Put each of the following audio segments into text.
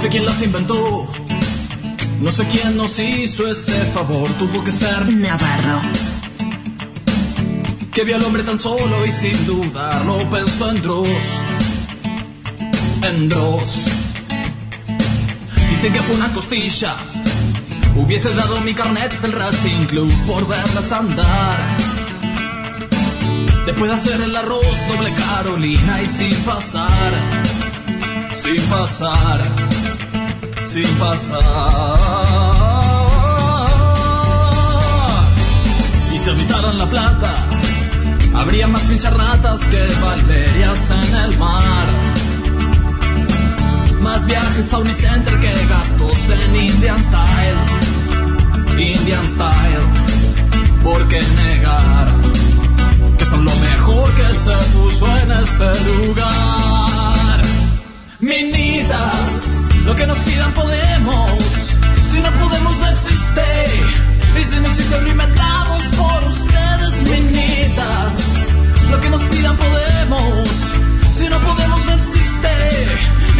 sé quién las inventó. No sé quién nos hizo ese favor. Tuvo que ser Navarro. que vio al hombre tan solo y sin dudarlo pensó en Dross. En Dross. Dicen que fue una costilla. Hubiese dado mi carnet del Racing Club por verlas andar. Después de hacer el arroz doble Carolina y sin pasar. Sin pasar. Sin pasar. Y si habitaran la plata, habría más pincharratas que valerias en el mar. Más viajes a Unicenter que gastos en Indian Style. Indian Style, ¿por qué negar que son lo mejor que se puso en este lugar? Minitas, lo que nos pidan podemos. Si no podemos, no existe. Y si no existe, lo inventamos por ustedes, minitas. Lo que nos pidan podemos. Si no podemos, no existe.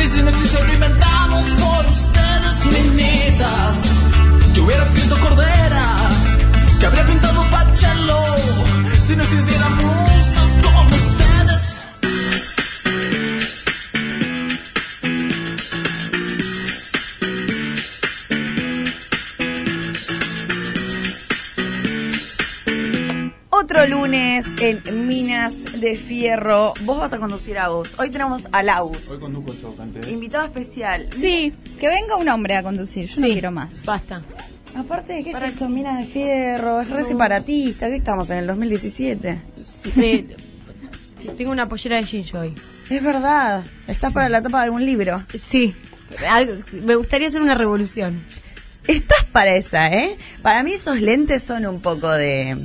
Y si no existe, lo inventamos por ustedes, minitas. Yo hubiera escrito Cordera, que habría pintado Pachelo. Si no existieran musas como ustedes. Otro lunes en Minas de Fierro. Vos vas a conducir a vos. Hoy tenemos a Laus, Hoy conduzco yo, gente. invitado especial. Sí, que venga un hombre a conducir, yo no quiero más. Basta. Aparte, ¿qué es Para esto? Minas de Fierro, es re separatista. ¿Qué estamos en el 2017? Sí, eh, tengo una pollera de Shinjo hoy. Es verdad. Estás para la tapa de algún libro. Sí. Algo- me gustaría hacer una revolución. Estás para esa, ¿eh? Para mí esos lentes son un poco de...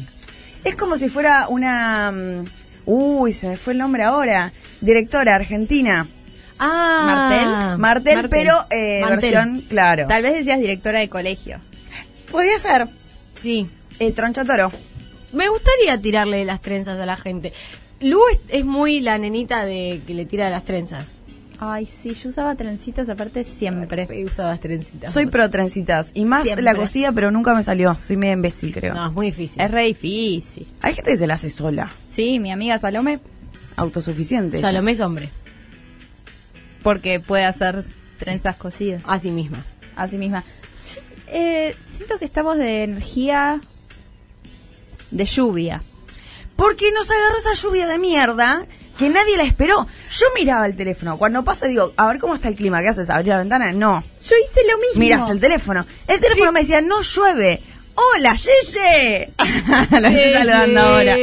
Es como si fuera una... mm, Uy, se me fue el nombre ahora. Directora argentina. Ah. Martel. Martel, pero eh, Mantel. versión, claro. Tal vez decías directora de colegio. Podría ser Sí. eh, Tronchatoro. Me gustaría tirarle las trenzas a la gente. Lu es, es muy la nenita de que le tira las trenzas. Ay, sí, yo usaba trencitas aparte siempre. Me usa las trencitas. Soy pro trencitas. Y más Siempre. la cosía, pero nunca me salió. Soy medio imbécil, creo. No, es muy difícil. Es re difícil. Hay gente que se la hace sola. Sí, mi amiga Salome, Autosuficiente. ella. Salomé es hombre. porque puede hacer trenzas cosidas A sí misma. a sí misma. Yo, eh, siento que estamos de energía de lluvia. Porque nos agarró esa lluvia de mierda que nadie la esperó. Yo miraba el teléfono. Cuando pasa, digo, a ver cómo está el clima. ¿Qué haces? ¿Abrir la ventana? No. Yo hice lo mismo. Miras el teléfono. El teléfono me decía, no llueve. ¡Hola, Yeye! la estoy Yeye. saludando ahora.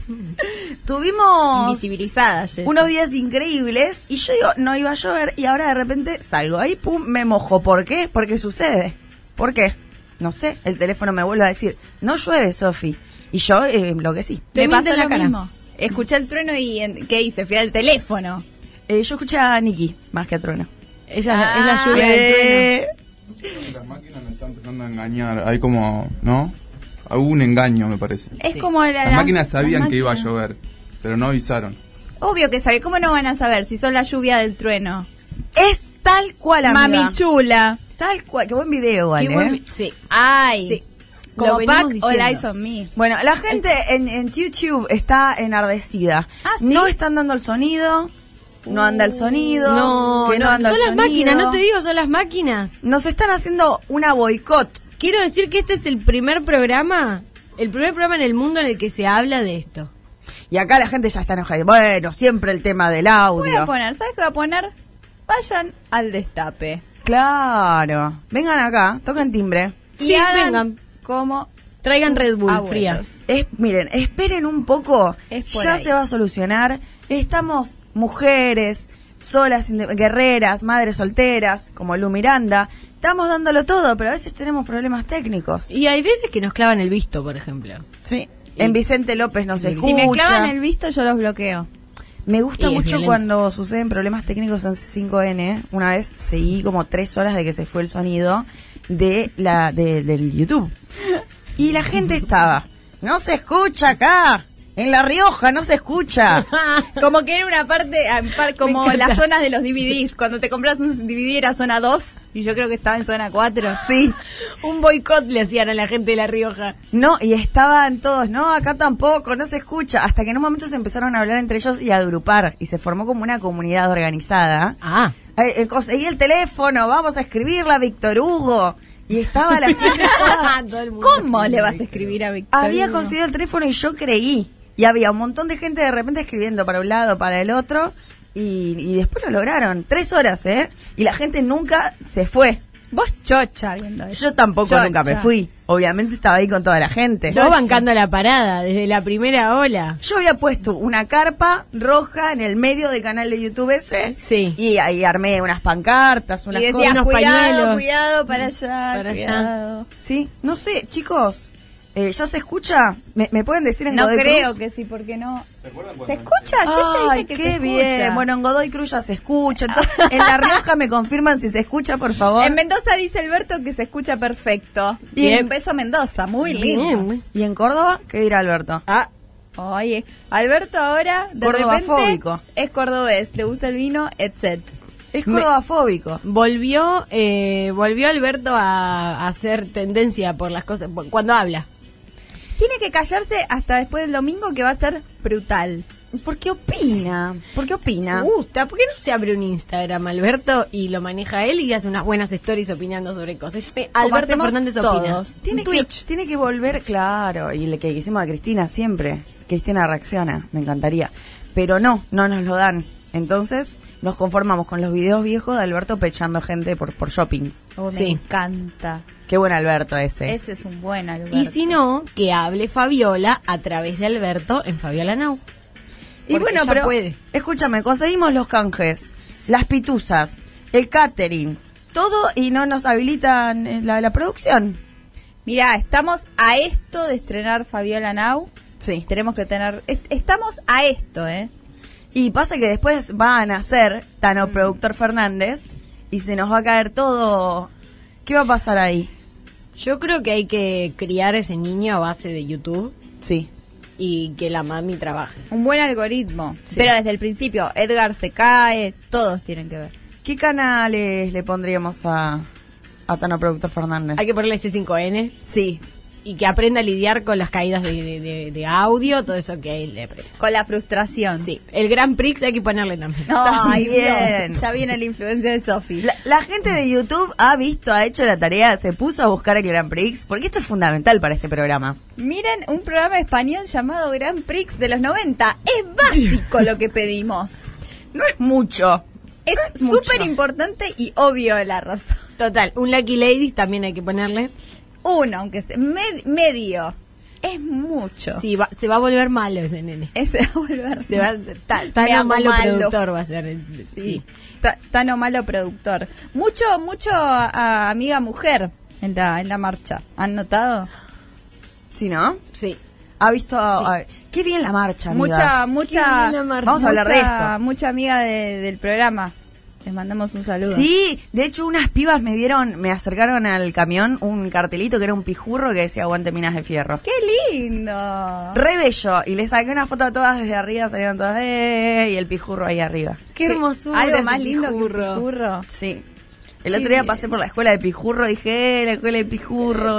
Tuvimos Invisibilizada ayer. unos días increíbles y yo digo, no iba a llover y ahora de repente salgo ahí, pum, me mojo. ¿Por qué? Porque sucede. ¿Por qué? No sé, el teléfono me vuelve a decir, no llueve, Sofi. Y yo eh, enloquecí. Te Me miente pasó en la lo cara. mismo. Escuché el trueno y en- ¿qué hice? Fui al teléfono. Eh, yo escuché a Nicky, más que a Trueno. Ella Ah, es la lluvia del trueno. Eh, Las máquinas me están empezando a engañar. Hay como, ¿no? Hubo un engaño, me parece. Es como la, Las máquinas sabían las que iba a máquinas. llover, pero no avisaron. Ah, Obvio que sabe. ¿Cómo no van a saber si son la lluvia del trueno? es tal cual, amiga. Mami chula. Tal cual. Qué buen video, ¿eh? Qué ¿vale? buen- Sí. Ay. Sí. Como Como venimos back all diciendo. eyes on me. Bueno, la gente en, en YouTube está enardecida. Ah, ¿sí? No están dando el sonido, no anda el sonido, Uh, No, que no, no, anda son el las máquinas, sonido. no te digo, son las máquinas. Nos están haciendo una boicot. Quiero decir que este es el primer programa, el primer programa en el mundo en el que se habla de esto. Y acá la gente ya está enojada. Bueno, siempre el tema del Voy a audio. poner, ¿sabes qué voy a poner? Vayan al destape. Claro. Vengan acá, toquen timbre. Y Sí, hagan vengan. como Traigan Red Bull abuelos. fría. Es- miren, esperen un poco. Es por ya ahí. se va a solucionar. Estamos mujeres, solas, inde- guerreras, madres solteras, como Lu Miranda. Estamos dándolo todo, pero a veces tenemos problemas técnicos. Y hay veces que nos clavan el visto, por ejemplo. Sí. En Vicente López nos escucha. Si me clavan el visto, yo los bloqueo. Me gusta Y es mucho violento. cuando suceden problemas técnicos en 5N. Una vez seguí como tres horas de que se fue el sonido de la de- del YouTube. Y la gente estaba, no se escucha acá. En La Rioja no se escucha. Como que era una parte, ah, par- como encanta. las zonas de los DVDs. Cuando te compras un DVD era zona 2 y yo creo que estaba en zona 4. Sí. Un boicot le hacían a la gente de La Rioja. No, y estaban todos, no, acá tampoco, no se escucha. Hasta que en un momento se empezaron a hablar entre ellos y a agrupar. Y se formó como una comunidad organizada. Ah. Ay, eh, Conseguí el teléfono, vamos a escribirla, Víctor Hugo. Y estaba la gente toda- ¿Cómo le vas a escribir a Victoria? Había conseguido el teléfono y yo creí. Y había un montón de gente de repente escribiendo para un lado, para el otro. Y, y después lo lograron. Tres horas, ¿eh? Y la gente nunca se fue. Vos chocha viendo eso. Yo tampoco Chocha. nunca me fui. Obviamente estaba ahí con toda la gente. Yo bancando la parada desde la primera ola. Yo había puesto una carpa roja en el medio del canal de YouTube ese. Sí. Y ahí armé unas pancartas, unas Y decías, cosas. unos cuidado, pañuelos. cuidado, para allá, Para allá. cuidado. Sí, no sé, chicos. eh, ¿Ya se escucha? ¿Me, me pueden decir en No Godoy creo Cruz? que sí, porque no. ¿Se acuerdan ¿Se cuando- escucha? Yo ya Ay, dije que qué se escucha. bien. Bueno, en Godoy Cruz ya se escucha. Entonces, en La Rioja me confirman si se escucha, por favor. En Mendoza dice Alberto que se escucha perfecto. Y Bien. un beso a Mendoza, muy lindo. ¿Y en Córdoba? ¿Qué dirá Alberto? Ah, Oye, eh. Alberto ahora de Cordobafóbico. repente es cordobés, le gusta el vino, etc. Es cordobafóbico. volvió, eh, volvió Alberto a, a hacer tendencia por las cosas. por- Cuando habla. Tiene que callarse hasta después del domingo que va a ser brutal. ¿Por qué opina? ¿Por qué Me opina? gusta. ¿Por qué no se abre un Instagram, Alberto, y lo maneja él y hace unas buenas stories opinando sobre cosas? Como Alberto hacemos Fernández opina. todos. Tiene que, Twitch. tiene que volver, claro, y le que hicimos a Cristina siempre. Cristina reacciona, me encantaría. Pero no, no nos lo dan. Entonces nos conformamos con los videos viejos de Alberto pechando gente por, por shoppings. Oh, Me Sí. encanta. Qué buen Alberto ese. Ese es un buen Alberto. Y si no, que hable Fabiola a través de Alberto en Fabiola Now. y porque bueno, ya pero puede. escúchame, conseguimos los canjes, las pituzas, el catering, todo y no nos habilitan eh, la, la producción. Mirá, estamos a esto de estrenar Fabiola Now. Sí. Tenemos que tener... est- estamos a esto, ¿eh? Y pasa que después van a ser Tano Mm. Productor Fernández y se nos va a caer todo. ¿Qué va a pasar ahí? Yo creo que hay que criar ese niño a base de YouTube Sí. y que la mami trabaje. Un buen algoritmo. Pero desde el principio, Edgar se cae, todos tienen que ver. ¿Qué canales le pondríamos a, a Tano Productor Ah. Fernández? Hay que ponerle ese 5N Sí. y que aprenda a lidiar con las caídas de, de- de- de audio, todo eso que él le aprende. Con la frustración. Sí, el Gran Prix hay que ponerle también. No, ay, También. Dios, ya viene la influencia de Sofi. La, la gente de YouTube ha visto, ha hecho la tarea, se puso a buscar el Gran Prix, porque esto es fundamental para este programa. Miren un programa español llamado Grand Prix de los 90. Es básico lo que pedimos. No es mucho. Es mucho. súper importante y obvio la razón. Total, un Lucky Ladies también hay que ponerle. Uno, aunque sea med- medio. Es mucho. Sí, va- se va a volver malo ese nene. Ese va a volver. Se va, ta- tan Me hago malo, malo. productor va a ser. eh, Sí. sí. Ta- Tano malo productor. Mucho, mucho a- a amiga mujer en la, en la marcha. ¿Han notado? ¿Sí, no? sí. Ha visto... a- Oh, qué bien la marcha, Mucha, amigas. mucha. linda marcha. Vamos a hablar de mucha- esto. Mucha amiga de- del programa. Les mandamos un saludo. Sí, de hecho unas pibas me dieron, me acercaron al camión un cartelito que era un pijurro que decía aguante minas de fierro. ¡Qué lindo! Re bello, y le saqué una foto a todas desde arriba, salieron todas, "Eh", y el pijurro ahí arriba. Qué hermosura. Algo ese más lindo que pijurro. un pijurro. Sí. El otro día pasé por la escuela de pijurro, dije, "Eh, la escuela de pijurro.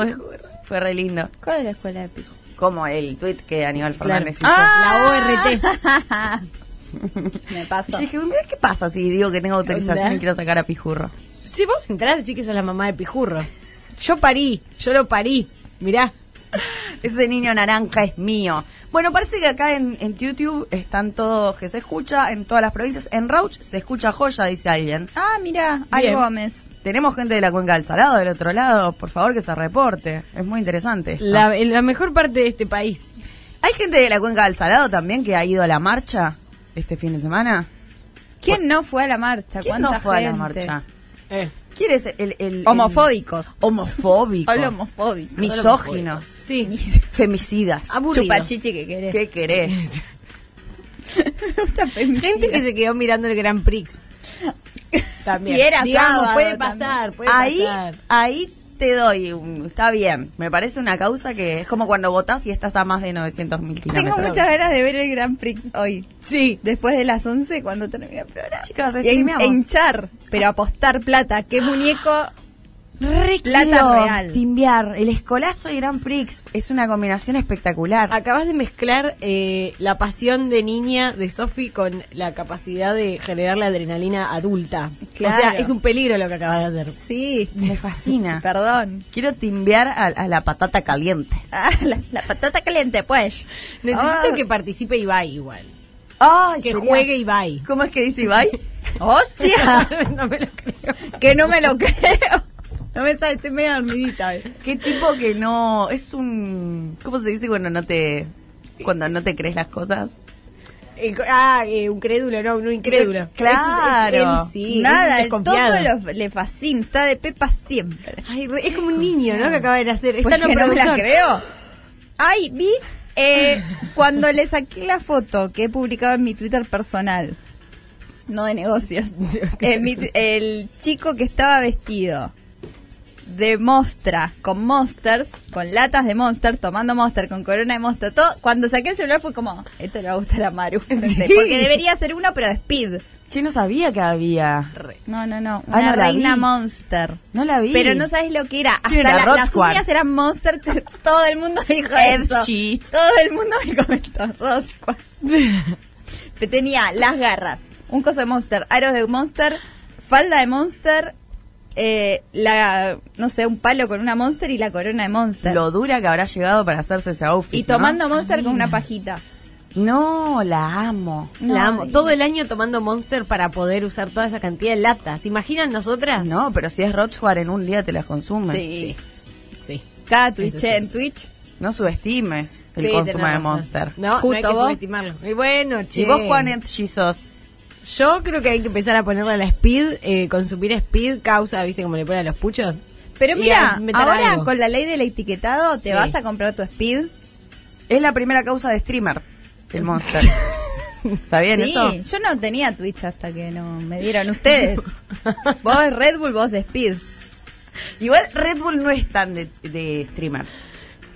Fue re lindo. ¿Cuál es la escuela de pijurro? Como el tweet que Aníbal Fernández hizo. La ORT. Ah. Me Y pasó. yo dije, mira, ¿qué pasa si digo que tengo autorización y quiero sacar a pijurro? Si vos entrás, decís que sos la mamá de Pijurro. Yo parí, yo lo parí. Mirá. Ese niño naranja es mío. Bueno, parece que acá en, en YouTube están todos que se escucha, en todas las provincias. En Rauch se escucha joya, dice alguien. Ah, mira, Ari Bien. Gómez. Tenemos gente de la cuenca del Salado, del otro lado. Por favor, que se reporte. Es muy interesante. esto. La, la mejor parte de este país. ¿Hay gente de la cuenca del Salado también que ha ido a la marcha este fin de semana? ¿Quién no fue a la marcha? ¿Quién ¿Cuánta no fue a la gente? marcha? Eh, ¿Quién es el... el- el- Homofóbicos. Homofóbicos. Solo homofóbicos. Misóginos. sí. Femicidas. Aburrido. Chupachichi que querés. ¿Qué querés? Gente que se quedó mirando el Gran Prix. También. Y era Digamos, sábado puede pasar, también. puede ahí, pasar. ahí te doy, un- está bien. Me parece una causa que es como cuando votás y estás a más de 900 mil kilómetros. Tengo muchas ganas de ver el Grand Prix hoy. Sí. Después de las 11 cuando termine el programa. Chicas, y en- streameamos. hinchar, pero apostar plata. ¿Qué muñeco? Re Plata quiero real. Timbiar. El escolazo y Grand Prix es una combinación espectacular. Acabas de mezclar eh, la pasión de niña de Sofi con la capacidad de generar la adrenalina adulta. O Claro. sea, es un peligro lo que acabas de hacer. Sí, Me fascina. perdón. Quiero timbiar a, a la patata caliente. Ah, la, la patata caliente, pues. Necesito Ah. que participe Ibai igual. Ay, Que sería- juegue Ibai. ¿Cómo es que dice Ibai? ¡Hostia! no me lo creo. que no me lo creo. No me sale, estoy medio dormidita. hoy. Qué tipo que no. Es un. ¿Cómo se dice cuando no te. Cuando no te crees las cosas? Eh, ah, eh, un crédulo, no, un incrédulo. Claro. Es, es él, sí, es un Nada, el desconfiado. todo lo- le fascina. Está de pepa siempre. Ay, re- es como un niño, ¿no? Que acaba de nacer. Está Pues en la que no me la producción. creo. Ay, vi eh, cuando le saqué la foto que he publicado en mi Twitter personal, no de negocios, eh, mi- el chico que estaba vestido de Mostra, con Monsters, con latas de Monster, tomando Monster, con corona de Monster, todo, cuando saqué el celular fue como, esto le va a gustar a Maru. Porque debería ser uno, pero de Speed. Che, no sabía que había. No, no, no, Ah, una no la reina vi. Monster. No la vi. Pero no sabes lo que era. Hasta ¿Quién era? la- Rod las Squad. uñas eran Monster. Todo el mundo dijo eso. Edgy. Todo el mundo me comentó. Rod Squad. Te Tenía las garras, un coso de Monster, aros de Monster, falda de Monster, eh, la, no sé, un palo con una Monster y la corona de Monster. Lo dura que habrá llegado para hacerse ese outfit. y ¿no? tomando Monster con una pajita. No, la amo. No, La amo. divina. Todo el año tomando Monster para poder usar toda esa cantidad de latas. ¿Se imaginan nosotras? No, pero si es Rothschild en un día te las consume. Sí. Sí. Cada Twitch sí. en Twitch. No subestimes el Sí, consumo tenés de razón. Monster. No, no hay Justo que vos. subestimarlo. Y bueno, che. Y vos, Juan Edgy sos. Yo creo que hay que empezar a ponerle a la speed, eh, consumir speed causa, ¿viste? Como le ponen a los puchos. Pero Y mira, a meter ahora algo. con la ley del etiquetado te Sí. vas a comprar tu Speed. Es la primera causa de streamer, el Monster. ¿Sabían sí, eso? yo no tenía Twitch hasta que no me dieron ustedes. vos Red Bull, vos Speed. Igual Red Bull no es tan de, de streamer.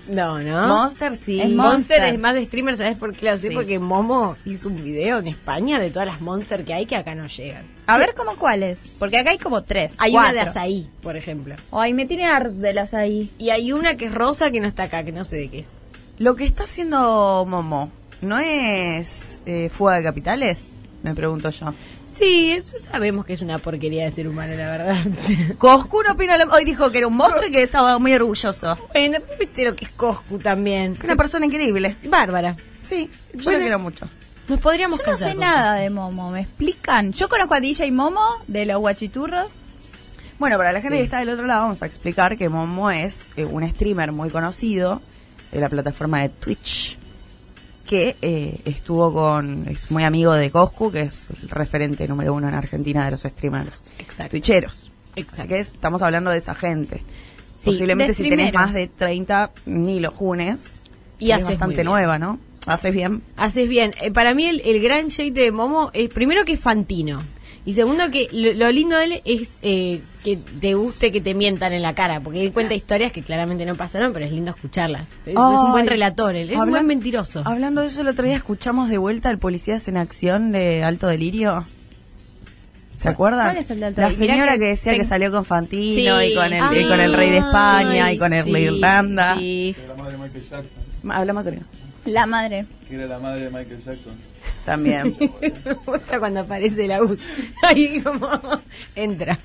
No, ¿no? Monster sí. Es Monster. Monster. es más de streamer, ¿sabes por qué lo sé? Sí. Porque Momo hizo un video en España de todas las Monster que hay que acá no llegan. A ver cómo cuáles, porque acá hay como tres. Hay cuatro. una de azaí, por ejemplo. Ay, me tiene árdelas ahí. Y hay una que es rosa que no está acá, que no sé de qué es. Lo que está haciendo Momo, ¿no es eh, fuga de capitales? Me pregunto yo. Sí, eso sabemos que es una porquería de ser humano, la verdad. Coscu no opina lo- Hoy dijo que era un monstruo y que estaba muy orgulloso. bueno, pero viste lo que es Coscu también. Una persona increíble. Bárbara. Sí, yo Bueno. lo quiero mucho. Nos podríamos Yo no casar sé con nada de Momo, ¿me explican? Yo conozco a DJ Momo de los guachiturros. Bueno, para la gente que está del otro lado, vamos a explicar que Momo es eh, un streamer muy conocido de la plataforma de Twitch, que eh, estuvo con, es muy amigo de Coscu, que es el referente número uno en Argentina de los streamers Exacto. twitcheros. Exacto. Así que es- estamos hablando de esa gente. Sí, Posiblemente de si tenés streamero. más de 30, ni lo junes. Y que es haces muy bastante bien. nueva, ¿no? Haces bien. Haces bien. Eh, para mí el, el gran shade de Momo es primero que es Fantino. Y segundo que lo, lo lindo de él es eh, que te guste que te mientan en la cara. Porque él cuenta historias que claramente no pasaron, pero es lindo escucharlas. Es, es un buen Ay, relator, él es un hablan- buen mentiroso. Hablando de eso, el otro día escuchamos de vuelta al Policías en Acción de Alto Delirio. ¿Se acuerdan? ¿Cuál es el de Alto La Delirio? Mirá señora que que decía que tengo- salió con Fantino Sí. y, con el, Ay, y con el rey de España y con el sí, rey de Irlanda. sí. Que era la madre de Michael Jackson. Ma- Hablamos de La madre. Que era la madre de Michael Jackson. También. Me gusta cuando aparece la US. Ahí como entra.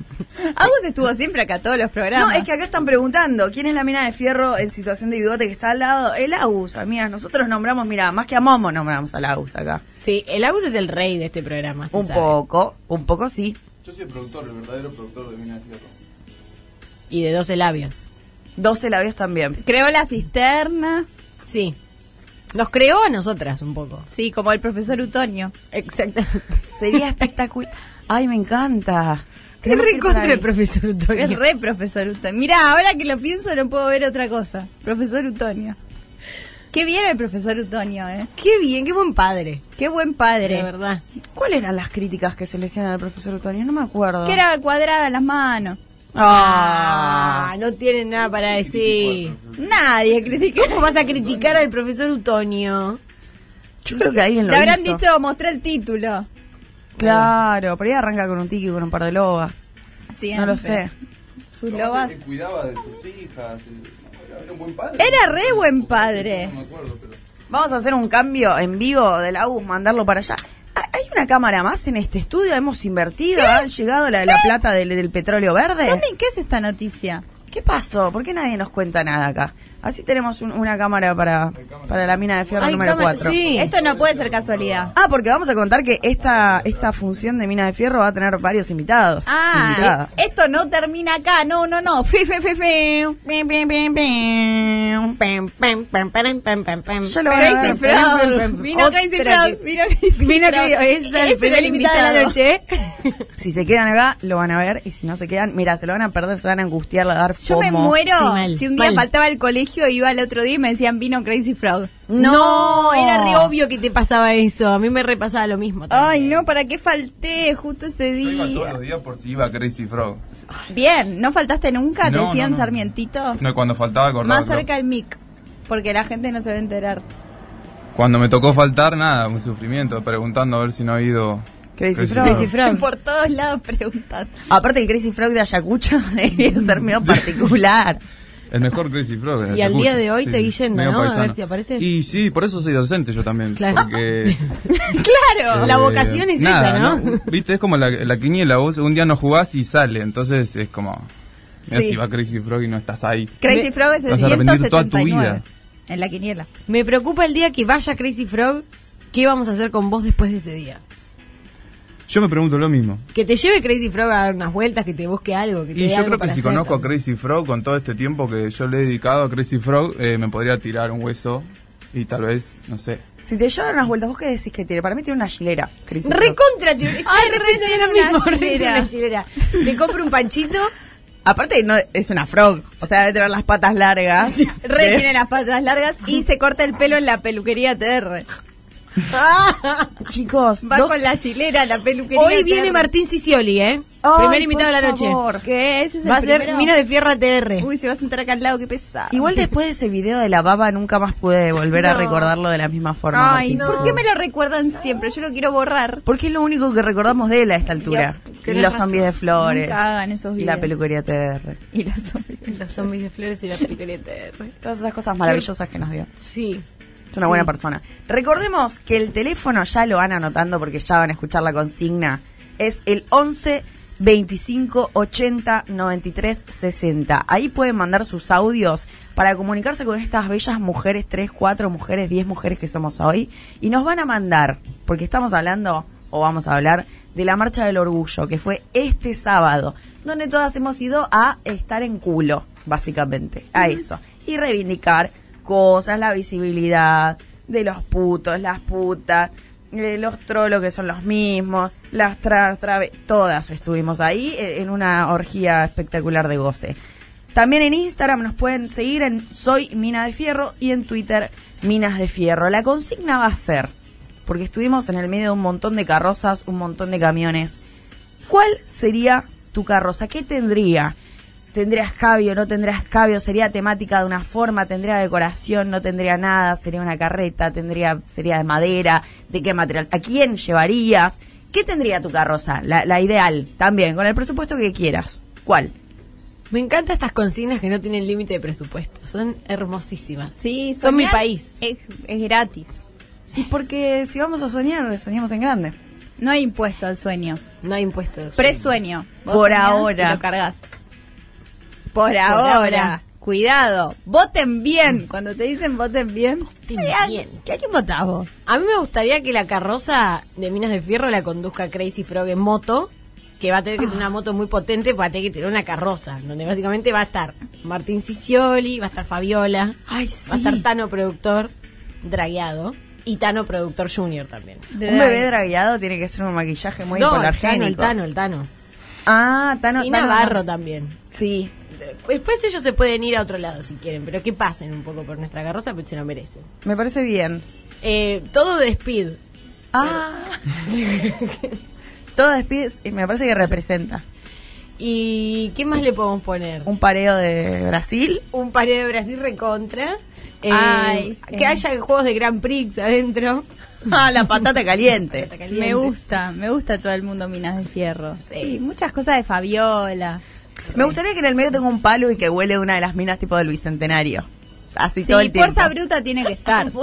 Agus estuvo siempre acá todos los no, programas. es que acá están preguntando, ¿quién es la mina de fierro en situación de bigote que está al lado? El Agus, amigas. Nosotros nombramos, mira, más que a Momo nombramos al Agus acá. Sí, el Agus es el rey de este programa. se Un sabe. poco, un poco sí. Yo soy el productor, el verdadero productor de Mina de Fierro. Y de 12 labios. 12 labios también. Creó la cisterna. Sí. Nos creó a nosotras un poco. Sí, como el profesor Utoño. Exactamente. Sería espectacular. Ay, me encanta. Qué Tenemos que ir para recontra el ahí. profesor Utoño. Es re profesor Utoño. Mirá, ahora que lo pienso no puedo ver otra cosa. Profesor Utoño. Qué bien el profesor Utoño, ¿eh? Qué bien, qué buen padre. Qué buen De padre. verdad. ¿Cuáles eran las críticas que se le hacían al profesor Otonio? No me acuerdo. Que era cuadrada las manos. Ah. Ah, no tienen nada para decir. Nadie critica. ¿Cómo vas a criticar al profesor Utonio? Yo creo que alguien lo Le habrán hizo. dicho, mostrar el título. Claro, pero ahí arranca con un tiki y con un par de lobas. Siempre. No lo sé. Sus No, lobas. él cuidaba de sus hijas. él- Era un buen padre. Era re buen padre. No me acuerdo, pero. Vamos a hacer un cambio en vivo de la U, mandarlo para allá. ¿Ha- ¿Hay una cámara más en este estudio? ¿Hemos invertido? ¿Han llegado la, la plata del, del petróleo verde? También, ¿qué es esta noticia? ¿Qué pasó? ¿Por qué nadie nos cuenta nada acá? Así tenemos un- una cámara para, para la mina de fierro Hay número cámara, 4. sí. Esto no puede ser casualidad. Ah, porque vamos a contar que esta, esta función de mina de fierro va a tener varios invitados. Ah, invitadas. eh, esto no termina acá, no, no, no. Fe, fe, fe, fe. Pim, pim, pim, pim. Pim, pim, pim, pim, pim, pim, pim. Ya lo van a Crazy ver. Frog. Vino Otra Crazy que- Frog. Vino Crazy Frog. Vino que es Ese el primer invitado de ¿eh? la noche. Si se quedan acá, lo van a ver. Y si no se quedan, mira, se lo van a perder, se van a angustiar, le van a dar Yo me FOMO. muero. Sí, mal, si un día mal. faltaba al colegio, iba al otro día y me decían vino Crazy Frog. No, era re obvio que te pasaba eso. A mí me repasaba lo mismo. Ay, también. no, ¿para qué falté justo ese Yo iba todos día? los días por si iba Crazy Frog. Bien, ¿no faltaste nunca? ¿Te No, decían no, no. Sarmientito? No, y cuando faltaba acordaba. Más cerca el mic, porque la gente no se va a enterar. Cuando me tocó faltar, nada, un sufrimiento, preguntando a ver si no ha ido. Crazy Crazy Frog. Frog. Por todos lados preguntando. Aparte, el Crazy Frog de Ayacucho debe ser medio particular. El mejor Crazy Frog. Y al día de hoy seguís yendo, medio ¿no? A ver paisano. si aparece. Y sí, por eso soy docente yo también. Claro. Porque, ¡Claro! eh, La vocación es nada, esa, ¿no? Viste, es como la, la quiniela. Vos un día no jugás y sale. Entonces es como. Mirá Sí. si va Crazy Frog y no estás ahí. Crazy Frog es Vas el a arrepentir toda tu 179. vida. En la quiniela. Me preocupa el día que vaya Crazy Frog. ¿Qué vamos a hacer con vos después de ese día? Yo me pregunto lo mismo. Que te lleve Crazy Frog a dar unas vueltas, que te busque algo. Que te Y dé yo algo creo que para si hacer conozco a también. Crazy Frog con todo este tiempo que yo le he dedicado a Crazy Frog, eh, me podría tirar un hueso y tal vez, no sé. Si te llevan unas vueltas, ¿vos qué decís que tiene? Para mí tiene una chilera, Crazy Frog. Recontra, te- Ay, re tiene lo mismo, una re tiene chilera. una chilera. Te compro un panchito. Aparte, no, es una frog. O sea, debe tener las patas largas. Re Debe- tiene las patas largas y se corta el pelo en la peluquería TR. Chicos, Va dos- con la chilera, la peluquería Hoy viene TR. Martín Sicioli, ¿eh? Ay, Primer invitado de por la noche. favor. ¿Qué es ese Va a ser primero? Mina de Fierro ATR. Uy, se va a sentar acá al lado, qué pesado. Igual después de ese video de la baba, nunca más pude volver a No. recordarlo de la misma forma. Ay, Martín. ¿por qué me lo recuerdan siempre? Yo lo quiero borrar. Porque es lo único que recordamos de él a esta altura. Dios, Y tenés los razón. zombies de flores. Nunca hagan esos Y videos. la peluquería TR. Y la sombra. Los zombies de flores y la peluquería ATR. Todas esas cosas maravillosas que nos dio. Sí. Es una buena persona. Recordemos que el teléfono ya lo van anotando porque ya van a escuchar la consigna. Es el 11 25 80 93 60. Ahí pueden mandar sus audios para comunicarse con estas bellas mujeres, 3, 4 mujeres, 10 mujeres que somos hoy. Y nos van a mandar, porque estamos hablando, o vamos a hablar, de la Marcha del Orgullo, que fue este sábado, donde todas hemos ido a estar en culo, básicamente, a eso. Y reivindicar cosas, la visibilidad de los putos, las putas, eh, los trolos que son los mismos, las trans, trave, todas estuvimos ahí eh, en una orgía espectacular de goce. También en Instagram nos pueden seguir en Soy Mina de Fierro y en Twitter Minas de Fierro. La consigna va a ser, porque estuvimos en el medio de un montón de carrozas, un montón de camiones. ¿Cuál sería tu carroza? ¿Qué tendría? ¿Tendrías cabio? ¿No tendrías cabio? ¿Sería temática de una forma? ¿Tendría decoración? ¿No tendría nada? ¿Sería una carreta? ¿Tendría, ¿Sería de madera? ¿De qué material? ¿A quién llevarías? ¿Qué tendría tu carroza? La, la ideal, también, con el presupuesto que quieras. ¿Cuál? Me encantan estas consignas que no tienen límite de presupuesto. Son hermosísimas. Sí, Son mi soñar país. Es, es gratis. Y porque Eh, si vamos a soñar, soñamos en grande. No hay impuesto al sueño. No hay impuestos. Presueño. Vos Por soñás ahora. y lo cargas. Por, ahora. ahora. Cuidado. Voten bien. Cuando te dicen voten bien. mirá, bien. ¿qué- ¿A quién votás vos? A mí me gustaría que la carroza de Minas de Fierro la conduzca Crazy Frog en moto, que va a tener que tener una moto muy potente, va a tener que tener una carroza, donde básicamente va a estar Martín Sicioli, va a estar Fabiola, Ay, va a sí. estar Tano Productor, dragueado, y Tano Productor Junior también. Un bebé dragueado tiene que ser un maquillaje muy no, el Tano, el hipoalergénico. Tano, el Tano. Ah, Tano, y Tano- Navarro también. Sí. Después ellos se pueden ir a otro lado si quieren, pero que pasen un poco por nuestra carroza, pero se lo merecen. Me parece bien. Eh, todo de speed. Ah. Todo despides, me parece que representa. ¿Y qué más le podemos poner? Un pareo de Brasil. Un pareo de Brasil recontra. eh, Ay, sí. Que haya juegos de Grand Prix adentro. Ah, la patata caliente. Me gusta, me gusta todo el mundo Minas de Fierro. Sí, muchas cosas de Fabiola. Me gustaría que en el medio tenga un palo y que huele de una de las minas tipo del Bicentenario. Así Sí, todo el tiempo. fuerza bruta tiene que estar.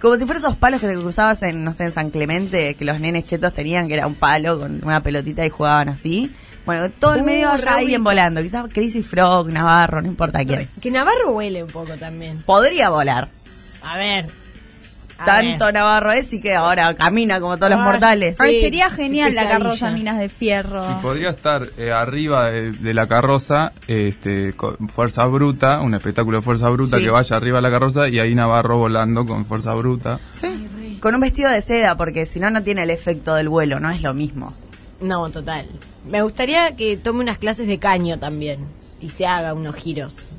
Como si fueran esos palos que te cruzabas en, no sé, en San Clemente, que los nenes chetos tenían, que era un palo con una pelotita y jugaban así. Bueno, todo el Uh, medio allá Raúl. alguien volando. Quizás Crazy Frog, Navarro, no importa quién. Que Navarro huele un poco también. Podría volar. A ver. a Tanto ver. Navarro es y que ahora camina como todos los Ah, mortales. sí. Ay, sería genial qué la carroza pesadilla. Minas de Fierro. Y podría estar eh, arriba de, de la carroza, este, con Fuerza Bruta, un espectáculo de Fuerza Bruta Sí. que vaya arriba de la carroza y ahí Navarro volando con Fuerza Bruta. Sí. Con un vestido de seda, porque si no, no tiene el efecto del vuelo, no es lo mismo. No, total. Me gustaría que tome unas clases de caño también. Y se haga unos giros.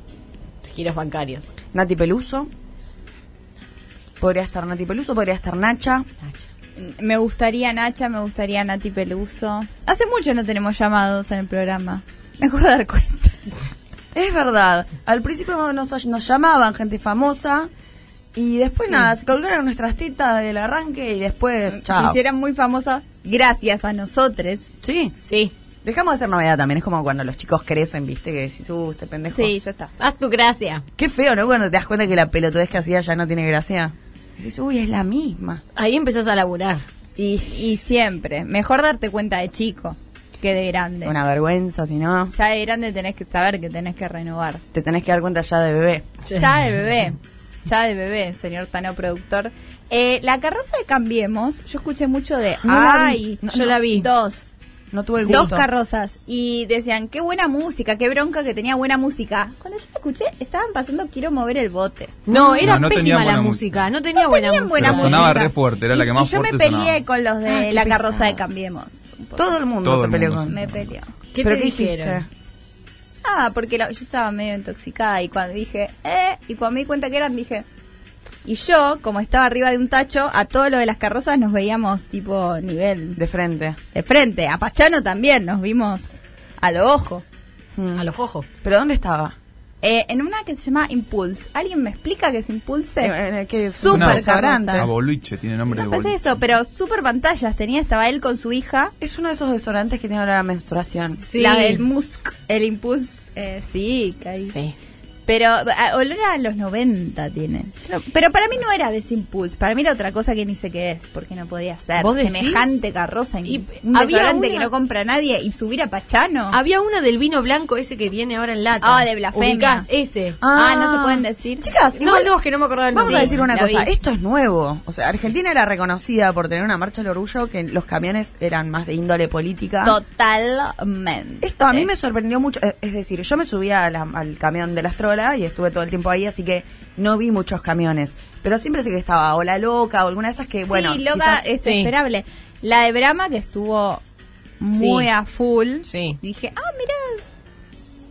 Giros bancarios. Nati Peluso. Podría estar Nati Peluso, podría estar Nacha. Me gustaría Nacha, me gustaría Nati Peluso. Hace mucho no tenemos llamados en el programa. Me acabo de dar cuenta. Es verdad. Al principio nos, nos llamaban gente famosa. Y después nada, se colgaron nuestras tetas del arranque y después, Se chao. hicieran muy famosas gracias a nosotros. Sí. Sí. Dejamos de ser novedad también. Es como cuando los chicos crecen, viste, que decís, uh, este pendejo. Sí, ya está. Haz tu gracia. Qué feo, ¿no? Cuando te das cuenta que la pelotudez que hacía ya no tiene gracia. Dices, uy, es la misma. Ahí empezás a laburar. Y, y siempre. Mejor darte cuenta de chico que de grande. Una vergüenza, si no. Ya de grande tenés que saber que tenés que renovar. Te tenés que dar cuenta ya de bebé. Ya de bebé. Ya de bebé, señor Tano productor. Eh, la carroza de Cambiemos, yo escuché mucho de. No la ¡Ay! vi. No, yo la vi. Dos. No tuve el Dos gusto. carrozas. Y decían, qué buena música, qué bronca que tenía buena música. Cuando yo la escuché, estaban pasando Quiero mover el bote. No, era era No, no tenía pésima pésima la la buena música. música. No tenía No buena tenían música. buena Pero sonaba música. re fuerte, era Y- la que y más yo me fuerte peleé sonaba. con los de Ah, qué la carroza pesado. de Cambiemos. un poco. Todo el mundo Todo se el peleó mundo con. Me se- peleó. ¿Qué ¿Pero te qué dijeron? hiciste? Ah, porque la- yo estaba medio intoxicada y cuando dije, eh, y cuando me di cuenta que eran, dije. Y yo, como estaba arriba de un tacho, a todo lo de las carrozas nos veíamos tipo nivel De frente. de frente. A Pachano también nos vimos a lo ojo. Mm. A los ojos. ¿Pero dónde estaba? Eh, en una que se llama Impulse. ¿Alguien me explica qué es Impulse? Eh, eh, que es Súper un carroza. restaurante. A Ah, boliche, tiene nombre No pues de pensé boliche. eso, pero super pantallas tenía. Estaba él con su hija. Es uno de esos desodorantes que tiene olor a menstruación. Sí. La del Musk, el Impulse. eh, sí, caí. Sí. Pero a- olor a los 90 tiene. Yo no- Pero para mí no era de ese Impulse. Para mí era otra cosa que ni sé qué es, porque no podía ser. ¿Vos decís? Semejante carroza. Y Y un había restaurante una- que no compra nadie y subir a Pachano. Había una del vino blanco ese que viene ahora en lata. Ah, de Blasfemia. Ubicás, ese. Ah, no se pueden decir. Chicas, No, igual- no, es que no me acordaba el Vamos nombre. a decir una La cosa, vi. esto es nuevo. O sea, Argentina era reconocida por tener una marcha del orgullo que los camiones eran más de índole política. Totalmente. Esto a mí me sorprendió mucho. Eh, Es decir, yo me subía a la- al camión de la Astrola y estuve todo el tiempo ahí, así que no vi muchos camiones. Pero siempre sé que estaba o la loca o alguna de esas que, bueno. sí, loca, quizás- es sí. esperable. La de Brahma que estuvo muy Sí. a full. Sí. Dije, ah, mirá.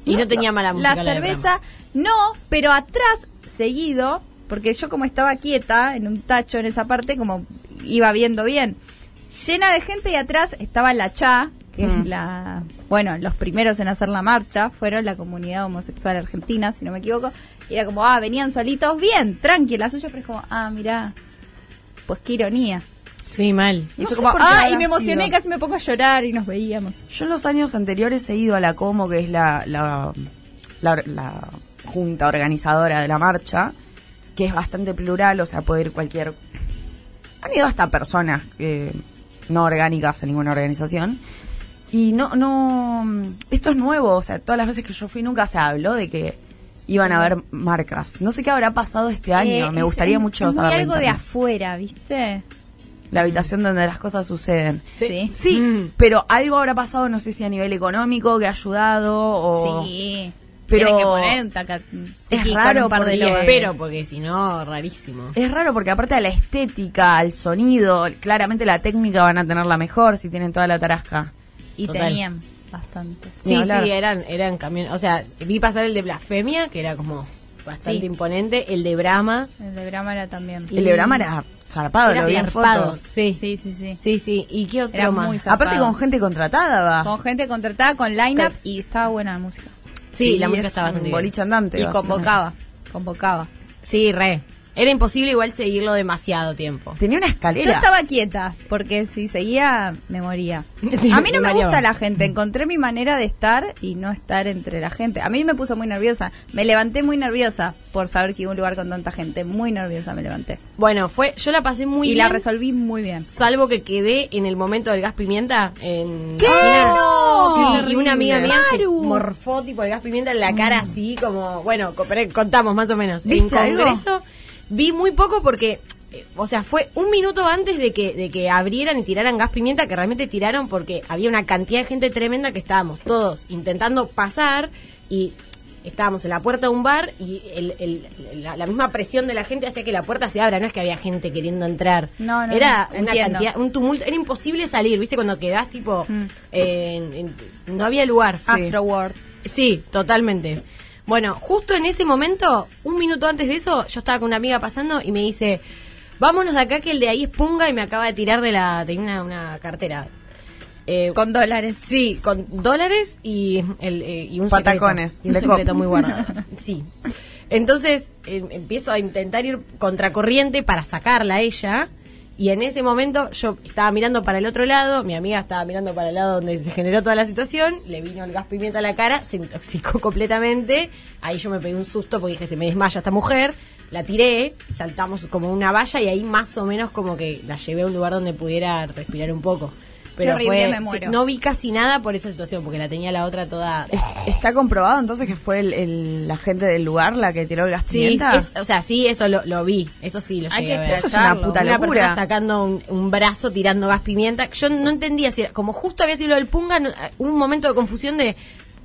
Y no tenía mala música. La de Brahma. cerveza, no, pero atrás, seguido, porque yo como estaba quieta en un tacho en esa parte, como iba viendo bien. Llena de gente y atrás estaba la CHA, que es Mm. la. Bueno, los primeros en hacer la marcha fueron la comunidad homosexual argentina, si no me equivoco. Y era como, ah, venían solitos, bien, tranqui, la suya, pero es como, ah, mirá. Pues qué ironía. Sí, mal. Y No fue sé como, por qué ah, y habrá me emocioné, sido. casi me pongo a llorar y nos veíamos. Yo en los años anteriores he ido a la Como, que es la, la, la- la junta organizadora de la marcha, que es bastante plural, o sea, puede ir cualquier... Han ido hasta personas eh, no orgánicas a ninguna organización. Y no, no, esto es nuevo, o sea, todas las veces que yo fui nunca se habló de que iban a haber marcas. No sé qué habrá pasado este año, Eh, me es- gustaría es- mucho es muy saberlo algo de también. afuera, ¿viste? La habitación donde las cosas suceden. Sí. Sí, Mm. pero algo habrá pasado, no sé si a nivel económico, que ha ayudado o... Sí. Pero- Tienen eh, que poner un taca, un tiqui con raro un par de porque- Y lobas. espero, porque si no, rarísimo. Es raro porque aparte de la estética, al sonido, claramente la técnica van a tenerla mejor si tienen toda la tarasca. Y Total. tenían bastante. Ni Sí, hablar. sí, eran, eran camiones. O sea, vi pasar el de Blasfemia, que era como. bastante Sí. imponente. El de Brahma. El de Brámara también. El de Brahma era zarpado, Era lo vi en zarpado, fotos. sí. sí. Sí, sí, sí. Sí, ¿Y qué otro Era más? muy zarpado. Aparte con gente contratada, va. Con gente contratada, con line-up y estaba buena la música. Sí, la música es estaba bastante un bien. boliche andante. Y básicamente. convocaba, convocaba. Sí, Eh. re. Era imposible igual seguirlo demasiado tiempo. Tenía una escalera. Yo estaba quieta, porque si seguía, me moría. A mí no me gusta la gente, Mm. encontré mi manera de estar y no estar entre la gente. A mí me puso muy nerviosa, me levanté muy nerviosa por saber que iba a un lugar con tanta gente, muy nerviosa me levanté. Bueno, fue, yo la pasé muy y bien. la resolví muy bien. Salvo que quedé en el momento del gas pimienta en ¿Qué? Una- ¡No! Sí, y una amiga mía se Maru. morfó tipo el gas pimienta en la cara Mm. así como, bueno, co- pero contamos más o menos. ¿Viste en algo? congreso vi muy poco porque eh, o sea, fue un minuto antes de que, de que abrieran y tiraran gas pimienta, que realmente tiraron porque había una cantidad de gente tremenda que estábamos todos intentando pasar y estábamos en la puerta de un bar y el- el- la, la misma presión de la gente hacía que la puerta se abra, no es que había gente queriendo entrar. No, no, Era una no, entiendo. Mm. cantidad, un tumulto, era imposible salir, ¿viste? Cuando quedás tipo, eh, en- en- no había lugar. Astro World. Sí, totalmente. Bueno, justo en ese momento, un minuto antes de eso, yo estaba con una amiga pasando y me dice, vámonos de acá que el de ahí es punga y me acaba de tirar de la... tenía una, una cartera. Eh, Con dólares. Sí, con dólares y, el, eh, y un Patacones, secreto. Y un de secreto cop. muy guardado. Sí. Entonces eh, empiezo a intentar ir contracorriente para sacarla a ella. Y en ese momento yo estaba mirando para el otro lado, mi amiga estaba mirando para el lado donde se generó toda la situación, le vino el gas pimienta a la cara, se intoxicó completamente, ahí yo me pegué un susto porque dije, se me desmaya esta mujer, la tiré, saltamos como una valla y ahí más o menos como que la llevé a un lugar donde pudiera respirar un poco. Pero Qué horrible, fue- me sí, muero. no vi casi nada por esa situación, porque la tenía la otra toda. ¿Está comprobado entonces que fue el, el- la gente del lugar la que tiró el gas Sí, pimienta? es- o sea, sí, eso lo, lo vi. Eso sí, lo Hay llegué que a ver. Eso es una puta Una persona locura. sacando un, un brazo tirando gas pimienta. Yo no entendía si era- como justo había sido lo del punga, no- hubo un momento de confusión de,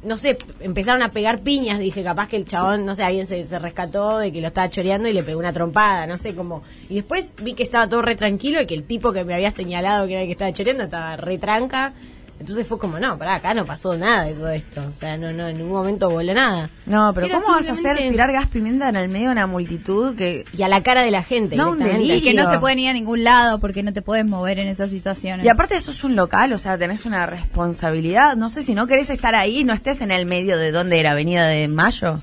no sé, empezaron a pegar piñas. Dije, capaz que el chabón, no sé, alguien se, se rescató de que lo estaba choreando y le pegó una trompada, no sé cómo. Y después vi que estaba todo re tranquilo y que el tipo que me había señalado que era el que estaba choreando estaba re tranca. Entonces fue como, no, pará, acá no pasó nada de todo esto. O sea, no, no, en ningún momento voló nada. No, pero Era ¿cómo vas a hacer simplemente- tirar gas pimienta en el medio de una multitud que y a la cara de la gente. No, un directamente. delirio. Que no Digo. se pueden ir a ningún lado porque no te puedes mover en esas situaciones. Y aparte eso es un local, o sea, tenés una responsabilidad. No sé, si no querés estar ahí, no estés en el medio de donde era, Avenida de Mayo.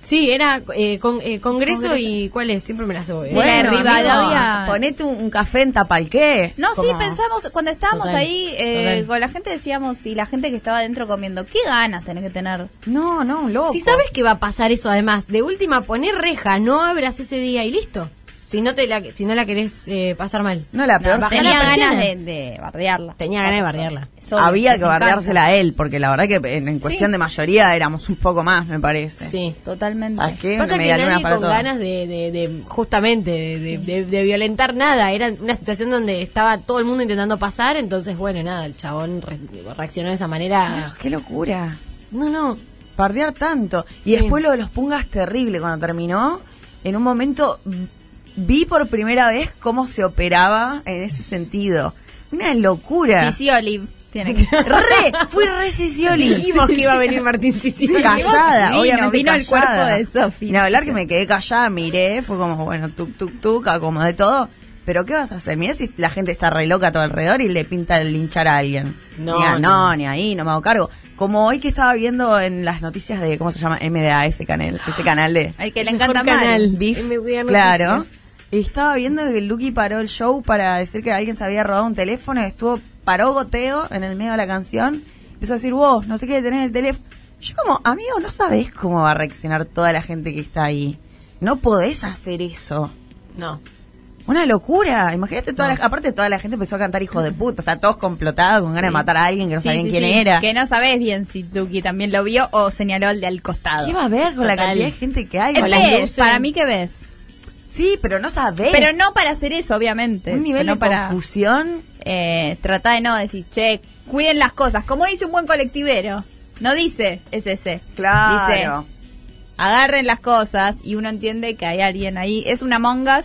Sí, era eh, con- eh, congreso, y ¿cuál es? Siempre me la hago. eh. Sí, la de Rivadavia. amigo, Ponete un, un café en Tapalqué. No, sí, Como- pensamos, cuando estábamos Total, ahí eh, total. con la gente decíamos, y la gente que estaba adentro comiendo, ¿qué ganas tenés que tener? No, no, loco. Si sabes que va a pasar eso además, de última poner reja, no abras ese día y listo. Si no te la si no la querés eh, pasar mal. No, la peor Bajá gente- Tenía la persiana. ganas de, de bardearla. Tenía ganas de bardearla. Es obvio, Había les que encanta. bardeársela a él, porque la verdad que en, en cuestión Sí. de mayoría éramos un poco más, me parece. Sí. Totalmente. ¿Sabes qué? Una Pasa que media luna nadie para con todos. ganas de, de- de- justamente de, de- de- de violentar nada. Era una situación donde estaba todo el mundo intentando pasar, entonces bueno nada, el chabón re- reaccionó de esa Ah, manera. qué locura. No, no, Bardear tanto. Y Sí. después lo de los pungas terrible cuando terminó. En un momento vi por primera vez cómo se operaba en ese sentido. Una locura. Sí, sí, Olive. Tiene que... Re, fui re Sisioli. Dijimos que iba a venir Martín Sicilia. Callada, Vino, obviamente vino el cuerpo callada. de Sofi. Ni hablar que me quedé callada, miré, fue como, bueno, tuk, tuk, tuk, acomodé todo. Pero ¿qué vas a hacer? Mirá si la gente está re loca a tu alrededor y le pinta el linchar a alguien. No, Ni a- no, no. ni ahí, no me hago cargo. Como hoy que estaba viendo en las noticias de, ¿cómo se llama? MDA, ese canal, ese canal de... Al que le encanta Mejor canal. mal. Beef, MDA Noticias. claro. Y estaba viendo que Lucky paró el show para decir que alguien se había robado un teléfono y estuvo, paró goteo en el medio de la canción. Empezó a decir, vos, no sé qué, tenés el teléfono. Yo como, amigo, no sabés cómo va a reaccionar toda la gente que está ahí. No podés hacer eso. No. Una locura. Imagínate, toda la- aparte toda la gente empezó a cantar hijo de puta. O sea, todos complotados con ganas de matar a alguien que no Sí, sabían sí, quién sí. era. Que no sabés bien si Duki también lo vio o señaló al de al costado. ¿Qué va a ver con la Total. cantidad de gente que hay? ¿Qué con las ves? luces? Para mí, ¿qué ves? Sí, pero no sabés. Pero no para hacer eso, obviamente. Un nivel Pero de no para confusión. eh, tratar de no decir, che, cuiden las cosas. Como dice un buen colectivero. No dice es ese. Claro. Dice, agarren las cosas y uno entiende que hay alguien ahí. Es una mongas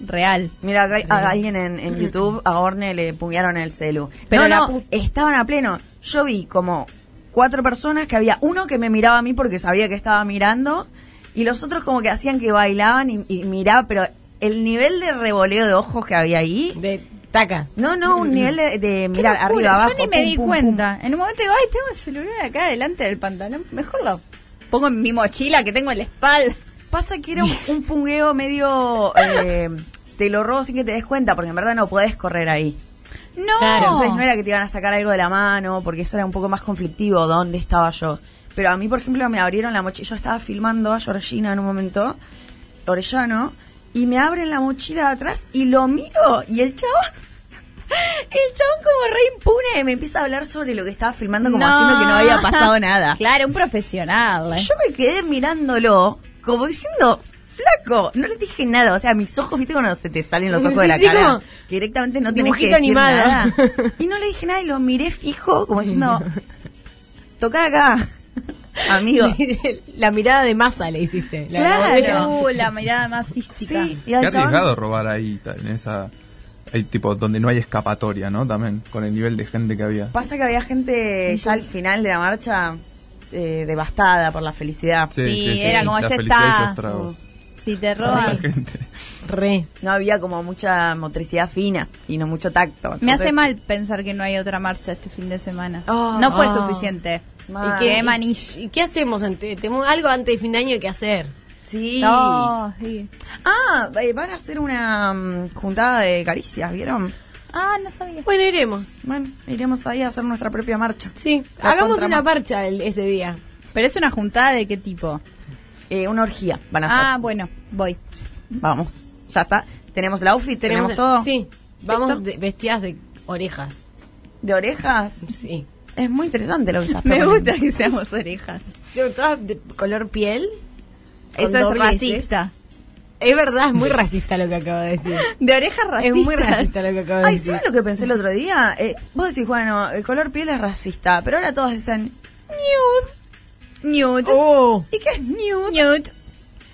real. Mira, acá hay- a alguien en, en YouTube a Orne le puñaron el celu. Pero la no, no, pu- estaban a pleno. Yo vi como cuatro personas que había uno que me miraba a mí porque sabía que estaba mirando Y los otros como que hacían que bailaban y, y miraba, pero el nivel de revoleo de ojos que había ahí. De taca. No, no, un nivel de, de mirar Qué locura, arriba, abajo. Yo ni me pum, di pum, pum. cuenta. En un momento digo, ay, tengo el celular acá delante del pantalón. Mejor lo pongo en mi mochila que tengo en la espalda. Pasa que era un, un pungueo medio... eh, te lo robo sin que te des cuenta, porque en verdad no podés correr ahí. No. Claro, Entonces no era que te iban a sacar algo de la mano, porque eso era un poco más conflictivo, dónde estaba yo. Pero a mí, por ejemplo, me abrieron la mochila. Yo estaba filmando a Georgina en un momento, Orellano, y me abren la mochila de atrás y lo miro y el chabón... El chabón como re impune me empieza a hablar sobre lo que estaba filmando como haciendo que no había pasado nada. Claro, un profesional. Yo me quedé mirándolo como diciendo, flaco, no le dije nada. O sea, mis ojos, viste cuando se te salen los ojos de la Sí, cara. como Que directamente no tenés que decir dibujito animado. nada. Y no le dije nada y lo miré fijo como diciendo, toca acá, amigo. la mirada de masa le hiciste. La, la botella. Claro. Uh, la mirada más cística. Sí, y Qué al chabón- arriesgado robar ahí, ta- en esa... Hay tipo donde no hay escapatoria, ¿no? También, con el nivel de gente que había. Pasa que había gente ya al final de la marcha eh, devastada por la felicidad. Sí, era como, la ya felicidad y está. sus tragos. Si te La roban. gente. Re. No había como mucha motricidad fina y no mucho tacto. Me Entonces, hace mal pensar que no hay otra marcha este fin de semana. Ah, no fue ah. suficiente. Mal. Y quedé maniche. ¿Y qué hacemos? Ante, tenemos algo antes de fin de año hay que hacer. Sí. No, sí. Ah, eh, van a hacer una mm, juntada de caricias, ¿vieron? Ah, no sabía. Bueno, iremos. Bueno, iremos ahí a hacer nuestra propia marcha. Sí. La Hagamos contramarcha. una parcha el- ese día. Pero es una juntada de qué tipo. Eh, una orgía van a hacer. Ah, bueno, voy. Vamos, ya está. Tenemos el outfit, tenemos, todo. Sí. Vamos ¿Listo? de- vestidas de orejas. De orejas. Sí. Es muy interesante lo que estás Me proponiendo. gusta que seamos orejas. Yo, Todas de color piel. con Eso es dobleces. racista. Es verdad, es muy racista lo que acabo de decir. De orejas racistas. Es muy racista lo que acabo de Ay, decir. ¿sabes lo que pensé el otro día? Eh, vos decís, bueno, el color piel es racista, pero ahora todos dicen nude. Nude. Oh, ¿Y qué es nude? Nude.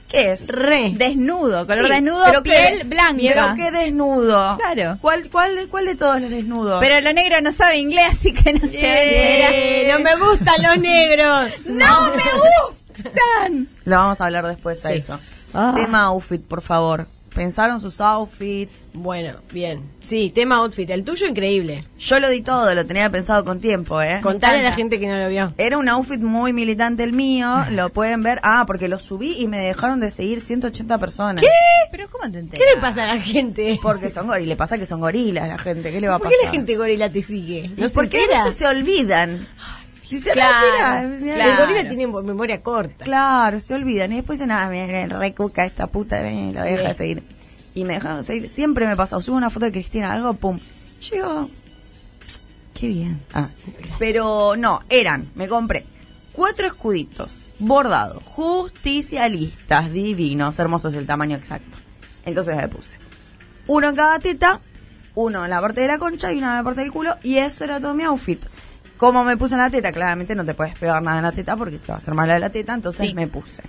¿Qué es? re. Desnudo, color Sí, desnudo, pero piel qué- blanca. Pero qué desnudo. Claro. ¿Cuál, cuál, ¿Cuál de todos los desnudos? Pero lo negro no sabe inglés, así que no se Eh, no me gustan los negros. ¡No me gustan! Lo vamos a hablar después a Sí. Ah. eso. Tema outfit, por favor. Pensaron sus outfits. Bueno, bien. Sí, tema outfit. El tuyo increíble. Yo lo di todo, lo tenía pensado con tiempo, ¿eh? Contale a la encanta. gente que no lo vio. Era un outfit muy militante el mío, lo pueden ver. Ah, porque lo subí y me dejaron de seguir 180 personas. ¿Qué? ¿Pero cómo te enteras? ¿Qué le pasa a la gente? ¿Por, Porque son gorilas, le pasa que son gorilas la gente, ¿qué le va a pasar? qué la gente gorila te sigue? ¿Y ¿No se ¿Por qué a entera? veces se olvidan? Si se Claro, olvidan, claro. El gorila tiene memoria corta. Claro, se olvidan. Y después dicen, ah, mira, recuca esta puta, ven, la deja de seguir. Y me dejaron de seguir. Siempre me pasó. Subo una foto de Cristina, algo, pum. Yo digo, qué bien. Ah. Pero no, eh, eran, me compré. Cuatro escuditos, bordados, justicialistas, divinos, hermosos el tamaño exacto. Entonces me puse uno en cada teta, uno en la parte de la concha y uno en la parte del culo, y eso era todo mi outfit. Como me puse en la teta, claramente no te puedes pegar nada en la teta porque te va a hacer mala la teta, entonces Sí. me puse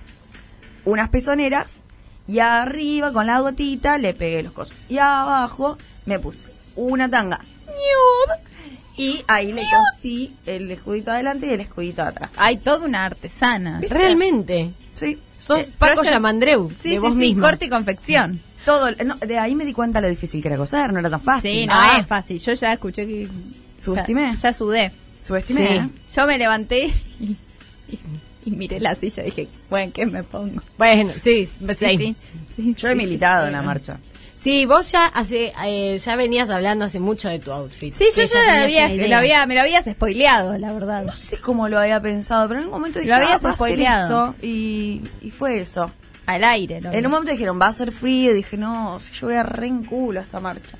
unas pezoneras y arriba con la gotita le pegué los cosos. Y abajo me puse una tanga nude y ahí le cosí el escudito adelante y el escudito atrás. Hay toda una artesana. ¿Viste? Realmente. Sí, Sos Eh, Paco Project- Yamandreu. Sí, de sí, vos sí, mismo. corte y confección. todo, no, de ahí me di cuenta lo difícil que era coser, no era tan fácil. Sí, no Ah, es fácil. Yo ya escuché que... Subestimé. Ya, ya sudé. subestimé. Sí. ¿eh? Yo me levanté y, y- y miré la silla y dije, bueno, ¿qué me pongo? Bueno, sí, sí. Sí, sí, Yo he sí, militado sí, en la sí. marcha. Sí, vos ya hace, eh, ya venías hablando hace mucho de tu outfit. Sí, yo Que ya tenías la había- una idea. lo había, me lo habías spoileado, la verdad. No sé cómo lo había pensado, pero en un momento dije, Lo habías ah, va a ser spoileado. esto, y, y fue eso. Al aire, ¿no? En un momento dijeron, va a ser frío, y dije, no, si yo voy a re en culo a esta marcha.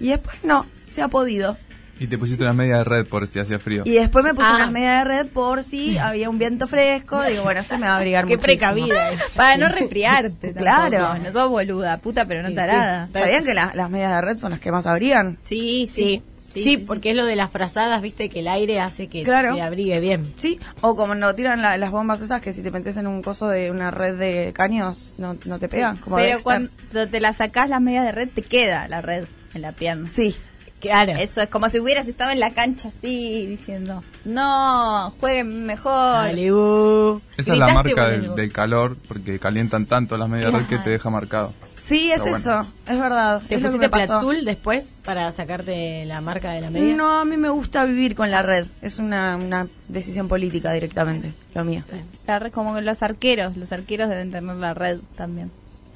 Y después no, se ha podido. Y te pusiste unas medias de red por si hacía frío. Y después me puse Ah. unas medias de red por si había un viento fresco. Digo, bueno, esto me va a abrigar Qué muchísimo. precavida. eh. Para no resfriarte. Claro. tampoco. No sos boluda, puta, pero no tarada. ¿Sabían que la- las medias de red son las que más abrigan? Sí, Sí. Sí, porque es lo de las frazadas, viste, que el aire hace que Claro. se abrigue bien. Sí, o como no tiran la- las bombas esas que si te metes en un coso de una red de caños no, no te pegan. como pero Dexter. cuando te la sacás las medias de red, te queda la red en la pierna. Sí, Claro. Eso es como si hubieras estado en la cancha así diciendo, no, jueguen mejor. Dale, bu. Esa es la Gritaste marca con el del, bu. del calor, porque calientan tanto las medias red que te deja marcado. Sí, es Pero bueno. eso, es verdad. ¿Te es lo que pusiste me pasó. platzul después para sacarte la marca de la media? No, a mí me gusta vivir con la red. Es una, una decisión política directamente, lo mío. La red como los arqueros, los arqueros deben tener la red también.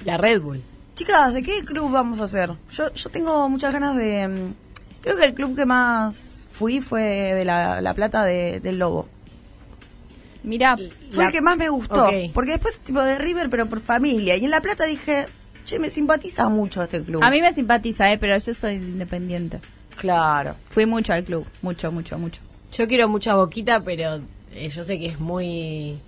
La Red Bull. Chicas, ¿de qué club vamos a hacer? Yo, yo tengo muchas ganas de... mm, Creo que el club que más fui fue de La, la Plata de- del Lobo. Mira, Fue el que más me gustó. Ok. Porque después tipo de River, pero por familia. Y en La Plata dije, che, me simpatiza mucho este club. a mí me simpatiza, eh, pero yo soy independiente. Claro. Fui mucho al club, mucho, mucho, mucho. Yo quiero mucha boquita, pero eh, yo sé que es muy.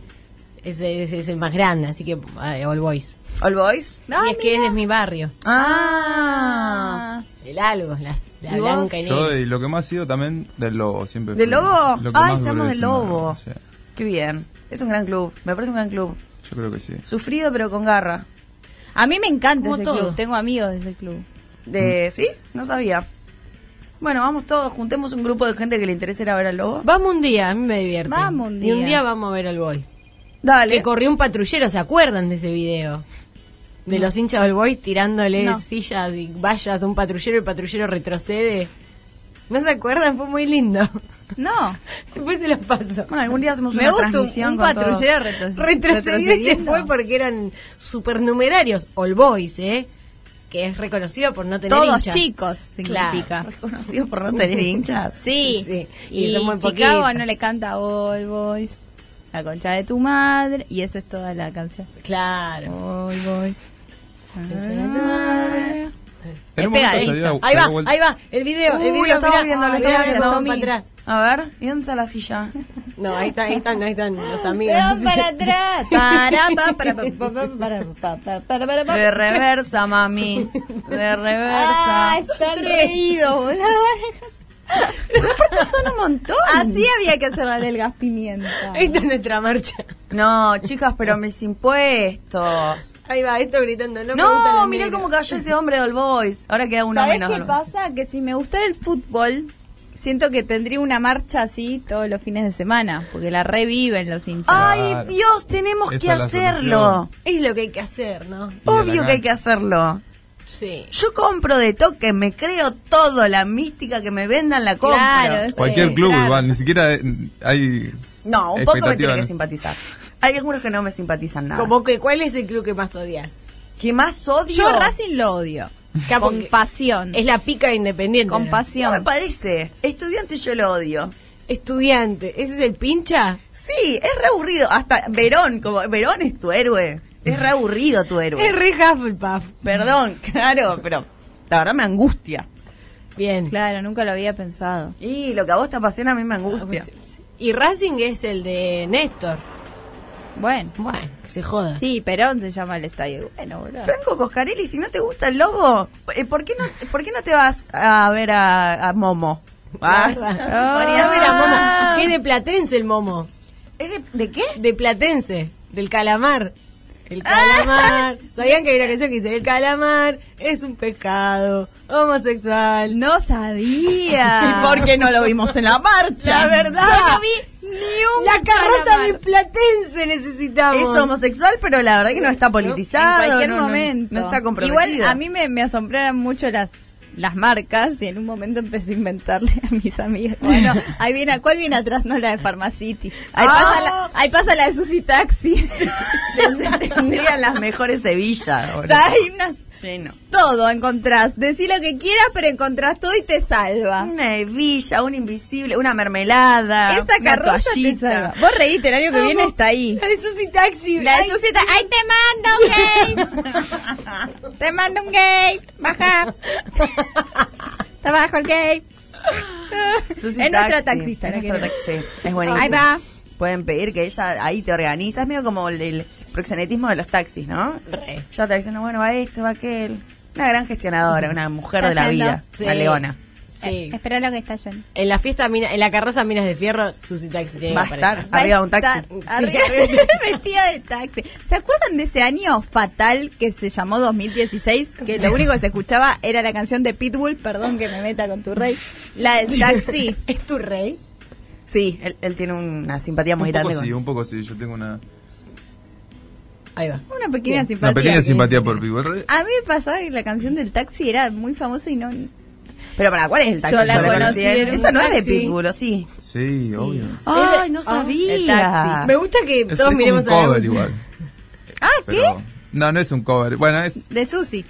Es, es- es el más grande, así que eh, All Boys. All Boys. y es que es de mi barrio. Ah. El algo, las, la ¿Y vos? blanca y Yo, negra. y lo que más ha sido también del lobo, siempre. ¿De fui. Lobo? Lo que Ay, más seamos duré de sin Lobo. nada, sí. Qué bien. Es un gran club. Me parece un gran club. yo creo que sí. Eh, Sufrido, pero con garra. A mí me encanta Como ese todo. club, tengo amigos de ese club. De... ¿Sí? No sabía. Bueno, vamos todos. Juntemos un grupo de gente que le interese ir a ver al Lobo. Vamos un día, a mí me divierte. Vamos un Y un día. día vamos a ver All Boys. Dale. Que corrió un patrullero, ¿se acuerdan de ese video? De los hinchas de All Boys tirándole sillas y vallas a un patrullero y el patrullero retrocede. ¿No se acuerdan? Fue muy lindo. No, Después se los paso. Bueno, algún día hacemos me una gusta un, transmisión un con patrullero retro- todos. retrocedió y se retrocediendo. fue porque eran supernumerarios, all boys, ¿eh? Que es reconocido por no tener Todos hinchas. chicos, Claro. significa. Reconocido por no tener hinchas. Sí, Sí, y y, son muy Chicago poquitos. no le canta All Boys, La concha de tu madre, y esa es toda la canción. Claro. All Boys. En Es un momento pegadiza. se dio- se Ahí dio va, vuelta. ahí va, el video, el video. Uy, lo mirá. estamos viendo, lo Ah, estamos mirá, viendo. vamos para atrás. A ver, ¿y dónde está la silla? No, ahí están, ahí están, ahí están los amigos. Van para atrás. Para, pa, para, pa, pa, pa, para, pa, pa, para, para, pa. De reversa, mami. De reversa. Ah, están reídos, boludo. son un montón. Así había que cerrar el gas pimienta. Ahí está nuestra marcha. No, chicas, pero mis impuestos. Ahí va, esto gritando. No, me gusta No, la mirá negra. cómo cayó ese hombre del Boys. Ahora queda uno ¿Sabés menos. qué del Boys. pasa? Que si me gustara el fútbol, siento que tendría una marcha así todos los fines de semana, porque la reviven los hinchas. Ay, Claro. Dios, tenemos Esa que es la hacerlo. Es lo que hay que hacer, ¿no? Y de la Obvio que hay que hacerlo. Sí. Yo compro de toque, me creo todo, la mística que me vendan la compro. Claro. Cualquier Sí, club claro. igual, ni siquiera eh, hay. No, un poco me tiene expectativa, que ¿no? simpatizar. Hay algunos que no me simpatizan nada. Como que, ¿cuál es el club que más odias? ¿Qué más odio? Yo Racing lo odio. Capo, Con pasión. Es la pica de independiente. Con ¿no? No me pasión. parece. Estudiante yo lo odio. Estudiante, ¿ese es el pincha? Sí, es re aburrido. Hasta Verón, como Verón es tu héroe. Es re aburrido tu héroe. Es re Hufflepuff. Perdón, claro, pero la verdad me angustia. Bien. Claro, nunca lo había pensado. Y lo que a vos te apasiona a mí me angustia. Y Racing es el de Néstor. Bueno. Bueno, que se joda. Sí, Perón se llama el estadio. Bueno, boludo. Franco Coscarelli, si no te gusta el lobo, eh, ¿por qué no, por qué no te vas a ver a, a Momo? Ah. Ponía a ver a Momo. Que es de Platense el Momo. ¿Es de, de qué? De Platense. Del calamar. El calamar. Ah. ¿Sabían que hay una canción que dice, el calamar es un pecado homosexual? No sabía. ¿Por qué no lo vimos en la La marcha? verdad. Yo no vi- vi ni un La carroza calamar. de Platense necesitamos. Es homosexual, pero la verdad que no está politizado. en cualquier no- no- momento. No, está comprometido. Igual a mí me, me asombraron mucho las las marcas y en un momento empecé a inventarle a mis amigas. Bueno, ahí viene, a- ¿cuál viene atrás? No la de Pharmacity. Ahí, Ah. pasa, la, ahí pasa la de Susi Taxi. tendrían las mejores Sevillas. O ahora. sea, hay unas- Todo encontrás. Decí lo que quieras, pero encontrás todo y te salva. Una hebilla, un invisible, una mermelada. Esa una carroza te toallita. salva. Vos reíste, el año que viene está ahí. La de Susi Taxi. La de Ay, Susi Taxi. ¡Ay, te mando un gay! ¡Te mando un gay! ¡Baja! ¡Está bajo el gay! Susi es nuestra Taxi, taxista. la Es, nuestra que- taxi. es buenísima. Ahí va. Pueden pedir que ella ahí te organiza. Es medio como el, el proxenetismo de los taxis, ¿no? Re. Ya te dicen, bueno, va este, va aquel. Una gran gestionadora, una mujer Está de la yendo. vida, Sí. una leona. Sí. Espera lo que está yendo. En la fiesta, mina- en la carroza Minas de Fierro, Susi Taxi tiene Va a que estar aparecer. arriba de un Va a taxi. estar arriba- vestida de taxi. ¿Se acuerdan de ese año fatal que se llamó 2016? Que lo único que se escuchaba era la canción de Pitbull, perdón que me meta con tu rey, la del taxi. ¿Es tu rey? Sí, él, él tiene una simpatía muy Un poco grande. sí, con- un poco sí. Yo tengo una, Ahí va. Una pequeña simpatía. una pequeña simpatía por Pitbull. A mí me pasaba que la canción del taxi era muy famosa y no... Pero para, Ah, ¿cuál es el taxi? Yo la Solo conocí él. en un Esa no es de taxi. Pitbull, ¿o sí? Sí, obvio. Ay, no el sabía. taxi. Me gusta que Es, es todos como un miremos a la cover música. igual. Ah, ¿qué? Pero, no, no es un cover. Bueno, es, De Susi.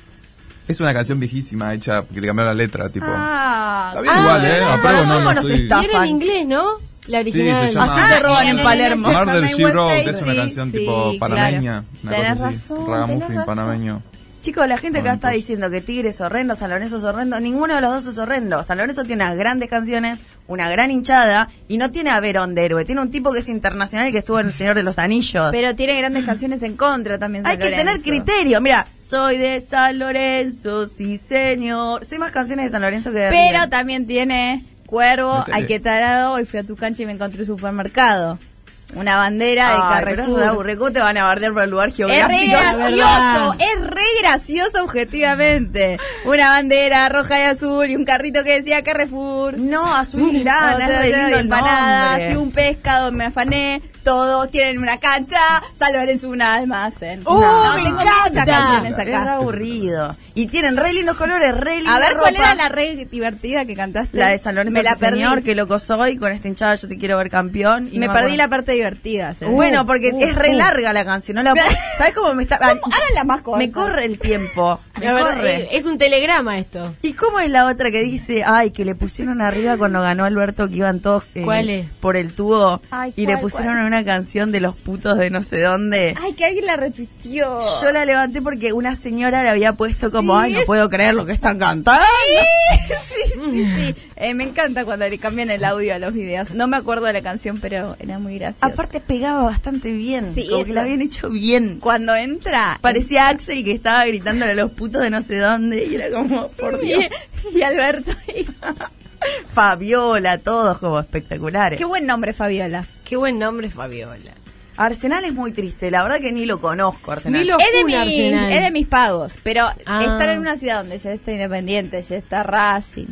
es una canción viejísima hecha que le cambiaron la letra, tipo. Ah, Está bien Ah, igual, ¿eh? ¿verdad? Apruebo, no, ¿Cómo no nos estoy- está? Y era en inglés, ¿no? La original. se llama- Así te roban y en en Palermo. el- Murder From She My Wrote West es una Side, canción sí, tipo sí, panameña, claro. una Tenés cosa así, razón, tenés ragamuffin razón. panameño. Chicos, la gente acá Bueno, está entonces. diciendo que Tigre es horrendo, San Lorenzo es horrendo. Ninguno de los dos es horrendo. San Lorenzo tiene unas grandes canciones, una gran hinchada y no tiene a Verón de héroe. Tiene un tipo que es internacional y que estuvo en El Señor de los Anillos. Pero tiene grandes canciones en contra también. Hay San que tener Lorenzo. criterio. Mira, soy de San Lorenzo, sí señor. Sé más canciones de San Lorenzo que de Pero River. también tiene Cuervo, Métele. hay que tarado, hoy fui a tu cancha y me encontré un supermercado. Una bandera de Ay, pero eso Carrefour. da aburre. ¿Cómo te van a bardear por el lugar es geográfico? re La gracioso, verdad. es re gracioso objetivamente. Una bandera roja y azul y un carrito que decía Carrefour. No, azul mirada, Otra es re de lindo el empanadas nombre. y un pescado me afané. Todos tienen una cancha, San Lorenzo un almacén. ¡Oh, No, me tengo muchas canciones Es re acá. aburrido. Y tienen re lindos colores, re linda A ver cuál ropa. era la red divertida que cantaste. La de San Lorenzo, me la sí, señor, perdí. que loco soy, con esta hinchada yo te quiero ver campeón. y me no perdí la acuerdo. parte divertida. se ve. Bueno, porque Uh, es re uh. larga la canción. No la... ¿Sabes cómo me está...? ¿Cómo? Háganla más corta. eh, Me corre el tiempo. Me La verdad, corre. es- eh, es un telegrama esto. ¿Y cómo es la otra que dice, ay, que le pusieron arriba cuando ganó Alberto, que iban todos eh, ¿Cuál es? por el tubo Ay, y le ¿cuál, pusieron una canción de los putos de no sé dónde? Ay, que alguien la retuiteó. Yo la levanté porque una señora le había puesto como, ay, no puedo creer lo que están cantando. Sí, sí, sí. Eh, me encanta cuando le cambian el audio a los videos. No me acuerdo de la canción, pero era muy graciosa. Aparte pegaba bastante bien, Sí, como que eso. la habían hecho bien. cuando entra Parecía Axel que estaba gritándole a los putos de no sé dónde y era como, por Dios. y Alberto. y- Fabiola, todos como espectaculares. Qué buen nombre, Fabiola. Qué buen nombre, Fabiola. Arsenal es muy triste, la verdad que ni lo conozco, Arsenal. Ni lo Es de, juro, mis, Arsenal. es de mis pagos, pero Ah. estar en una ciudad donde ya está Independiente, ya está Racing,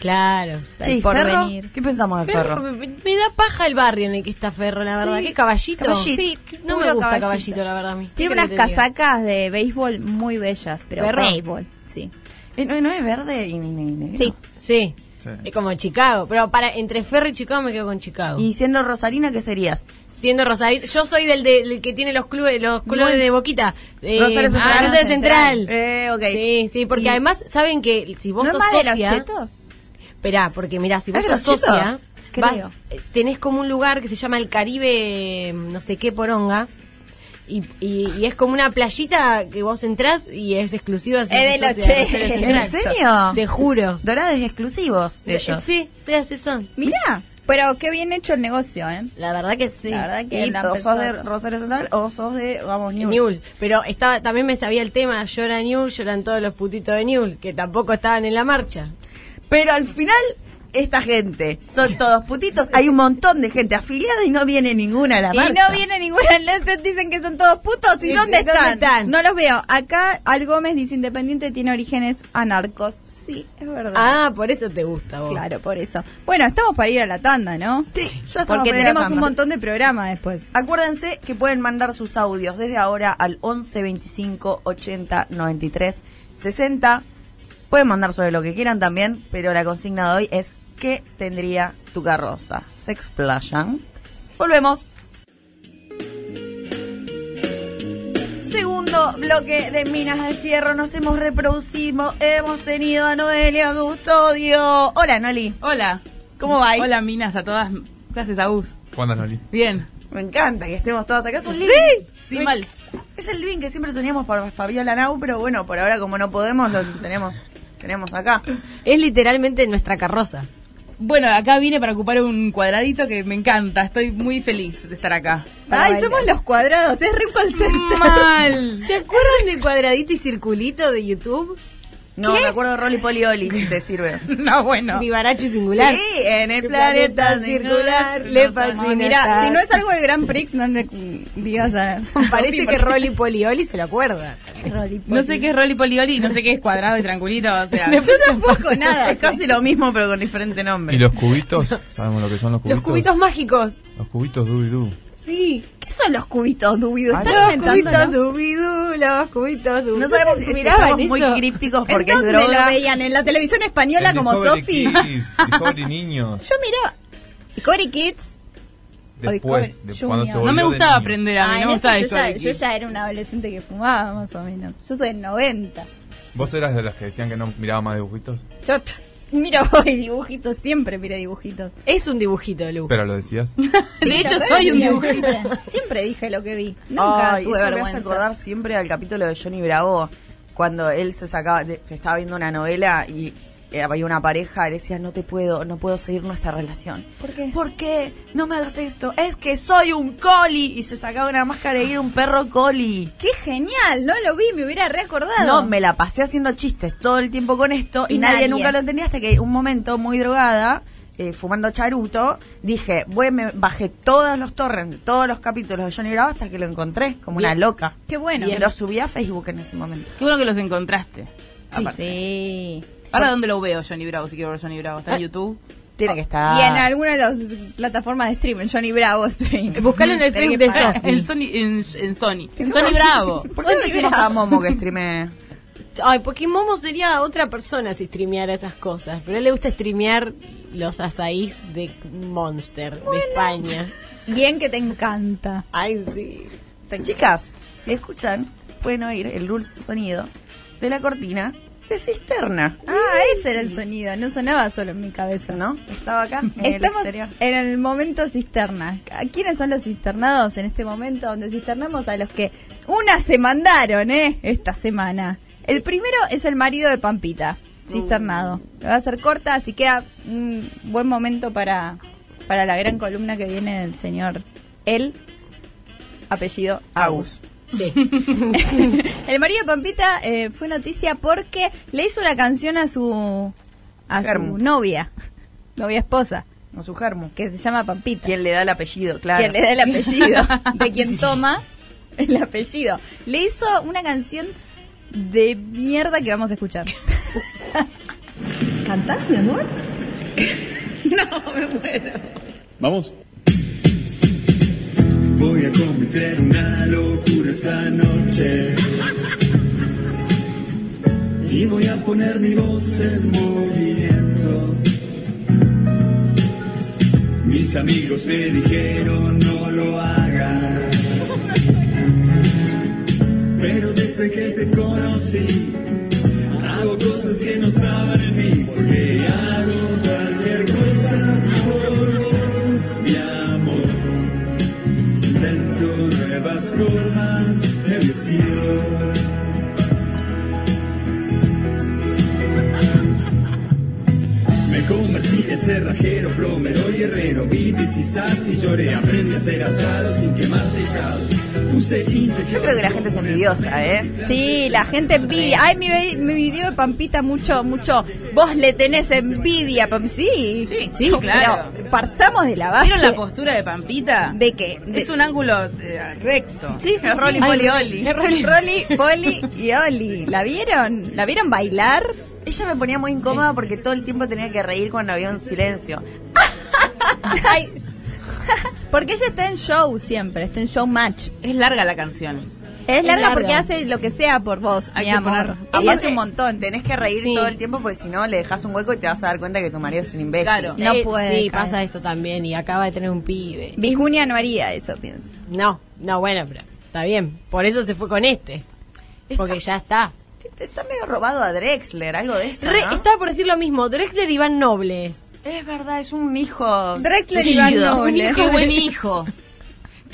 Claro. está Che, el ¿y Ferro? Porvenir. ¿Qué pensamos de Ferro? Ferro, me, me da paja el barrio en el que está Ferro, la verdad. Sí. Qué caballito. Caballito. Sí, no me Puro gusta caballito. caballito, la verdad. a mí. Tiene ¿Qué unas querés que te diga? casacas de béisbol muy bellas, pero ¿Ferro? béisbol, sí. Eh, no, no es verde y ni, ni- ni- Sí. Sí. Sí. Es como Chicago. Pero para entre Ferro y Chicago me quedo con Chicago. Y siendo Rosarina, ¿qué serías? Siendo Rosario, yo soy del, de- del que tiene los clubes, los colores de boquita. Eh, Rosario Central. ah, Rosario Central. Eh, ok. Sí, sí, porque Y- además saben que si vos ¿No es sos más de los socia. chetos? Esperá, porque mirá, si ¿Es vos de sos los socia, chetos? vas- Creo. eh, tenés como un lugar que se llama el Caribe, eh, no sé qué poronga. Y, y, y es como una playita que vos entrás y es exclusiva. si Es de sos los socia de chetos. Rosario ¿En Central. serio? Te juro. Dorados exclusivos Eh, de ellos. Sí, sí, así son. Mirá, pero qué bien hecho el negocio, ¿eh? La verdad que sí. La verdad que Y la o sos de empezó- Rosario Central o sos de, vamos, New. Newell. Pero estaba, también me sabía el tema, llora Newell, lloran todos los putitos de Newell, que tampoco estaban en la marcha. Pero al final, esta gente, son todos putitos. Hay un montón de gente afiliada y no viene ninguna a la Y marcha. no viene ninguna entonces dicen que son todos putos. ¿Y Sí, dónde ¿dónde están? están? No los veo. Acá Al Gómez dice Independiente tiene orígenes anarcos. Sí, es verdad. Ah, por eso te gusta vos. Claro, por eso. Bueno, estamos para ir a la tanda, ¿no? Sí, ya estamos Porque para ir a la tenemos tanda. un montón de programas después. Acuérdense que pueden mandar sus audios desde ahora al 11 25 80 93 60. Pueden mandar sobre lo que quieran también, pero la consigna de hoy es ¿qué tendría tu carroza? ¿Se explayan? Volvemos. Segundo bloque de Minas de Fierro. Nos hemos reproducido. Hemos tenido a Noelia Custodio. Hola, Noli. Hola. ¿Cómo va? Hola, minas, a todas. Gracias a Gus. ¿Cuándo, Noli? Bien. Me encanta que estemos todas acá. Es un living. Sí, Me- mal. Es el living que siempre soñamos para Fabiola Nau, pero bueno, por ahora como no podemos, lo tenemos, tenemos acá. Es literalmente nuestra carroza. Bueno, acá vine para ocupar un cuadradito que me encanta. Estoy muy feliz de estar acá. Ay, somos los cuadrados. Es rico el Mal. ¿Se acuerdan del cuadradito y circulito de YouTube? No, me acuerdo de Rolly Polioli, si te sirve. No, bueno. Vivaracho y singular. Sí, en el planeta circular le fascina. Mira, si no es algo del Gran Prix, no mm, le digas a. Parece que Rolly Polioli se lo acuerda. No sé qué es Rolly Polioli, no sé qué es cuadrado y tranquilito, o sea. Yo tampoco, nada. Es casi lo mismo, pero con diferente nombre. ¿Y los cubitos? ¿Sabemos lo que son los cubitos? Los cubitos mágicos. Los cubitos dubidú. Sí. ¿Qué son los cubitos, Dubido? ¿Están Los inventando, cubitos no? dubidú, los cubitos dubidú. No sabemos si miraban estamos muy eso. crípticos ¿En porque es dónde lo droga. veían? ¿En la televisión española El como Discovery Sofi? Kids, Discovery Niños. Yo miraba. Discovery Kids. O Discovery Después, de Junior. cuando se No me volvió de gustaba niño. aprender a Ah, mí, no en eso me gustaba yo, ya, Discovery yo Kids. ya era una adolescente que fumaba, más o menos. Yo soy del 90. ¿Vos eras de las que decían que no miraba más dibujitos? Yo pss, miro hoy dibujitos, siempre miré dibujitos. Es un dibujito, Lu. Pero lo decías. De hecho, Sí, soy un siempre, dibujito. Siempre, siempre dije lo que vi. Nunca Ay, tuve eso vergüenza. me hace acordar siempre al capítulo de Johnny Bravo, cuando él se sacaba, de- se estaba viendo una novela y eh, había una pareja, y le decía, no te puedo, no puedo seguir nuestra relación. ¿Por qué? ¿Por qué? No me hagas esto, es que soy un coli. Y se sacaba una máscara y era un perro coli. ¡Qué genial! No lo vi, me hubiera reacordado. No, me la pasé haciendo chistes todo el tiempo con esto y, Y nadie, nadie. nunca lo tenía hasta que un momento muy drogada, eh, fumando charuto, dije, voy, me bajé todos los torrents, todos los capítulos de Johnny Bravo hasta que lo encontré como una Bien. loca. Qué bueno. Y lo subí a Facebook en ese momento. Qué bueno que los encontraste. aparte. Sí. Ahora, ¿dónde lo veo, Johnny Bravo? Si quiero ver Johnny Bravo, ¿está en YouTube? Ah. Tiene que estar. Y en alguna de las plataformas de streaming, Johnny Bravo stream. Buscalo en el Facebook de Ah, Sofi. en Sony, en, en Sony. Sony Bravo. ¿Por qué no decimos a Momo que streame? Ay, porque Momo sería otra persona si streameara esas cosas. Pero a él le gusta streamear los azaís de Monster, de España. Bien que te encanta. Ay, sí. Chicas, si escuchan, pueden oír el dulce sonido de la cortina de cisterna. Ah, ese era el sonido, no sonaba solo en mi cabeza. ¿No? Estaba acá, en el Estamos exterior. en el momento cisterna. ¿A ¿Quiénes son los cisternados en este momento donde cisternamos a los que una se mandaron, eh, esta semana? El primero es el marido de Pampita, cisternado. Va a ser corta, así queda un buen momento para, para la gran columna que viene del señor El, apellido Agus. Sí. El marido de Pampita eh, fue noticia porque le hizo una canción a su a su Germu. novia, novia esposa, A su germo. que se llama Pampita. ¿Quién le da el apellido? Claro. Quien le da el apellido, de quien toma el apellido. Le hizo una canción de mierda que vamos a escuchar. ¿Cantás, mi amor? Vamos. Voy a cometer una locura esta noche. Y voy a poner mi voz en movimiento. Mis amigos me dijeron no lo hagas. Pero desde que te conocí, hago cosas que no estaban en mí. Porque hago cualquier cosa por vos, mi amor. Invento nuevas formas de decirlo. Me convertí en cerrajero, plomero y herrero Vi quizás y lloré, aprendí a hacer asado sin quemar tejados Puse Yo creo que la gente es envidiosa, ¿eh? Sí, la gente envidia. Ay, mi, ve- mi video de Pampita, mucho, mucho. Vos le tenés envidia, Pam. Sí, Sí, sí, claro. Pero partamos de la base ¿Vieron la postura de Pampita? de que. de- Es un ángulo eh, recto. Sí, sí, Rolly, Poli, Oli. Rolly, Poli y Oli. ¿La vieron? ¿La vieron bailar? Ella me ponía muy incómoda porque todo el tiempo tenía que reír cuando había un silencio. Ay, porque ella está en show siempre, está en show match. Es larga la canción. Es larga, larga. porque hace lo que sea por vos, Hay mi que amor. poner- Y hace un montón. Tenés que reír Sí. todo el tiempo porque si no le dejas un hueco y te vas a dar cuenta que tu marido es un imbécil. Claro. No Eh, puede, Sí, Karen. pasa eso también. Y acaba de tener un pibe. Vicuña no haría eso, pienso. No, no, bueno, pero está bien. Por eso se fue con este. Porque ya está. Está medio robado a Drexler, algo de eso. Re- ¿no? Estaba por decir lo mismo. Drexler y Van Nobles. Es verdad, es un hijo. Drexler y Van tullido. Nobles. Qué buen hijo.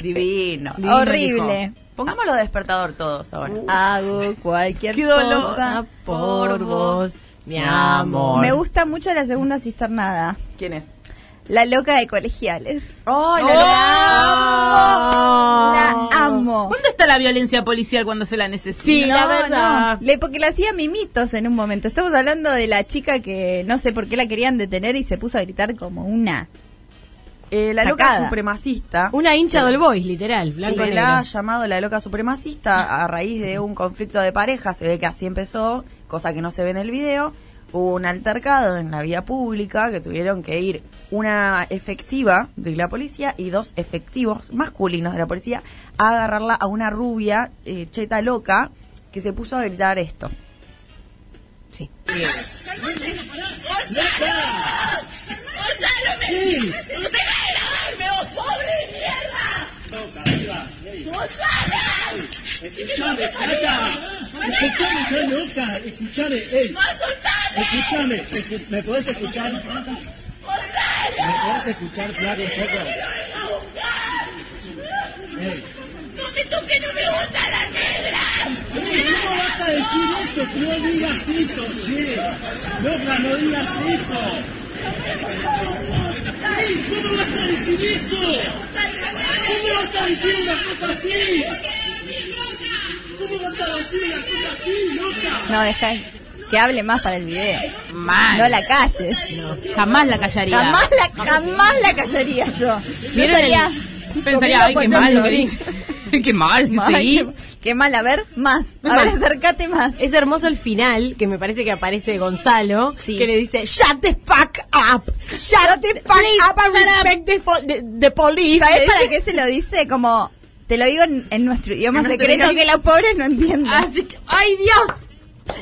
Divino. Divino, Horrible. Pongámoslo despertador todos ahora. Uh. Hago cualquier Qué dolor. cosa. Por vos, mi amor. Me gusta mucho la segunda cisternada. ¿Quién es? La loca de colegiales. ¡Oh, la La amo. ¿Cuándo está la violencia policial cuando se la necesita? Sí, la No, verdad. no. Le- porque la hacía mimitos en un momento. Estamos hablando de la chica que no sé por qué la querían detener y se puso a gritar como una. Eh, la loca Sacada. supremacista. Una hincha del Boys, literal. Se Blanco y negro. la ha llamado la loca supremacista a raíz de un conflicto de pareja, se ve que así empezó, cosa que no se ve en el video. Hubo un altercado en la vía pública que tuvieron que ir una efectiva de la policía y dos efectivos masculinos de la policía a agarrarla a una rubia eh, cheta loca que se puso a gritar esto. Sí. Escuchame, Nata. Escuchame, che loca. Escuchame, ey. Escuchame. escu- ¿Me podés escuchar? ¿Me podés escuchar, flaco, un poco? Ey. Ey, ¿Cómo vas a decir eso? No digas eso, che. Loca, no digas eso. Ey, ¿Cómo vas a decir eso? ¿Cómo vas a decir una cosa así? ¿Cómo vas a decir una cosa así, loca? No, deja que hable más para el video. Mal. No la calles. Jamás la callaría. Jamás la, jamás la callaría yo. Yo ¿Vieron el- estaría- Pensaría, ay, qué Comiendo mal lo que pochoclos. dice. qué mal, sí. Ay, qué- Qué mal, a ver, más. A ver, acércate más. Es hermoso el final, que me parece que aparece Gonzalo, Sí. que le dice, shut the fuck up, shut the fuck up and respect the, fo- the- the police. ¿Sabes para qué se lo dice? Como, te lo digo en, en nuestro idioma En nuestro secreto idioma. que los pobres no entienden. Así que, ay, Dios.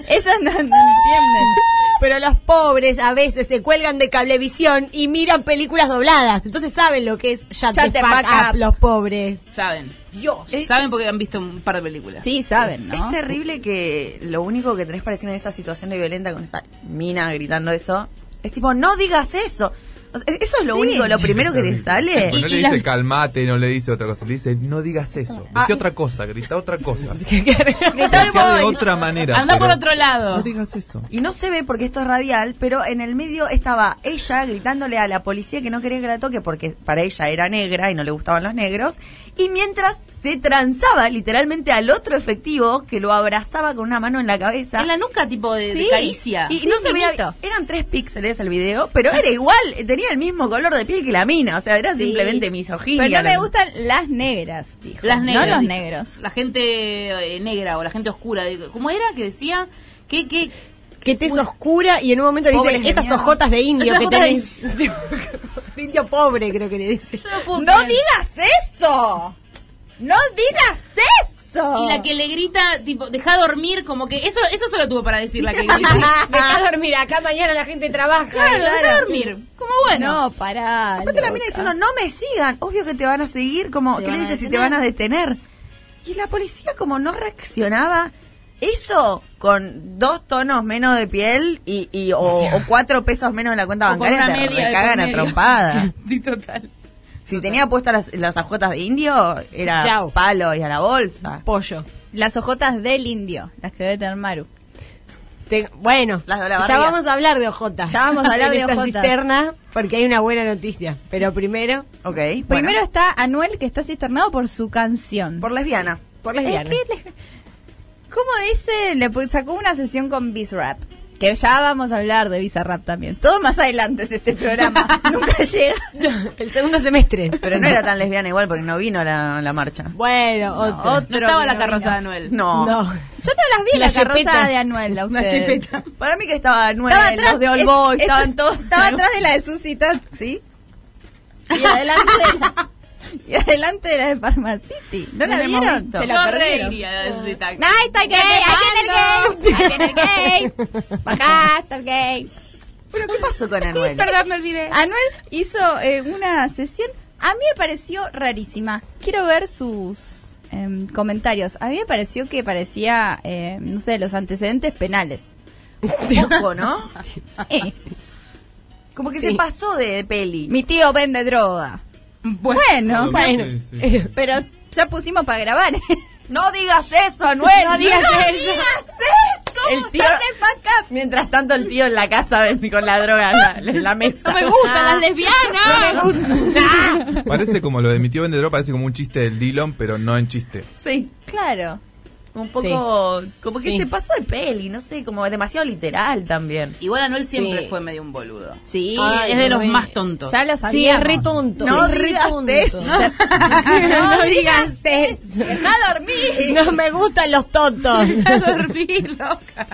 Ellos no, no entienden. Pero los pobres a veces se cuelgan de cablevisión y miran películas dobladas, entonces saben lo que es shut, the, fuck, up, los Eh. pobres. Saben. Dios. Saben porque han visto un par de películas. Sí, saben, ¿no? Es terrible que lo único que tenés para decirme en esa situación de violenta con esa mina gritando eso es tipo, no digas eso. O sea, e-, eso es lo único, lo primero que te sale. Tipo, no le dice calmate, no le dice otra cosa. Le dice no digas eso. Dice otra cosa, grita otra cosa. Gritó el Plantea de boy. otra manera. Anda por pero otro lado. No digas eso. Y no se ve porque esto es radial, pero en el medio estaba ella gritándole a la policía que no quería que la toque porque para ella era negra y no le gustaban los negros. Y mientras se transaba literalmente al otro efectivo que lo abrazaba con una mano en la cabeza. En la nuca, tipo de, de Sí. caricia. Y no se veía. Eran tres píxeles el video, pero era igual. Tenía el mismo color de piel que la mina. O sea, era simplemente misoginia. Pero no me La- gustan las negras, dijo. Las negras. No los dijo. negros. La gente eh, negra o la gente oscura. digo, ¿Cómo era que decía? Que, que, Que te es oscura y en un momento le Pobres dice, de esas mierda". ojotas de indio Esas que ojotas de tenés. De indio pobre, creo que le dice. yo no puedo ¡No creer. digas eso! ¡No digas eso! Y la que le grita, tipo, deja dormir, como que eso eso solo tuvo para decir la que grita. Dejá dormir, acá mañana la gente trabaja. claro, deja dormir. Como bueno. No, pará. Aparte la mina loca. diciendo, no me sigan. Obvio que te van a seguir. Como, Te ¿Qué van le a dices si te detener. van a detener? Y la policía como no reaccionaba. Eso con dos tonos menos de piel y, y- o, o cuatro pesos menos en la cuenta O con bancaria una te media de recagan por a medio. trompada. Sí, total. Si tenía puestas las, las ajotas de indio, era Chao. palo y a la bolsa. Pollo. Las ojotas del indio, las que debe tener Maru. Te- bueno, Las de la ya barriga. vamos a hablar de ojotas. Ya vamos a hablar En de esta ojotas. cisterna, porque hay una buena noticia. Pero primero, Ok. bueno. Primero está Anuel, que está cisternado por su canción. por lesbiana. por Es lesbiana. que le- ¿Cómo dice? Le pu- sacó una sesión con Bizrap. Que ya vamos a hablar de Bizarrap también. Todo más adelante es este programa. Nunca llega. El segundo semestre, pero Pero no. no era tan lesbiana igual porque no vino la, la marcha. Bueno, otro. No estaba la carroza de Anuel. No. No. Yo no las vi en La la, carroza jepeta. de Anuel. a Una ustedes. jipeta. Para mí que estaba nueve, Estaba atrás los de All es- Boys, es- estaban todos. Estaba atrás de la de Susita, ¿sí? Y adelante de la, y adelante de la de Parma City. ¿No la No la hemos vieron? visto. Se la Yo perdieron. reiría de ese tacto. No, está el gay, ahí viene el gay, ahí viene el gay. Bajá, está el gay. Pero ¿qué pasó con Anuel? Perdón, me olvidé. Anuel hizo eh, una sesión, a mí me pareció rarísima. Quiero ver sus em, comentarios. A mí me pareció que parecía, eh, no sé, los antecedentes penales. Ojo, ¿no? Eh, Como que se pasó de peli. mi tío vende droga. Bueno, Eh, Bueno. Bueno, Sí, sí. pero ya pusimos para grabar. No digas eso, Anuel. Bueno, no digas eso. el tío. Mientras tanto, el tío en la casa con la droga en la, en la mesa. Ah. No me gustan las lesbianas. Parece como lo de mi tío vendedor, parece como un chiste del Dillon, pero no en chiste. Sí, Claro. un poco. Como que se pasó de peli, no sé, como demasiado literal también. Igual Anuel siempre Sí. fue medio un boludo. Sí, Ay, es de los más tontos. Ya lo Sí, es sabíamos. re tonto. No Es re digas tonto. eso. No digas eso. Dejá dormir. No me gustan los tontos. Dormí, loca.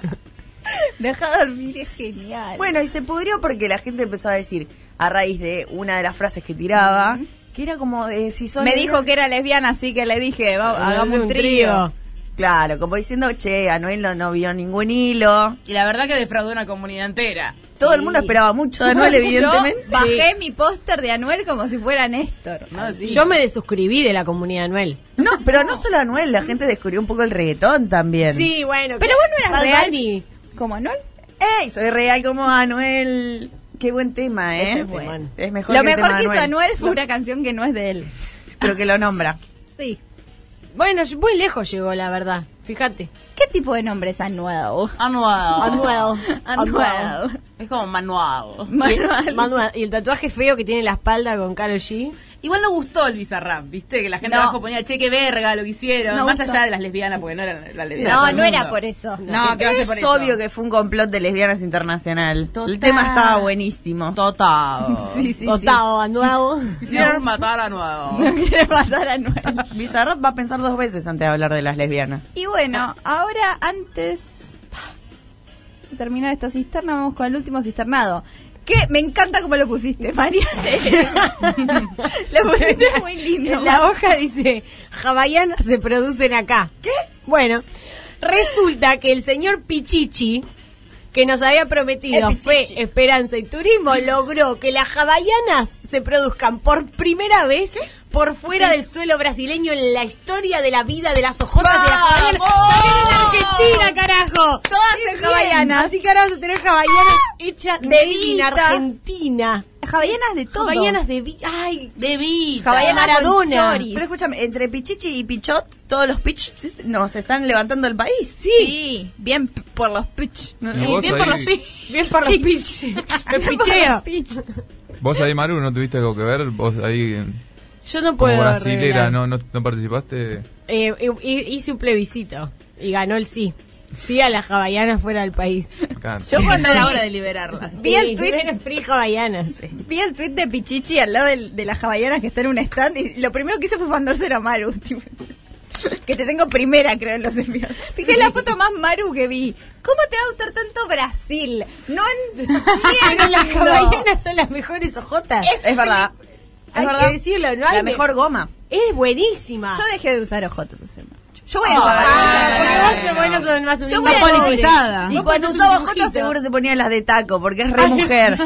Deja dormir es genial. Bueno, y se pudrió porque la gente empezó a decir, a raíz de una de las frases que tiraba, que era como de si son. me negros- dijo que era lesbiana, así que le dije, "Va- hagamos un trío. trío. Claro, como diciendo, che, Anuel no, no vio ningún hilo. Y la verdad que defraudó una comunidad entera. Todo el mundo esperaba mucho de Anuel, Yo evidentemente. bajé mi póster de Anuel como si fuera Néstor. ¿no? Sí. Yo me desuscribí de la comunidad Anuel. No, pero no solo Anuel, la gente descubrió un poco el reggaetón también. Sí, bueno. Pero que- vos no eras Bad real. Bunny. ¿Como Anuel? ¡Ey! Soy real como Anuel. Qué buen tema, ¿eh? Ese es bueno. Es mejor lo que el mejor tema que de hizo Anuel fue una canción que no es de él. Pero que lo nombra. Sí. Bueno, muy lejos llegó, la verdad. Fíjate. ¿Qué tipo de nombre es Anuel? Anuado. Manuel. Anuel. Es como manuado. Manuel. Manuel. Y el tatuaje feo que tiene en la espalda con Karol G. Igual no gustó el bizarrap, ¿viste? Que la gente No. abajo ponía cheque verga lo que hicieron. No más gustó. allá de las lesbianas, porque no eran las lesbianas. No, del no era mundo. por eso. No, que no es sé por eso. obvio que fue un complot de lesbianas internacional. Total. El tema estaba buenísimo. Totado. Sí, sí, Totado, Manuel. Quisieron matar a nuevo. sí. Quiere matar a Anuel. Bizarrap va a pensar dos veces antes de hablar de las lesbianas. Y bueno, ahora antes de terminar esta cisterna, vamos con el último cisternado. Que me encanta cómo lo pusiste, María. lo pusiste muy lindo. En la hoja dice, hawaianas se producen acá. ¿Qué? Bueno, resulta que el señor Pichichi, que nos había prometido El fe, esperanza y turismo, logró que las hawaianas se produzcan por primera vez por fuera del suelo brasileño en la historia de la vida de las ojotas de las hawaianas. ¡También en Argentina, carajo! Todas ¡Qué en bien! hawaianas. ¡Ah! Así que ahora vamos a tener hawaianas hechas de en Bebita. Argentina. Hawaianas de todo. Hawaianas de... vi- ¡Ay! De vida. Hawaiana Maradona. con choris. Pero escúchame, entre Pichichi y Pichot, todos los Pichichis nos están levantando el país. Sí. bien p- por los puch. Y vos Bien por los ahí, pi- Bien por los piches. Los picheos. vos ahí, Maru, no tuviste algo que ver, vos ahí en- Yo no como puedo. brasilera, revelar. ¿no, no, no participaste. Eh, eh, hice un plebiscito y ganó el sí. Sí a las hawaianas fuera del país. Acá. Yo cuando Era vi- la hora de liberarlas. Vi el tuit. primero free hawaianas. vi el tweet de Pichichi al lado del- de, las hawaianas que está en un stand y lo primero que hice fue mandárselo a Maru. tipo, que te tengo primera, creo, en los envíos. Fíjate la foto más Maru que vi. ¿Cómo te va a gustar tanto Brasil? No Pero las entiendo. hawaianas son las mejores ojotas. Es verdad. Es Hay verdad. que decirlo, no hay La me- mejor goma. Es buenísima. Yo dejé de usar ojotas hace mucho. Yo voy a Ah, pagar. Ah, porque no, vos no. sos- bueno, sos más Yo un voy a pobre. politizada. Y Vos cuando sos un usaba dibujito. Jota seguro se ponía las de taco, porque es re mujer.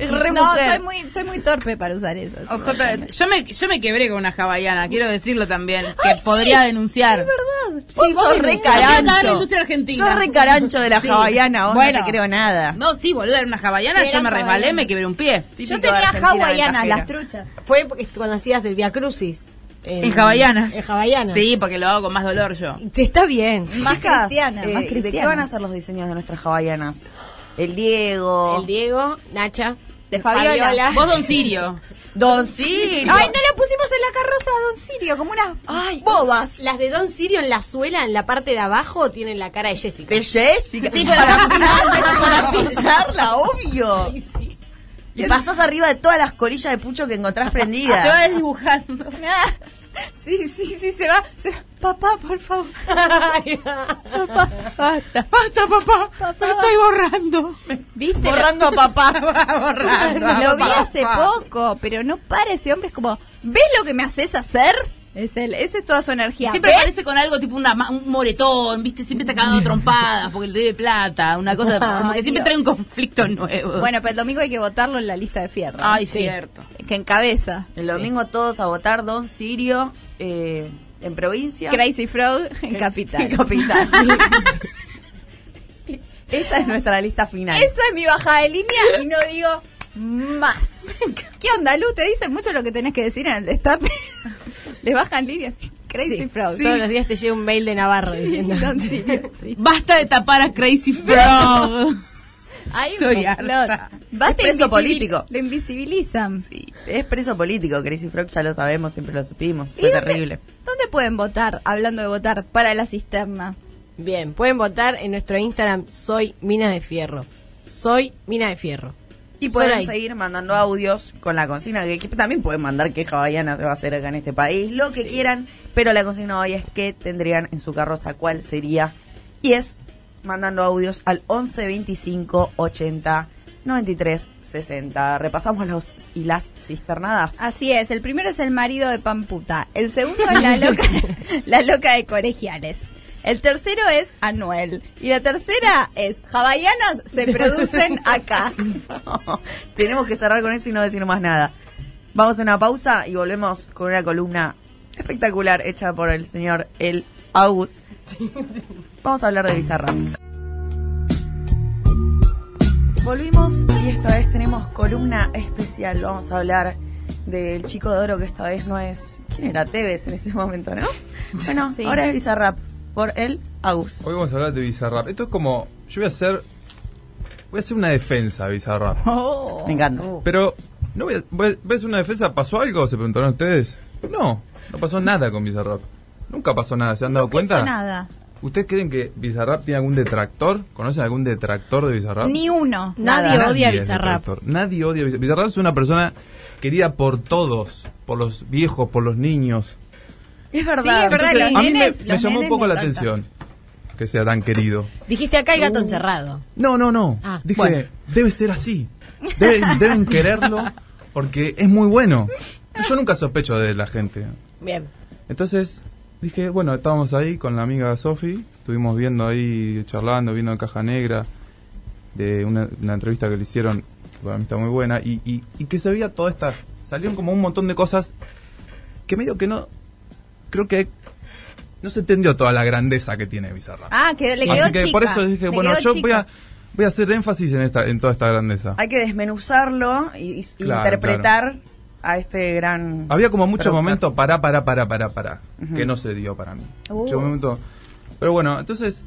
es re No, mujer. soy muy, soy muy torpe para usar eso. Ojota, Oh, yo me, yo me quebré con una hawaiana, quiero decirlo también, que podría denunciar. Es ¿Verdad? Sí, vos sos re Estaba en la carancho. industria argentina. Sos re carancho de la Sí. hawaiana, vos Bueno. no te creo nada. No, sí, boludo, era una hawaiana, yo me resbalé, me quebré un pie. Típico Yo de tenía Argentina de hawaianas, cajera. las truchas. Fue porque cuando hacías el Via Crucis. En hawaianas. En hawaianas. Sí, porque lo hago con más dolor yo. Te está bien. Macas, cristiana, más eh, ¿De qué cristiana. van a ser los diseños de nuestras hawaianas? El Diego. El Diego, Nacha. De Fabiola. Vos, Don Sirio. Don Silvio. Ay, no la pusimos en la carroza, don Sirio, como unas bobas. Las de Don Sirio en la suela, en la parte de abajo, tienen la cara de Jessica. De Jessica. Sí, pero- para pisarla, para pisarla, obvio. Y pasás arriba de todas las colillas de pucho que encontrás Te prendidas. va desdibujando. Ah, sí, sí, sí, se va. se va. Papá, por favor. Papá, basta. Basta, papá. papá estoy borrando. ¿Viste? Borrando a papá. Lo vi hace poco, pero no para ese hombre. Es como, ¿ves lo que me haces hacer? Es él, esa es toda su energía. Siempre ¿Ves? aparece con algo tipo una, ma- un moretón, ¿viste? Siempre está cagado a trompadas porque le debe plata, una cosa como que Ay, siempre Dios. trae un conflicto nuevo. Bueno, pero el domingo hay que votarlo en la lista de fierro. Ay, cierto. Que encabeza. El domingo todos a votar Don Sirio eh, en provincia. Crazy Frog en capital. En capital. Esa es nuestra lista final. Eso es mi bajada de línea y no digo más. ¿Qué onda, Lu? Te dicen mucho lo que tenés que decir en el destape. Le bajan líneas. Crazy Sí, Frog. Todos los días te llega un mail de Navarro diciendo. Basta de tapar a Crazy Frog. Hay un Estoy complot. harta. Basta Es preso invisibil- político. Lo invisibilizan. Es preso político, Crazy Frog, ya lo sabemos, siempre lo supimos. ¿Y Fue dónde- terrible. ¿Dónde pueden votar, hablando de votar, para la cisterna? Bien, pueden votar en nuestro Instagram Soy Mina de Fierro. Soy Mina de Fierro. Y Solo ahí. pueden seguir mandando audios con la consigna que que también pueden mandar que hawaiana se va a hacer acá en este país, lo que quieran, pero la consigna hoy es que tendrían en su carroza cuál sería. Y es mandando audios al 11 25 80 93 60. Repasamos los y las cisternadas. Así es, el primero es el marido de Pamputa, el segundo es la loca, la loca de Colegiales, el tercero es Anuel y la tercera es Hawaianas se producen acá. Tenemos que cerrar con eso y no decir más nada. Vamos a una pausa y volvemos con una columna espectacular hecha por el señor El Agus. Vamos a hablar de Bizarra. Volvimos y esta vez tenemos columna especial. Vamos a hablar del chico de oro que esta vez no es. ¿Quién era Tevez en ese momento, no? Bueno, Sí. ahora es Bizarrap por El Agus. Hoy vamos a hablar de Bizarrap. Esto es como. Yo voy a hacer. Voy a hacer una defensa a Bizarrap. Oh. Me encanta. Pero. No voy a- voy a- voy a hacer una defensa? ¿Pasó algo? ¿Se preguntaron ustedes? No, no pasó nada con Bizarrap. Nunca pasó nada, ¿se han dado cuenta? Nada. ¿Ustedes creen que Bizarrap tiene algún detractor? ¿Conocen algún detractor de Bizarrap? Ni uno. Nadie odia a es Bizarrap. detractor. Nadie odia a Bizarrap. Bizarrap es una persona querida por todos, por los viejos, por los Es niños. Sí, es verdad, los a mí me, nenes- me los llamó un nenes poco me la encantan. atención que sea tan querido. Dijiste acá hay gato encerrado. No, no, no. Ah, Dije, bueno. debe ser así. Deben, deben quererlo porque es muy bueno. Y Yo nunca sospecho de la gente. Bien. Entonces dije, bueno, estábamos ahí con la amiga Sofi, estuvimos viendo ahí, charlando, viendo Caja Negra, de una, una entrevista que le hicieron, que para mí está muy buena, y, y, y que se veía toda esta... Salieron como un montón de cosas que medio que no... Creo que no se entendió toda la grandeza que tiene Bizarra. Ah, que le quedó Así que chica. por eso dije, Le bueno, quedó yo chica. voy a, voy a hacer énfasis en, esta, en toda esta grandeza. Hay que desmenuzarlo y, y Claro, interpretar a este gran. Había como muchos Pero, momentos para, para, para, para, para, Ujú. que no se dio para mí. Uh. Muchos momentos. Pero bueno, entonces,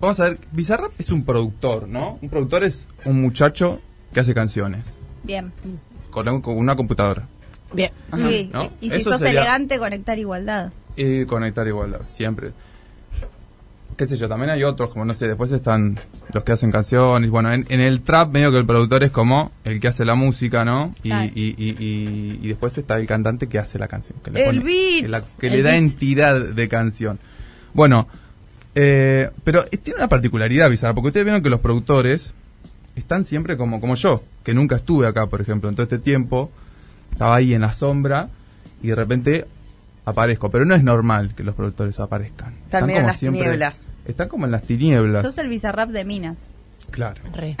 vamos a ver, Bizarrap es un productor, ¿no? Un productor es un muchacho que hace canciones Bien. con, un- con una computadora. Bien. Sí, ¿no? Y si Eso sos sería- elegante, conectar igualdad. Y conectar igualdad, siempre. Qué sé yo, también hay otros, como no sé, después están los que hacen canciones. Bueno, en, en el trap medio que el productor es como el que hace la música, ¿no? Y, Claro. y, y- y- y después está el cantante que hace la canción. Que le El beat. Que, la- que El le da beat. entidad de canción. Bueno, eh, pero tiene una particularidad, Bizarra, porque ustedes vieron que los productores están siempre como, como yo, que nunca estuve acá, por ejemplo, en todo este tiempo, estaba ahí en la sombra y de repente aparezco. Pero no es normal que los productores aparezcan. Están También en como las tinieblas. Están como en las tinieblas. Sos el bizarrap de Minas. Claro. Re.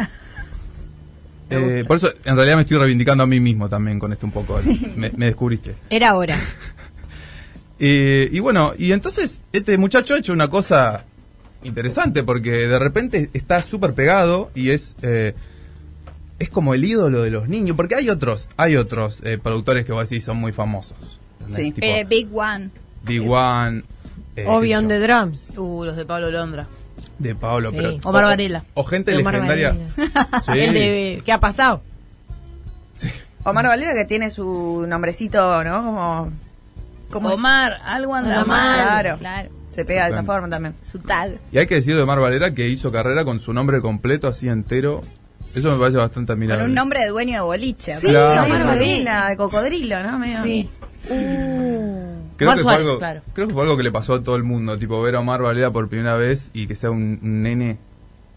Eh, por eso, en realidad me estoy reivindicando a mí mismo también con esto un poco. Me, me descubriste. Era hora. Eh, y bueno, y entonces este muchacho ha hecho una cosa interesante porque de repente está súper pegado y es eh, es como el ídolo de los niños. Porque hay otros hay otros eh, productores que vos decís son muy famosos. ¿entendés? Sí. Tipo Eh, Big One. D1, eh, qué sé Obvio on yo, the drums. Uh, los de Pablo Londra. de Pablo. Sí. Pero, Omar Varela. O, gente Omar legendaria. Varela. Sí. El de ¿Qué ha pasado? Sí. Omar Valera que tiene su nombrecito, ¿no? Como. como Omar, algo anda Omar. mal. Claro. Claro. Se pega de esa Bueno. forma también. Su tag. Y hay que decir de Omar Valera que hizo carrera con su nombre completo, así entero. Eso me parece bastante admirable. Con un nombre de dueño de boliche. Sí, Claro. Omar Sí. Varela, de cocodrilo, ¿no? Medio- Sí. Creo Omar Suárez, que, fue algo, claro. creo que fue algo que le pasó a todo el mundo, tipo ver a Omar Valera por primera vez y que sea un, un nene,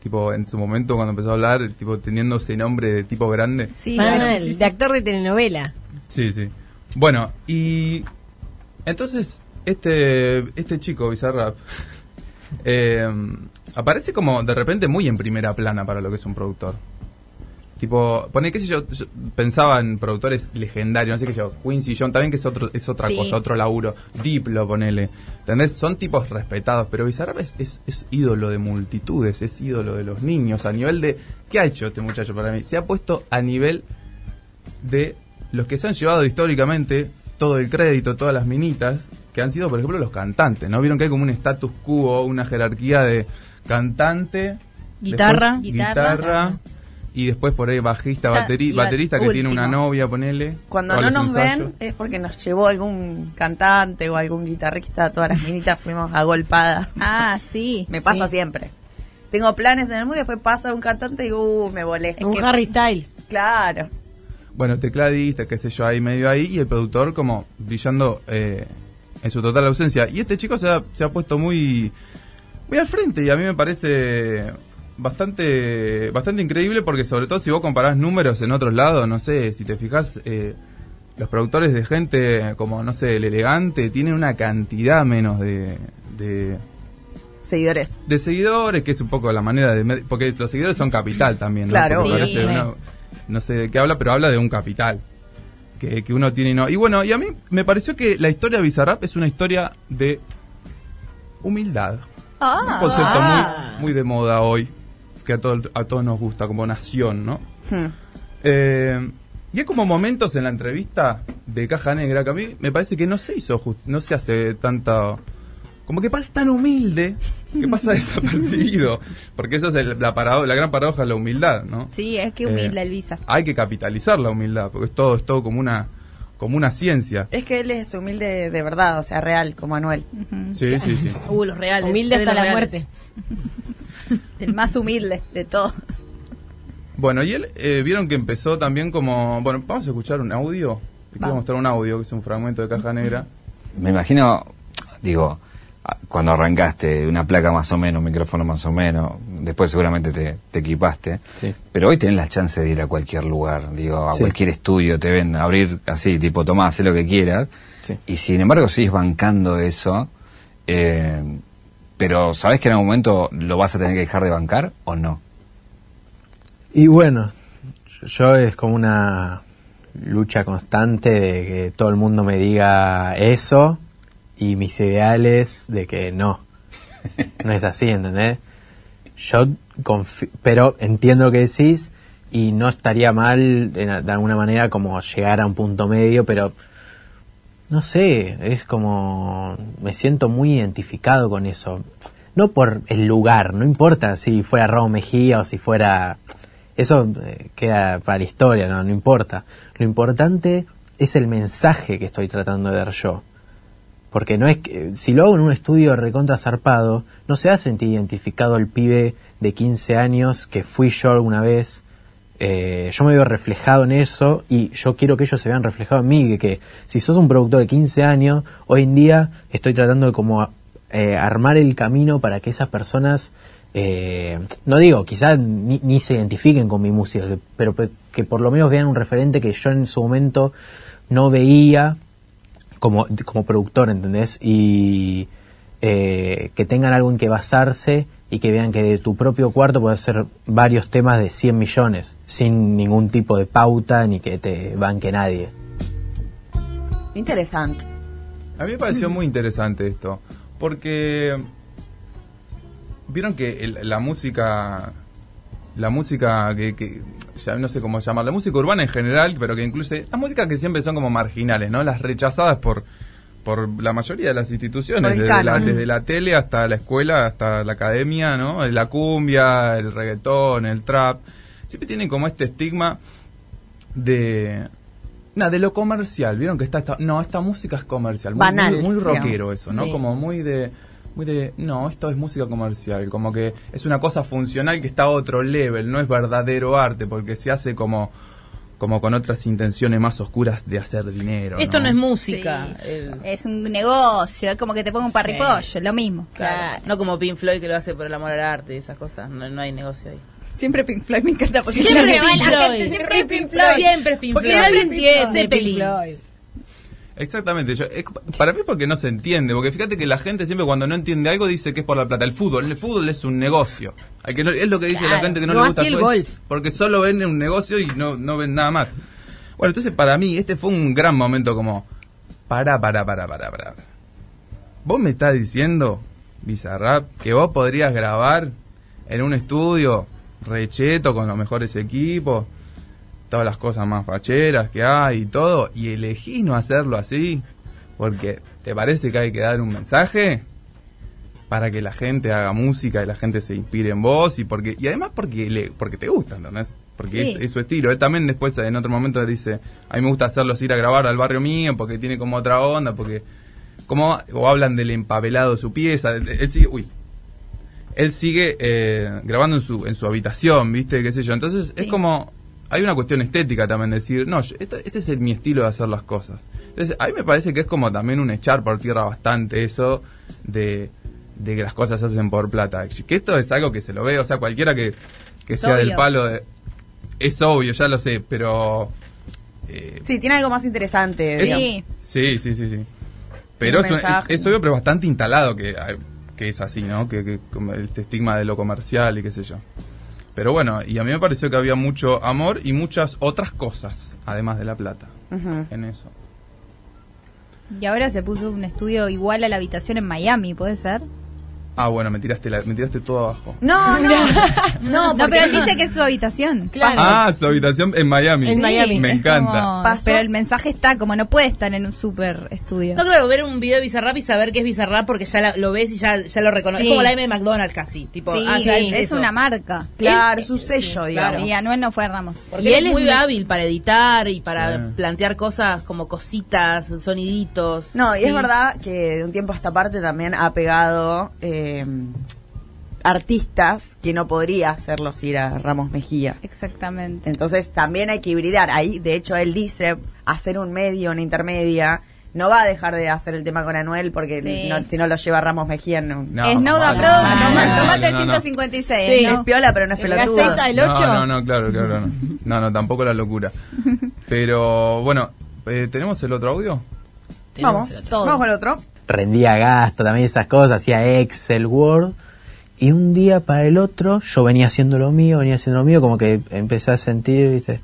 tipo en su momento cuando empezó a hablar, tipo teniendo ese nombre de tipo grande. Sí, Manuel, de actor de telenovela. Sí, sí. Bueno, y entonces este este chico Bizarrap eh, aparece como de repente muy en primera plana para lo que es un productor. Tipo, pone qué sé yo, yo pensaba en productores legendarios, no sé qué sé yo, Quincy John también que es otro es otra Sí. cosa, otro laburo, Diplo ponele. ¿Entendés? Son tipos respetados, pero Bizarrap es, es, es ídolo de multitudes, es ídolo de los niños a nivel de ¿qué ha hecho este muchacho para mí? Se ha puesto a nivel de los que se han llevado históricamente todo el crédito, todas las minitas, que que han sido, por ejemplo, los cantantes, ¿no? Vieron que hay como un status quo, una jerarquía de cantante, Guitarra. después Guitarra. guitarra, y después por ahí bajista, Ta- bateri- y ba- baterista que tiene una último. novia, ponele. o Cuando a no los nos ensayos. ven es porque nos llevó algún cantante o algún guitarrista, todas las minitas fuimos agolpadas. Ah, sí. Me pasa sí. siempre. Tengo planes en el mundo y después pasa un cantante y digo, uh, me volé. Es Un que- Harry Styles. Claro. Bueno, tecladista, qué sé yo, ahí medio ahí, y el productor como brillando eh, en su total ausencia. Y este chico se ha, se ha puesto muy, muy al frente y a mí me parece bastante, bastante increíble porque sobre todo si vos comparás números en otros lados, no sé, si te fijas, eh, los productores de gente como, no sé, el elegante, tienen una cantidad menos de... de Seguidores. de seguidores, que es un poco la manera de... med- Porque los seguidores son capital también, ¿no? Claro, Porque obvio. parece Sí. una- no sé de qué habla, pero habla de un capital que, que uno tiene y no. Y bueno, y a mí me pareció que la historia de Bizarrap es una historia de humildad. Ah. un concepto muy, muy de moda hoy, que a, todo- a todos nos gusta, como nación, ¿no? Eh, y hay como momentos en la entrevista de Caja Negra que a mí me parece que no se hizo, jus- no se hace tanta... Como que pasa tan humilde, que pasa desapercibido. Porque esa es el- la, parado- la gran paradoja de la humildad, ¿no? Sí, es que Eh, humilde el visa. Ah. Hay que capitalizar la humildad, porque es todo, es todo como una, como una ciencia. Es que él es humilde de verdad, o sea, real, como Anuel. Sí, sí, sí. Uh, los reales. Humilde de los hasta la reales. muerte. El más humilde de todos. Bueno, y él, eh, vieron que empezó también como... Bueno, vamos a escuchar un audio. Te quiero mostrar un audio, que es un fragmento de Caja Negra. Me imagino, digo, a- cuando arrancaste, una placa más o menos, un micrófono más o menos, después seguramente te, te equipaste, pero hoy tenés la chance de ir a cualquier lugar, digo, a Sí. cualquier estudio, te ven, abrir así, tipo, tomá, haz lo que quieras, y sin embargo sigues bancando eso, eh, pero ¿sabés que en algún momento lo vas a tener que dejar de bancar o no? Y bueno, yo es como una lucha constante de que todo el mundo me diga eso y mis ideales de que no. No es así, ¿entendés? Yo confi- pero entiendo lo que decís y no estaría mal en a- de alguna manera como llegar a un punto medio, pero no sé, es como me siento muy identificado con eso. No por el lugar, no importa si fuera Raúl Mejía o si fuera eso eh, queda para la historia, no, no importa. Lo importante es el mensaje que estoy tratando de dar yo. Porque no es que, si lo hago en un estudio recontra zarpado, no se va a sentir identificado el pibe de 15 años que fui yo alguna vez. Eh, yo me veo reflejado en eso y yo quiero que ellos se vean reflejados en mí. Que, que si sos un productor de 15 años, hoy en día estoy tratando de como a- eh, armar el camino para que esas personas, eh, no digo, quizás ni, ni se identifiquen con mi música, que- pero pe- que por lo menos vean un referente que yo en su momento no veía como, como productor, ¿entendés? Y eh, que tengan algo en que basarse y que vean que de tu propio cuarto puedes hacer varios temas de 100 millones, sin ningún tipo de pauta ni que te banque nadie. Interesante. A mí me pareció muy interesante esto, porque vieron que el- la música, la música que, que- ya no sé cómo llamarla, la música urbana en general, pero que incluye las músicas que siempre son como marginales, ¿no? Las rechazadas por por la mayoría de las instituciones, Por el desde la, canon. desde la tele hasta la escuela, hasta la academia, ¿no? La cumbia, el reggaetón, el trap, siempre tienen como este estigma de nada de lo comercial vieron que está esta no esta música es comercial muy, Banal, muy, muy digamos. rockero eso no Sí. como muy de muy de no esto es música comercial como que es una cosa funcional que está a otro level no es verdadero arte porque se hace como como con otras intenciones más oscuras de hacer dinero Esto no es Música. música. Eh, Es un negocio, es como que te pongo un parripollo, lo mismo. claro. No como Pink Floyd que lo hace por el amor al arte y esas cosas. No, no hay negocio ahí. Siempre Pink Floyd me encanta porque Siempre la Pink gente Floyd. siempre es Pink Floyd. Siempre es Pink Porque Floyd. nadie entiende Siempre Pink Pink Floyd. Exactamente, yo- es- para mí es porque no se entiende, porque fíjate que la gente siempre cuando no entiende algo dice que es por la plata. El fútbol, el fútbol es un negocio. Al que no- es lo que dice la Claro, gente que no, no le gusta así el fútbol, es golf. porque solo ven un negocio y no, no ven nada más. Bueno, entonces para mí este fue un gran momento como, para, para, para, para, para. Vos me estás diciendo, Bizarrap, que vos podrías grabar en un estudio recheto con los mejores equipos, todas las cosas más facheras que hay y todo, y elegís no hacerlo así. Porque, ¿te parece que hay que dar un mensaje? Para que la gente haga música y la gente se inspire en vos y porque y además porque le porque te gusta, ¿entendés? Porque Sí. es, es su estilo. Él también después en otro momento dice, a mí me gusta hacerlos ir a grabar al barrio mío porque tiene como otra onda, porque como o hablan del empapelado de su pieza, él, él sigue, uy, él sigue eh, grabando en su, en su habitación, ¿viste? ¿Qué sé yo? Entonces es como. Hay una cuestión estética también, decir, no, yo- esto- este es el- mi estilo de hacer las cosas. Entonces, a mí me parece que es como también un echar por tierra bastante eso de, de que las cosas se hacen por plata. Que esto es algo que se lo ve, o sea, cualquiera que, que Es sea del obvio. palo de. Es obvio, ya lo sé, pero. eh, Sí, tiene algo más interesante. es- digamos. sí, sí, sí, sí. Pero Un es, un- mensaje. es obvio, pero bastante instalado que, ah, que es así, ¿no? Que, que como este estigma de lo comercial y qué sé yo. Pero bueno, y a mí me pareció que había mucho amor y muchas otras cosas, además de la plata, Ujú. en eso. Y ahora se puso un estudio igual a la habitación en Miami, ¿puede ser? Ah, bueno, me tiraste, la- me tiraste todo abajo. No, no. no, porque- pero él dice que es su habitación. Ah, su habitación en Miami. Sí, Me es encanta. como- Pero el mensaje está como no puede estar en un super estudio. No creo que ver un video de Bizarrap y saber que es Bizarrap porque ya la- lo ves y ya, ya lo reconoces. Sí. Es como la M de McDonald's casi. Tipo, Sí, ah, ya es, eso. una marca. Claro, Él- su sello, sí, digamos. claro. Y Anuel no fue Ramos. Porque él es muy hábil para editar y para Sí. plantear cosas como cositas, soniditos. No, y Sí. es verdad que de un tiempo a esta parte también ha pegado eh, artistas que no podría hacerlos ir a Ramos Mejía. Exactamente. Entonces también hay que hibridar. Ahí, de hecho, él dice hacer un medio, una intermedia. No va a dejar de hacer el tema con Anuel porque Sí. no- si no lo lleva Ramos Mejía, no. No, Snowda mal. Product, Mal, toma- mal, tomate el Ah, no, no. 156, Sí, ¿no? es piola, pero no es El de la pelotudo. seis al No, no, no, claro, claro. No, no, no tampoco la locura. Pero bueno, eh, ¿tenemos el otro audio? Vamos, vamos con el otro. rendía gasto, también esas cosas, hacía Excel, Word. Y un día para el otro, yo venía haciendo lo mío, venía haciendo lo mío, como que empecé a sentir, viste.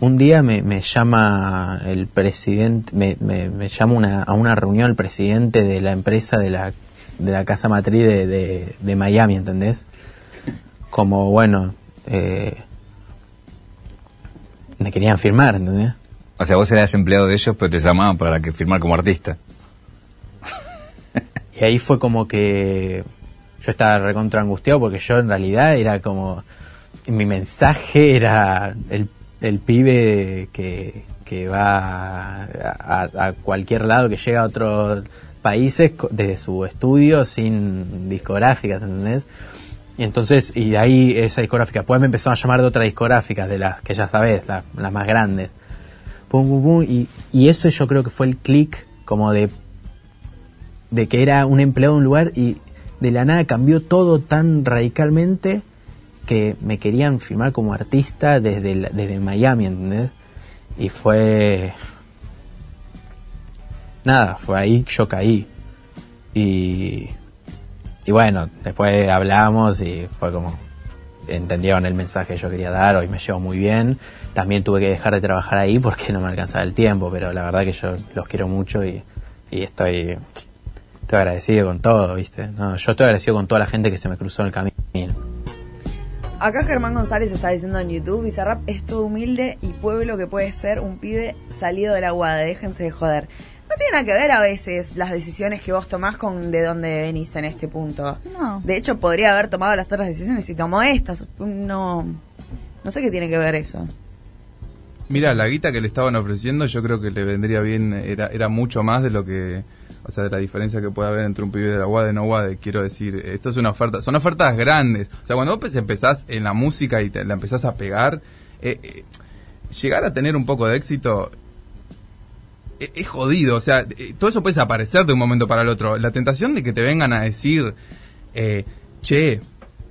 Un día me, me llama el presidente, me, me- me llama una- a una reunión el presidente de la empresa de la, de la casa matriz de, de- de Miami, ¿entendés? Como, bueno, eh, me querían firmar, ¿entendés? O sea, vos eras empleado de ellos, pero te llamaban para que firmar como artista. Y ahí fue como que yo estaba recontra angustiado porque yo en realidad era como. Mi mensaje era el, el pibe que, que va a, a cualquier lado, que llega a otros países co- desde su estudio sin discográficas, ¿entendés? Y entonces, y de ahí esa discográfica. Después me empezaron a llamar de otras discográficas, de las que ya sabes, las, las más grandes. Pum, pum, pum, y, y eso yo creo que fue el clic como de de que era un empleado de un lugar y de la nada cambió todo tan radicalmente que me querían firmar como artista desde, la- desde Miami, ¿entendés? Y fue... Nada, fue ahí que yo caí. Y... Y bueno, después hablamos y fue como... Entendieron el mensaje que yo quería dar, hoy me llevo muy bien. También tuve que dejar de trabajar ahí porque no me alcanzaba el tiempo, pero la verdad que yo los quiero mucho y, y estoy Estoy agradecido con todo, ¿viste? No, yo estoy agradecido con toda la gente que se me cruzó en el camino. Acá Germán González está diciendo en YouTube, Bizarrap es todo humilde y pueblo que puede ser un pibe salido de la guada, déjense de joder. No tiene nada que ver a veces las decisiones que vos tomás con de dónde venís en este punto. No. De hecho, podría haber tomado las otras decisiones y tomó estas. No, no sé qué tiene que ver eso. Mira, la guita que le estaban ofreciendo yo creo que le vendría bien, era, era mucho más de lo que, o sea, de la diferencia que puede haber entre un pibe de la UAD y no UAD. Quiero decir, esto es una oferta, son ofertas grandes. O sea, cuando vos pues, empezás en la música y te, la empezás a pegar, eh, eh, llegar a tener un poco de éxito e- es jodido, o sea, eh, todo eso puede desaparecer de un momento para el otro. La tentación de que te vengan a decir, eh, che,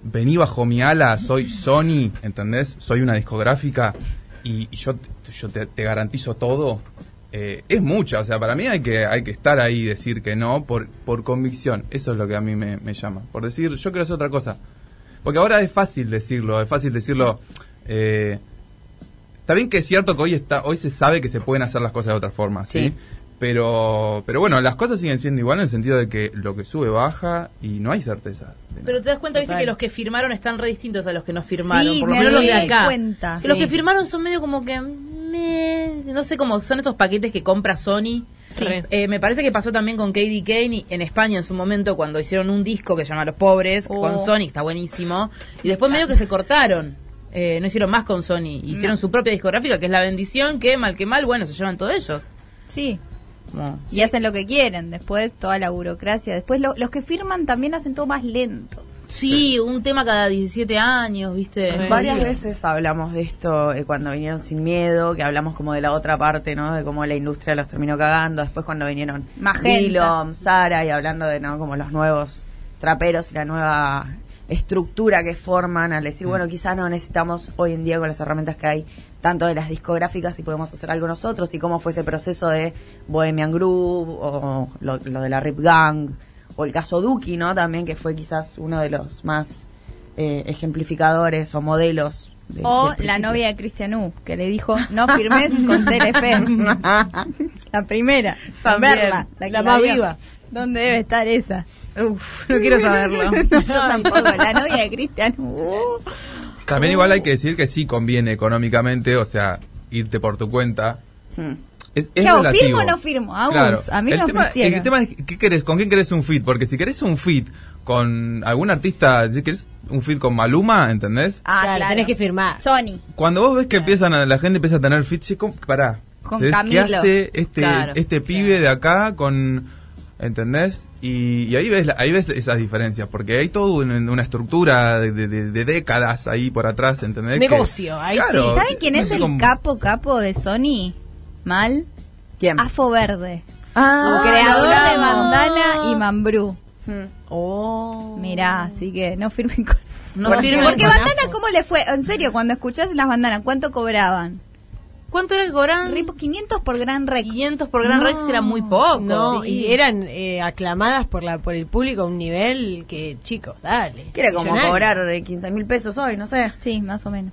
vení bajo mi ala, soy Sony, ¿entendés? Soy una discográfica y, y yo, t- yo te, te garantizo todo. eh, es mucha, o sea, para mí hay que, hay que estar ahí y decir que no por, por convicción. Eso es lo que a mí me, me llama. Por decir, yo quiero hacer otra cosa. Porque ahora es fácil decirlo, es fácil decirlo. eh, Está bien que es cierto que hoy está, hoy se sabe que se pueden hacer las cosas de otra forma, ¿sí? Sí. Pero, pero bueno, las cosas siguen siendo igual en el sentido de que lo que sube baja y no hay certeza. Pero te das cuenta, viste, Total. que los que firmaron están re distintos a los que no firmaron. Sí, por lo me menos los de re di acá. cuenta. Que Los Sí. que firmaron son medio como que. mm, me... No sé cómo son esos paquetes que compra Sony. Sí. Eh, me parece que pasó también con Katie Kane y- en España en su momento cuando hicieron un disco que se llama Los Pobres Oh. con Sony, está buenísimo. Y después medio que se cortaron. Eh, no hicieron más con Sony. Hicieron su propia discográfica, que es La Bendición, que mal que mal, bueno, se llevan todos ellos. Sí. Como- Y hacen lo que quieren, después toda la burocracia. Después lo- los que firman también hacen todo más lento. Sí, un tema cada 17 años, ¿viste? Varias veces hablamos de esto eh, cuando vinieron sin miedo, que hablamos como de la otra parte, ¿no? De cómo la industria los terminó cagando. Después cuando vinieron Magenta. Dillom, Sara y hablando de, ¿no? Como los nuevos traperos y la nueva estructura que forman al decir, bueno, quizás no necesitamos hoy en día con las herramientas que hay tanto de las discográficas y podemos hacer algo nosotros y cómo fue ese proceso de Bohemian Group o lo, lo de la Rip Gang o el caso Duki, ¿no? También que fue quizás uno de los más eh, ejemplificadores o modelos. de- o del la principio. novia de Cristian U, que le dijo, no firmes con Telefe. la primera, con También. verla. La, que La más vio. viva. ¿Dónde debe estar esa? Uf, no quiero saberlo. No, yo tampoco, la novia de Cristian U. Uh. También igual hay que decir que sí conviene económicamente, o sea, irte por tu cuenta. Es, es ¿Qué hago, relativo. Hmm. firmo o no firmo? Agus, Claro. a mí el me tema, ofrecieron. El tema es, ¿qué querés? ¿con quién querés un fit? Porque si querés un fit con algún artista, si querés un fit con Maluma, ¿entendés? Ah, claro, tenés que firmar. Sony. Cuando vos ves que empiezan a, la gente empieza a tener fit, che, ¿cómo- pará. Con ¿Qué Camilo. hace este, Claro, este pibe de acá con... ¿Entendés? Y, y ahí ves la- ahí ves esas diferencias, porque hay toda una estructura de, de- de- de décadas ahí por atrás, ¿entendés? Que- Claro, ¿Saben quién no es sé el cómo- capo capo de Sony? ¿Mal? ¿Quién? Afo Verde. Ah, Hmm. creador lo de hablamos. Bandana y Mambrú. Oh. Mirá, así que no firmen con... No porque, firmen porque con Bandana, ¿cómo le fue? En serio, cuando escuchás las Bandanas, ¿cuánto cobraban? ¿Cuánto era que cobraban? 500 por Gran Rex. 500 por Gran No. Rex, que era muy poco. No, Sí. y eran eh, aclamadas por la por el público a un nivel que, chicos, dale. Que era como Millonario. cobrar de 15 mil pesos hoy, no sé. Sí, más o menos.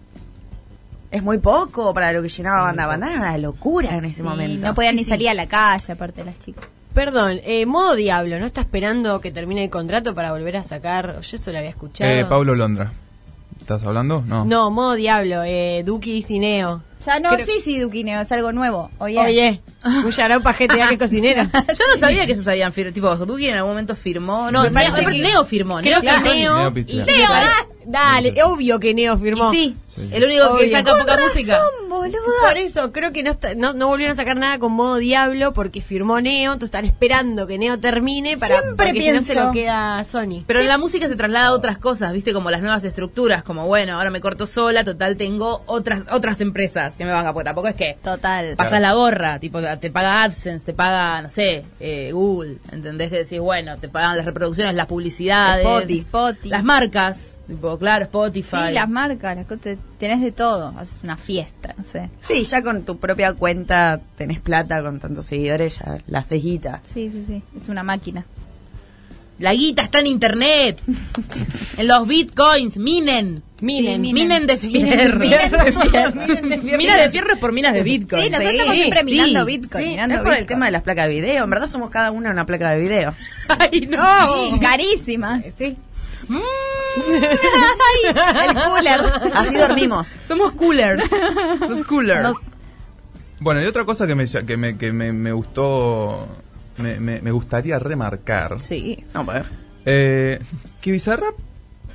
Es muy poco para lo que llenaba Banda Bandana. Era una locura en ese momento. No podían ni Sí, sí. salir a la calle, aparte de las chicas. Perdón, eh, modo diablo, ¿no está esperando que termine el contrato para volver a sacar? Yo eso lo había escuchado. Eh, Pablo Londra. ¿Estás hablando? No. No, modo diablo, eh, Duki y Cineo. Ya no, Creo- sí, sí, Duquineo, es algo nuevo. Oye. Oye, Gullarón Pajete, ya que es cocinera. Yo no sabía que ellos habían firmado. Tipo, Duki en algún momento firmó. No, Me Leo, parece que- Leo firmó. Creo Leo que firmó. Neo- Neo Pistia. Neo, da- dale, obvio que Neo firmó. Y sí, el único que saca Con poca razón, música. boluda. Por eso, creo que no, está- no, no volvieron a sacar nada con modo diablo porque firmó Neo, entonces están esperando que Neo termine para Siempre porque si no se pienso. lo queda a Sony. Pero en la música se traslada a otras cosas, ¿viste? Como las nuevas estructuras, como bueno, ahora me corto sola, total tengo otras otras empresas que me van a porque tampoco es que Total. pasas la gorra, tipo te paga AdSense, te paga, no sé, eh, Google, ¿entendés? Que decís, bueno, te pagan las reproducciones, las publicidades, Spotify. Spotify. las marcas, tipo, claro, Spotify. Sí, las marcas, las cosas, tenés de todo. Haces una fiesta, no sé. Sí, ya con tu propia cuenta tenés plata con tantos seguidores, ya la cejita. Sí, sí, sí. Es una máquina. La guita está en internet, en los bitcoins, minen. Minen. Sí, minen de fierro. Miren de fierro. Minas de fierro es por minas de bitcoin. Sí, nosotros estamos siempre sí, minando Bitcoin. sí. mirando es por el Bitcoin. tema de las placas de video. En verdad somos cada una una placa de video. Ay, no. Sí, carísima. Sí. Ay, el cooler. Así dormimos. Somos coolers. Los coolers. Bueno, y otra cosa que me, ll- que me, que me, me gustó, me, me- me gustaría remarcar, Sí. No, a ver. eh, que Bizarrap,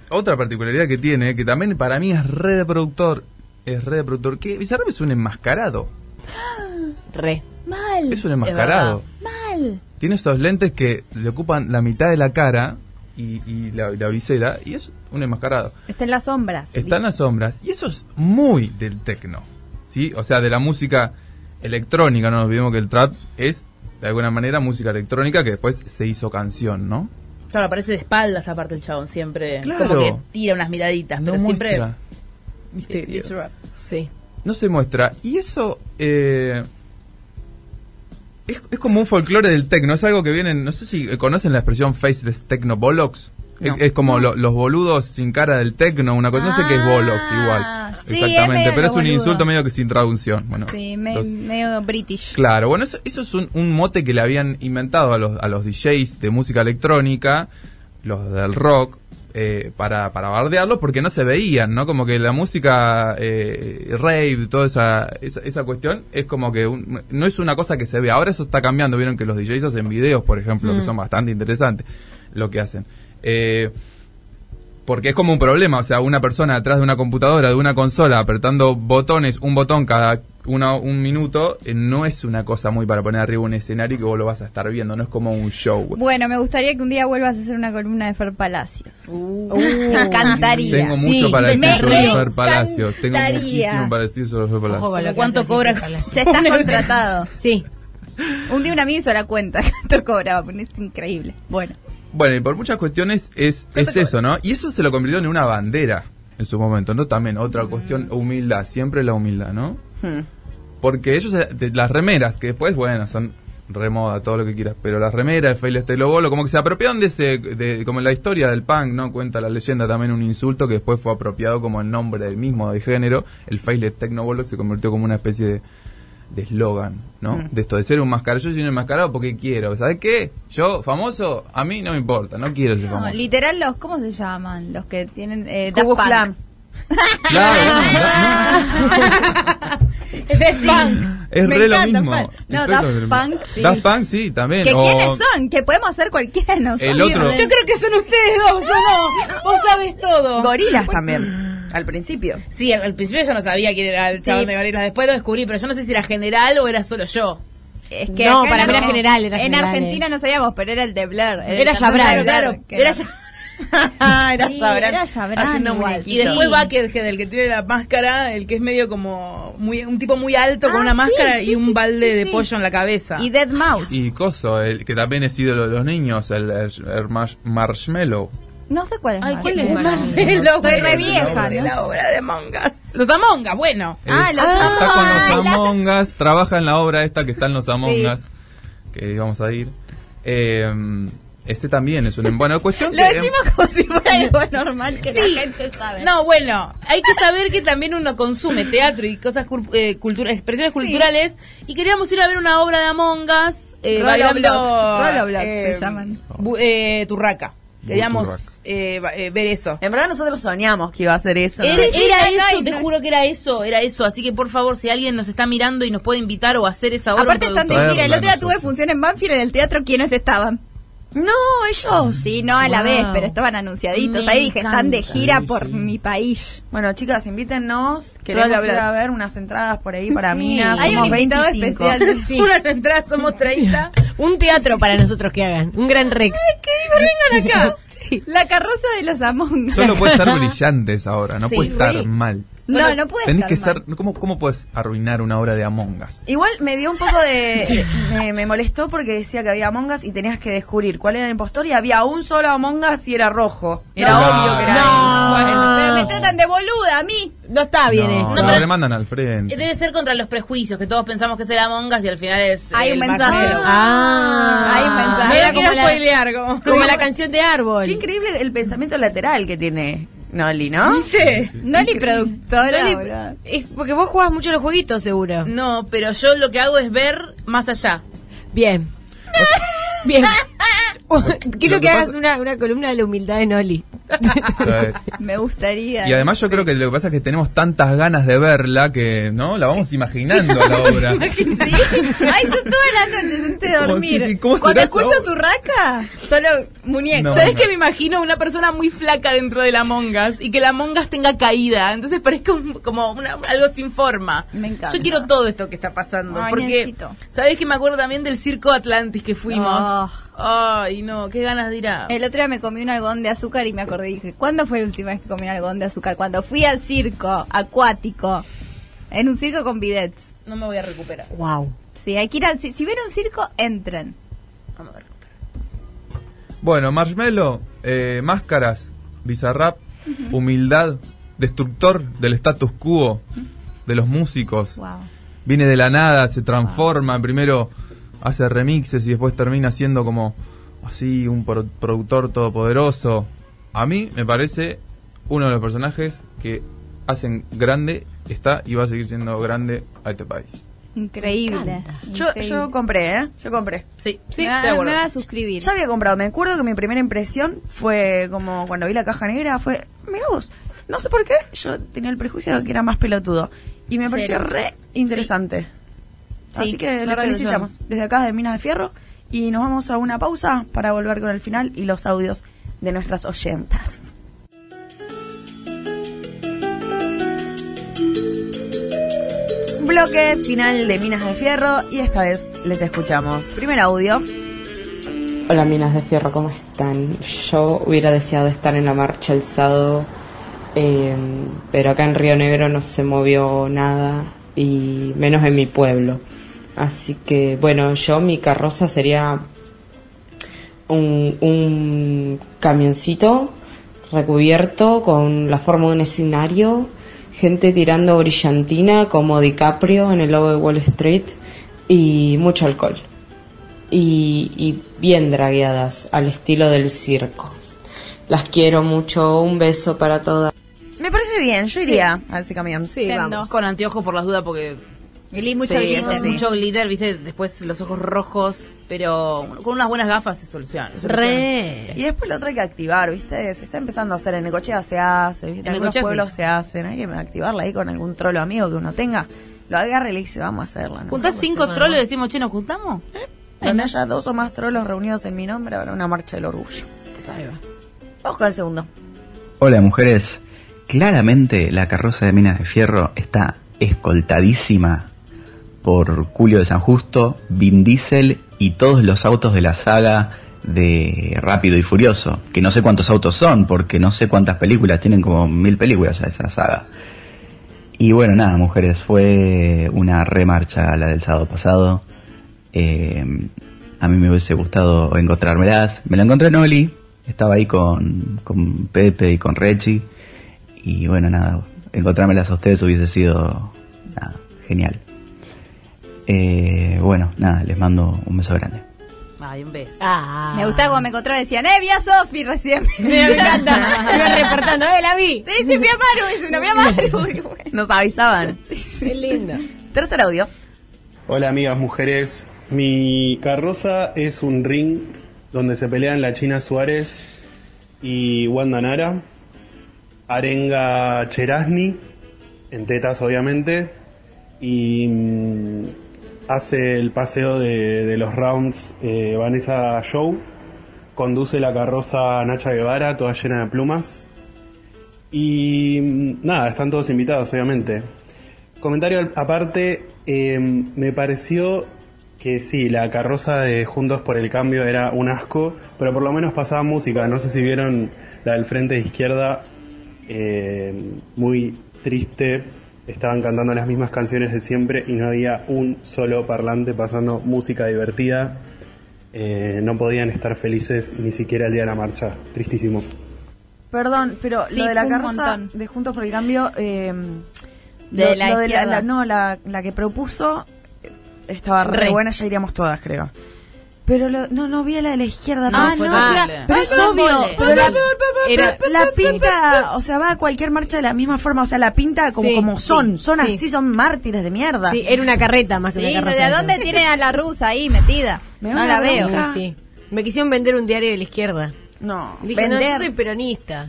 otra particularidad que tiene, que también para mí es re de productor, es re de productor, que Bizarrap es un enmascarado, Re. Mal. es un enmascarado. Mal. tiene esos lentes que le ocupan la mitad de la cara y, y la, la visera, y es un enmascarado. Está en las sombras. Están las sombras, y eso es muy del tecno, ¿sí? O sea, de la música electrónica, no nos olvidemos que el trap es, de alguna manera, música electrónica que después se hizo canción, ¿no? Claro, aparece de espaldas aparte el chabón siempre. Claro. Como que tira unas miraditas, No pero siempre. muestra, Misterio. Sí. no se muestra. Y eso eh, es, es como un folclore del tecno, es algo que viene, no sé si eh, conocen la expresión faceless techno bollocks. No. Es, es como lo- los boludos sin cara del tecno, una cosa, no sé qué es bollocks igual. Ah, sí, es Exactamente, medio pero los es un boludos. insulto medio que sin traducción. Bueno, Sí, me- los- medio british. Claro, bueno, eso, eso es un, un mote que le habían inventado a los, a los DJs de música electrónica, los del rock, eh, para, para bardearlos porque no se veían, ¿no? Como que la música eh, rave, toda esa, esa, esa cuestión, es como que un- no es una cosa que se ve. Ahora eso está cambiando, vieron que los DJs hacen videos, por ejemplo, que Mm. son bastante interesantes lo que hacen. Eh, porque es como un problema, o sea, una persona detrás de una computadora, de una consola, apretando botones, un botón cada una, un minuto, eh, no es una cosa muy para poner arriba un escenario que vos lo vas a estar viendo, no es como un show. Bueno, me gustaría que un día vuelvas a hacer una columna de Fer Palacios. me encantaría. Uh. Tengo mucho Sí, para me decir sobre re- Fer Palacio. Tengo encantaría. muchísimo para decir sobre Fer Palacio. ¿Cuánto cobra? Ya estás contratado. Sí. Un día un amigo hizo la cuenta cuánto cobraba, pero es increíble. Bueno, Bueno, y por muchas cuestiones es, es eso, ¿no? Y eso se lo convirtió en una bandera en su momento, ¿no? También otra cuestión, humildad, siempre la humildad, ¿no? Porque ellos, eh, de- las remeras, que después, bueno, son remoda, todo lo que quieras, pero las remeras, el Fail Estelo Bolo, como que se apropiaron de ese, de, como en la historia del punk, ¿no? Cuenta la leyenda también un insulto que después fue apropiado como el nombre del mismo de género, el Fail Techno Bolo que se convirtió como una especie de de eslogan, ¿no? Mm. De esto de ser un mascarado. Yo soy un enmascarado porque quiero. ¿Sabes qué? Yo, famoso, a mí no me importa. No quiero ser no, famoso. literal los, ¿cómo se llaman? Los que tienen... Eh, Cubo Daft Punk. Clan. Claro, bueno, Es de Punk. es Me re lo encanta, mismo. Juan. No, Exacto, Daft lo mismo. Punk, sí. Daft Punk, sí, también. ¿Que O- quiénes son? Que podemos hacer cualquiera de nosotros. El otro- Yo creo que son ustedes dos, ¿o no? Vos sabés todo. Gorilas también, al principio. Sí, al, al principio yo no sabía quién era el chabón de Gorilas. Después lo descubrí, pero yo no sé si era general o era solo yo. Es que acá no- En Argentina no sabíamos, pero era el de Blair. eh. Era Jabral, claro. Era Era Sí, Jabral. era Jabral Haciendo igual. Y muñequito. después Sí. Buckethead, el que tiene la máscara, el que es medio como muy, un tipo muy alto con Ah, una sí, máscara sí, y un balde de pollo en la cabeza. Y Dead Mouse. Y Coso, el que también es ídolo de los niños, el, el- el Marsh- Marshmallow. No sé cuál es. Ay, Mar- ¿cuál es Mar- Marshmallow? Estoy re vieja, De ¿no? Ah, la obra de Among Us. Los Among Us, bueno. Ah, Es- está con los Among Us, trabaja en la obra esta que está en los Among Sí. Us, que íbamos a ir. Eh, este también es un... Bueno, cuestión Lo que- decimos como si fuera algo normal que la gente sabe. No, bueno, hay que saber que también uno consume teatro y cosas cul- eh, cultura- expresiones culturales. Y queríamos ir a ver una obra de Among Us eh, bailando, Roloblox. Roloblox eh, se llaman. bu- eh, turraca. Queríamos Turraca. eh, ba- eh, ver eso. En verdad nosotros soñamos que iba a ser eso. Era, Sí, sí, era sí, eso, sí, te sí. juro que era eso, era eso. Así que por favor, si alguien nos está mirando y nos puede invitar o hacer esa obra. Aparte un están de producto- gira. El otro día tuve función en Banfield en el teatro. ¿Quiénes estaban? No, ellos. Sí, no a la Ah, Wow. vez, pero estaban anunciaditos. Me Ahí dije, están de encanta. gira por mi país. Bueno, chicas, invítennos. Queremos Rola, ir bla. a ver unas entradas por ahí para Sí. minas. Hay un somos invitado 25. especial, sí. Unas entradas, somos 30. Un teatro para nosotros que hagan. Un gran Rex. ¡Ay, qué vengan acá! La carroza de los Among Us. em, Solo puede estar brillante esa obra, no Sí. puede estar Sí. mal. No, no puede Tenés estar que mal. ser... ¿cómo, ¿Cómo puedes arruinar una obra de Among Us? Igual me dio un poco de... Me, me molestó porque decía que había Among Us y tenías que descubrir cuál era el impostor y había un solo Among Us y era rojo. Era No. obvio que era No. Bueno, Pero me tratan de boluda a mí. No está bien No, esto. no, No, pero- remandan al frente. Debe ser contra los prejuicios, que todos pensamos que es el Among Us y al final es. Hay el un mensaje. barquero. Ah. Hay un mensaje. No Era la quiero como la- spoilear, como- Como la canción de Árbol. Qué increíble el pensamiento lateral que tiene Noli, ¿no? ¿Viste? Noli productora. Noli- boluda. es porque vos jugás mucho los jueguitos, seguro. No, pero yo lo que hago es ver más allá. Bien. Bien. Quiero Lo que, que hagas pasa- una, una columna de la humildad de Noli. Eh, Me gustaría. Y además yo creo que lo que pasa es que tenemos tantas ganas de verla que, ¿no? La vamos imaginando a la obra. Ay, yo todas las noches antes de ¿Cómo dormir. así? ¿Cómo será Cuando esa escucho voz? tu raca, solo muñeco. No, ¿Sabes no. que me imagino una persona muy flaca dentro de la mongas y que la mongas tenga caída? Entonces parezca un- como una- algo sin forma. Me encanta. Yo quiero todo esto que está pasando. Ay, porque, necesito. ¿sabes que me acuerdo también del circo Atlantis que fuimos? Oh. Ay, no, qué ganas de ir a. El otro día me comí un algodón de azúcar y me acordé y dije, ¿cuándo fue la última vez que comí un algodón de azúcar? Cuando fui al circo acuático. En un circo con bidets. No me voy a recuperar. Wow. Sí, hay que ir al circo. Si ven un circo, entren. Bueno, Marshmallow, eh, máscaras, bizarrap, humildad, destructor del status quo, de los músicos. Viene de la nada, se transforma, primero hace remixes y después termina siendo como así un pro- productor todopoderoso. A mí me parece uno de los personajes que hacen grande, está y va a seguir siendo grande a este país. Me Increíble. encanta. Yo, yo compré, ¿eh? Yo compré. Sí, sí, Me va- de acuerdo. me va a suscribir. Ya había comprado. Me acuerdo que mi primera impresión fue como cuando vi la caja negra, fue, mira vos, no sé por qué, yo tenía el prejuicio de que era más pelotudo. Y me pareció Cero. re interesante. Sí. Así La que le verdad que felicitamos yo- desde acá de Minas de Fierro y nos vamos a una pausa para volver con el final y los audios de nuestras oyentas. Bloque final de Minas de Fierro y esta vez les escuchamos. Primer audio. Hola Minas de Fierro, ¿cómo están? Yo hubiera deseado estar en la marcha el sábado, eh, pero acá en Río Negro no se movió nada y menos en mi pueblo. Así que bueno, yo mi carroza sería un, un camioncito recubierto con la forma de un escenario, gente tirando brillantina como DiCaprio en el logo de Wall Street y mucho alcohol y, y bien dragueadas al estilo del circo. Las quiero mucho, un beso para todas. Me parece bien, yo iría a ese camión. Sí, vamos. Con anteojos por las dudas porque... mucho Sí, glitter, eso, sí. Mucho glitter, viste, después los ojos rojos, pero con unas buenas gafas se soluciona. Re. Y después lo otro hay que activar, ¿viste? Se está empezando a hacer. En Necochea se hace, ¿viste? En, En algunos Necochea pueblos sí. se hacen. Hay que activarla ahí con algún trolo amigo que uno tenga. Lo agarre y le dice, vamos a hacerla. ¿no? Juntás Vamos a cinco hacerla, trolos y ¿no? decimos, che, ¿nos juntamos? Cuando haya dos o más trolos reunidos en mi nombre, habrá una marcha del orgullo. Vamos con el segundo. Hola mujeres, claramente la carroza de Minas de Fierro está escoltadísima por Julio de San Justo, Vin Diesel y todos los autos de la saga de Rápido y Furioso, que no sé cuántos autos son, porque no sé cuántas películas, tienen como mil películas ya esa saga. Y bueno, nada, mujeres, fue una remarcha la del sábado pasado. Eh, a mí me hubiese gustado encontrármelas. Me la encontré en Oli, estaba ahí con, con Pepe y con Rechi. Y bueno, nada, encontrármelas a ustedes hubiese sido nada, genial. Eh, bueno, nada, les mando un beso grande. Ay, un beso. Me gustaba cuando me encontraba decían, ¡eh, vi a Sofi recién! Ah. Me encanta. Iban reportando, ¡eh, la vi! Sí, sí, vi a Maru, dice, no vi a Maru. Y bueno. Nos avisaban. Qué lindo. Tercer audio. Hola amigas mujeres, mi carroza es un ring donde se pelean la China Suárez y Wanda Nara, Arenga Cherasni, en tetas obviamente, y mm, hace el paseo de, de los rounds eh, Vanessa Show, conduce la carroza Nacha Guevara, toda llena de plumas, y mm, nada, están todos invitados obviamente. Comentario al- aparte, eh, me pareció que sí, la carroza de Juntos por el Cambio era un asco, pero por lo menos pasaba música. No sé si vieron la del Frente de Izquierda, eh, muy triste. Estaban cantando las mismas canciones de siempre y no había un solo parlante pasando música divertida. Eh, no podían estar felices ni siquiera el día de la marcha. Tristísimo. Perdón, pero Sí, lo de la fue un carroza de Juntos por el Cambio, eh, De lo- la lo de la, izquierda. la- no, la, la que propuso eh, estaba re, Re. buena, ya iríamos todas, creo. Pero lo- no, no vi la de la izquierda. pero Ah, es no, una- sí, la- pero ah, es no, obvio. mole. pero la, Era- pero la pinta, o sea, va a cualquier marcha de la misma forma, o sea, la pinta como, Sí, como son, sí, son sí. así, son mártires de mierda. Sí, era una carreta más que Sí, una carroza. ¿de esa. dónde tienen a la rusa ahí metida? Me no van la a veo. dar Sí, sí. Me quisieron vender un diario de la izquierda. No, Dije, no, yo vender. soy peronista.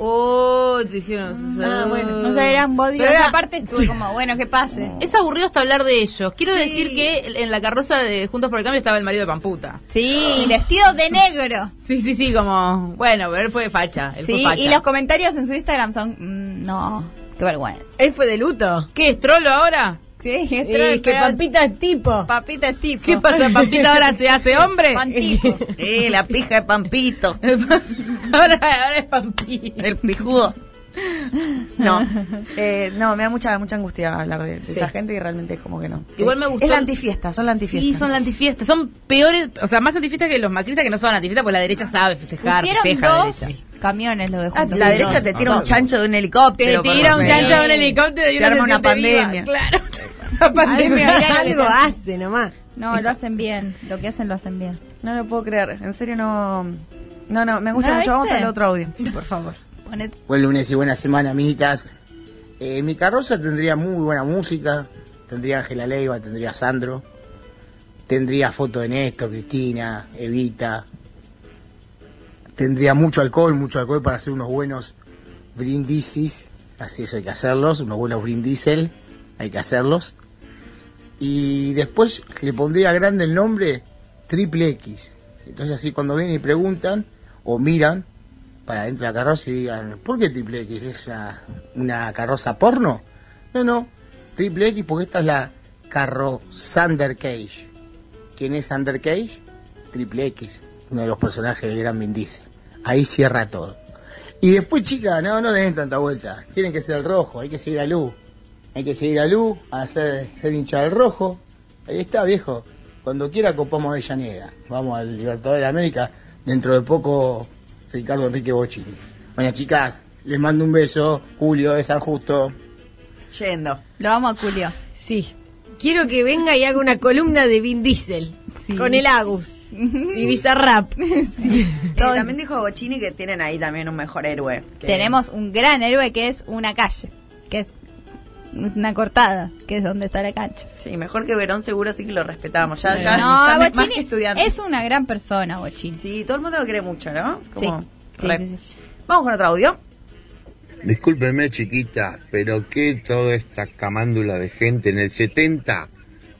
Oh, te dijeron. Ah, bueno. No sé, era un body. Pero era- Aparte estuve como, bueno, que pase. Es aburrido hasta hablar de ellos. Quiero Sí. decir que en la carroza de Juntos por el Cambio estaba el marido de Pamputa. Sí, vestido de negro. Sí, sí, sí, como... Bueno, pero él fue facha. Él Sí, fue facha. y los comentarios en su Instagram son, mm, no, qué vergüenza. ¿Él fue de luto? ¿Qué, es trolo ahora? Sí, es Y trolo, que pero- Pampita es tipo. Papita es tipo. ¿Qué pasa? ¿Pampita ahora se hace hombre? Pantico. Eh, la pija de Pampito. ahora, ahora es Pampito. El pijudo. No, eh, no, me da mucha mucha angustia hablar de, de Sí. esa gente y realmente es como que no. Igual me gustó- Es la antifiesta, son la antifiesta. Sí, son la antifiesta. Son peores, o sea, más antifistas que los macristas que no son antifistas, porque la derecha sabe festejar, Pusieron festeja la dos derecha. camiones lo de Ah, Juntos. la Sí, derecha dos. te tira Dos. un chancho de un helicóptero. Te por tira lo un menos. chancho de un helicóptero y Te uno arma se una siente viva, pandemia. Claro. La pandemia. Mirá lo que Algo está- hace nomás. No, lo hacen bien. Lo que hacen, lo hacen bien. No lo puedo creer, en serio no. No, no, me gusta ¿No mucho. Vamos Ah, viste? al otro audio. Sí, por favor. Ponete. Buen lunes y buena semana, amiguitas. Eh, mi carroza tendría muy buena música, tendría Ángela Leiva, tendría Sandro, tendría foto de Néstor, Cristina, Evita, tendría mucho alcohol, mucho alcohol para hacer unos buenos brindis, así eso hay que hacerlos, unos buenos brindisel, hay que hacerlos. Y después le pondría grande el nombre Triple X. Entonces así cuando vienen y preguntan o miran para dentro de la carroza y digan, ¿por qué Triple X? ¿Es una, una carroza porno? No, no, Triple X porque esta es la carroza Undercage. ¿Quién es Undercage? Triple X, uno de los personajes de Gran Vin Diesel. Ahí cierra todo. Y después, chicas, no, no den tanta vuelta. Tienen que ser el rojo, hay que seguir a Lu. Hay que seguir a Lu, a hacer, ser hincha del rojo. Ahí está, viejo. Cuando quiera copamos Avellaneda. Vamos al Libertador de América. Dentro de poco, Ricardo Enrique Bochini. Bueno, chicas, les mando un beso. Julio de San Justo. Yendo. Lo vamos a Julio. Sí. Quiero que venga y haga una columna de Vin Diesel. Con el Agus. Y Bizarrap. Eh, también dijo Bocini que tienen ahí también un mejor héroe. Que- Tenemos un gran héroe que es una calle, que es una cortada, que es donde está la cancha. Sí, mejor que Verón seguro sí que lo respetamos. Ya, ya, no, ya más Bochini que estudiantes. es una gran persona, Bochini. Sí, todo el mundo lo quiere mucho, ¿no? Como- Sí, re- sí, sí, Vamos con otro audio. Discúlpeme, chiquita, pero ¿qué toda esta camándula de gente en el 70?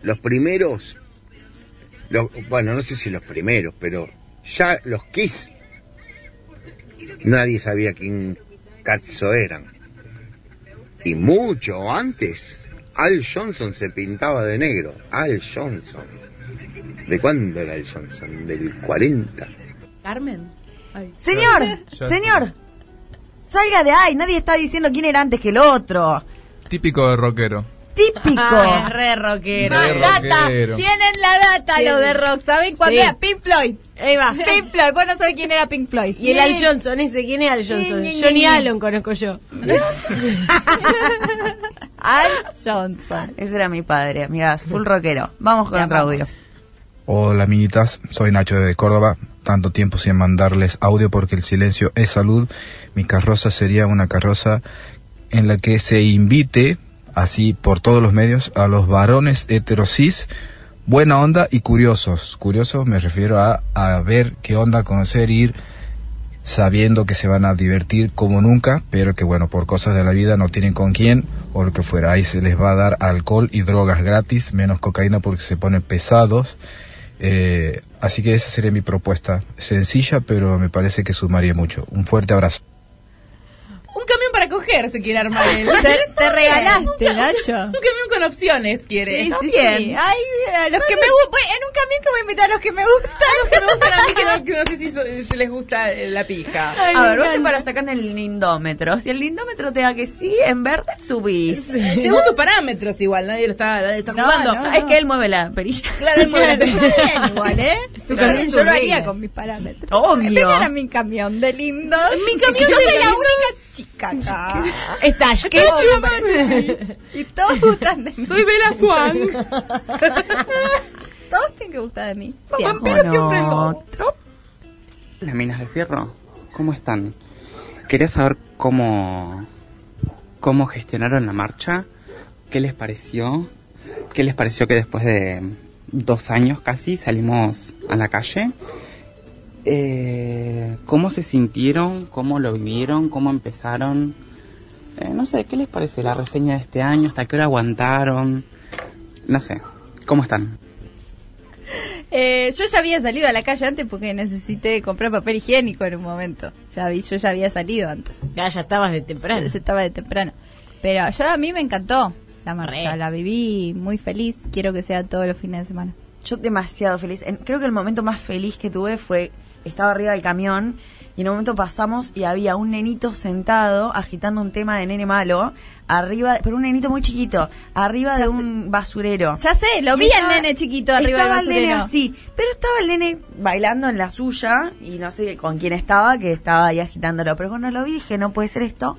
Los primeros, los- bueno, no sé si los primeros, pero ya los Kiss, nadie sabía quién Katzo eran. Y mucho antes, Al Johnson se pintaba de negro. Al Johnson. ¿De cuándo era Al Johnson? Del 40. Carmen. Señor, Ya señor, salga de ahí. Nadie está diciendo quién era antes que el otro. Típico de rockero. Típico. Ah, es re rockero. Re Data, rockero. tienen la data Tienen. los de rock, ¿saben cuándo Sí. era? Pink Floyd. Ahí va. Pink Floyd, vos no sabés quién era Pink Floyd. Y el Al Johnson, ese, ¿quién es Al Johnson? Johnny Allen conozco yo. Al Johnson. Ese era mi padre, amigas. Full rockero. Vamos con otro audio. Hola amiguitas, soy Nacho de Córdoba. Tanto tiempo sin mandarles audio porque el silencio es salud. Mi carroza sería una carroza en la que se invite, así por todos los medios, a los varones heterosis, buena onda y curiosos. Curiosos me refiero a, a ver qué onda, conocer, ir sabiendo que se van a divertir como nunca, pero que bueno, por cosas de la vida no tienen con quién o lo que fuera. Ahí se les va a dar alcohol y drogas gratis, menos cocaína porque se ponen pesados. Eh, así que esa sería mi propuesta. Sencilla, pero me parece que sumaría mucho. Un fuerte abrazo. Un camión para coger se quiere armar él. Te- te regalaste, Nacho. Un camión con opciones quiere. Sí, sí, sí. Ay, a los que me gustan. En un camión que voy a invitar a los que me gustan. los que me gustan a mí que no, que no sé si, so- si les gusta eh, la pija. a ver, vos te para sacar el lindómetro. Si el lindómetro te da que sí, en verde subís. Eh, Según sus parámetros igual, nadie lo está, nadie está jugando. Ah, Es que él mueve la perilla. Claro, él mueve la perilla. Igual, ¿eh? Su Claro, camión, yo sus lo haría reglas. con mis parámetros. Obvio. Vengan a mi camión de lindo. Mi camión Yo de soy la lindo. única chica acá. Está ¿Qué Ketchup. Y todos gustan de mí. Soy Bella Fuang. Todos tienen que gustar de mí. Bien. Las minas de fierro, ¿cómo están? Quería saber cómo, cómo gestionaron la marcha, qué les pareció, qué les pareció que después de dos años casi salimos a la calle, Eh, cómo se sintieron, cómo lo vivieron, cómo empezaron, Eh, no sé, ¿qué les parece la reseña de este año? ¿Hasta qué hora aguantaron? No sé, ¿cómo están? Eh, yo ya había salido a la calle antes porque necesité comprar papel higiénico en un momento. Ya vi, yo ya había salido antes. Ya, ya estabas de temprano. Se, se estaba de temprano. Pero yo a mí me encantó la marcha, la viví muy feliz. Quiero que sea todos los fines de semana. Yo demasiado feliz. En- creo que el momento más feliz que tuve fue, estaba arriba del camión y en un momento pasamos y había un nenito sentado agitando un tema de nene malo, arriba, pero un nenito muy chiquito, arriba de un basurero. Ya sé, lo Y vi al nene chiquito arriba del estaba el nene basurero. así, pero estaba el nene bailando en la suya y no sé con quién estaba, que estaba ahí agitándolo. Pero cuando lo vi dije, no puede ser esto.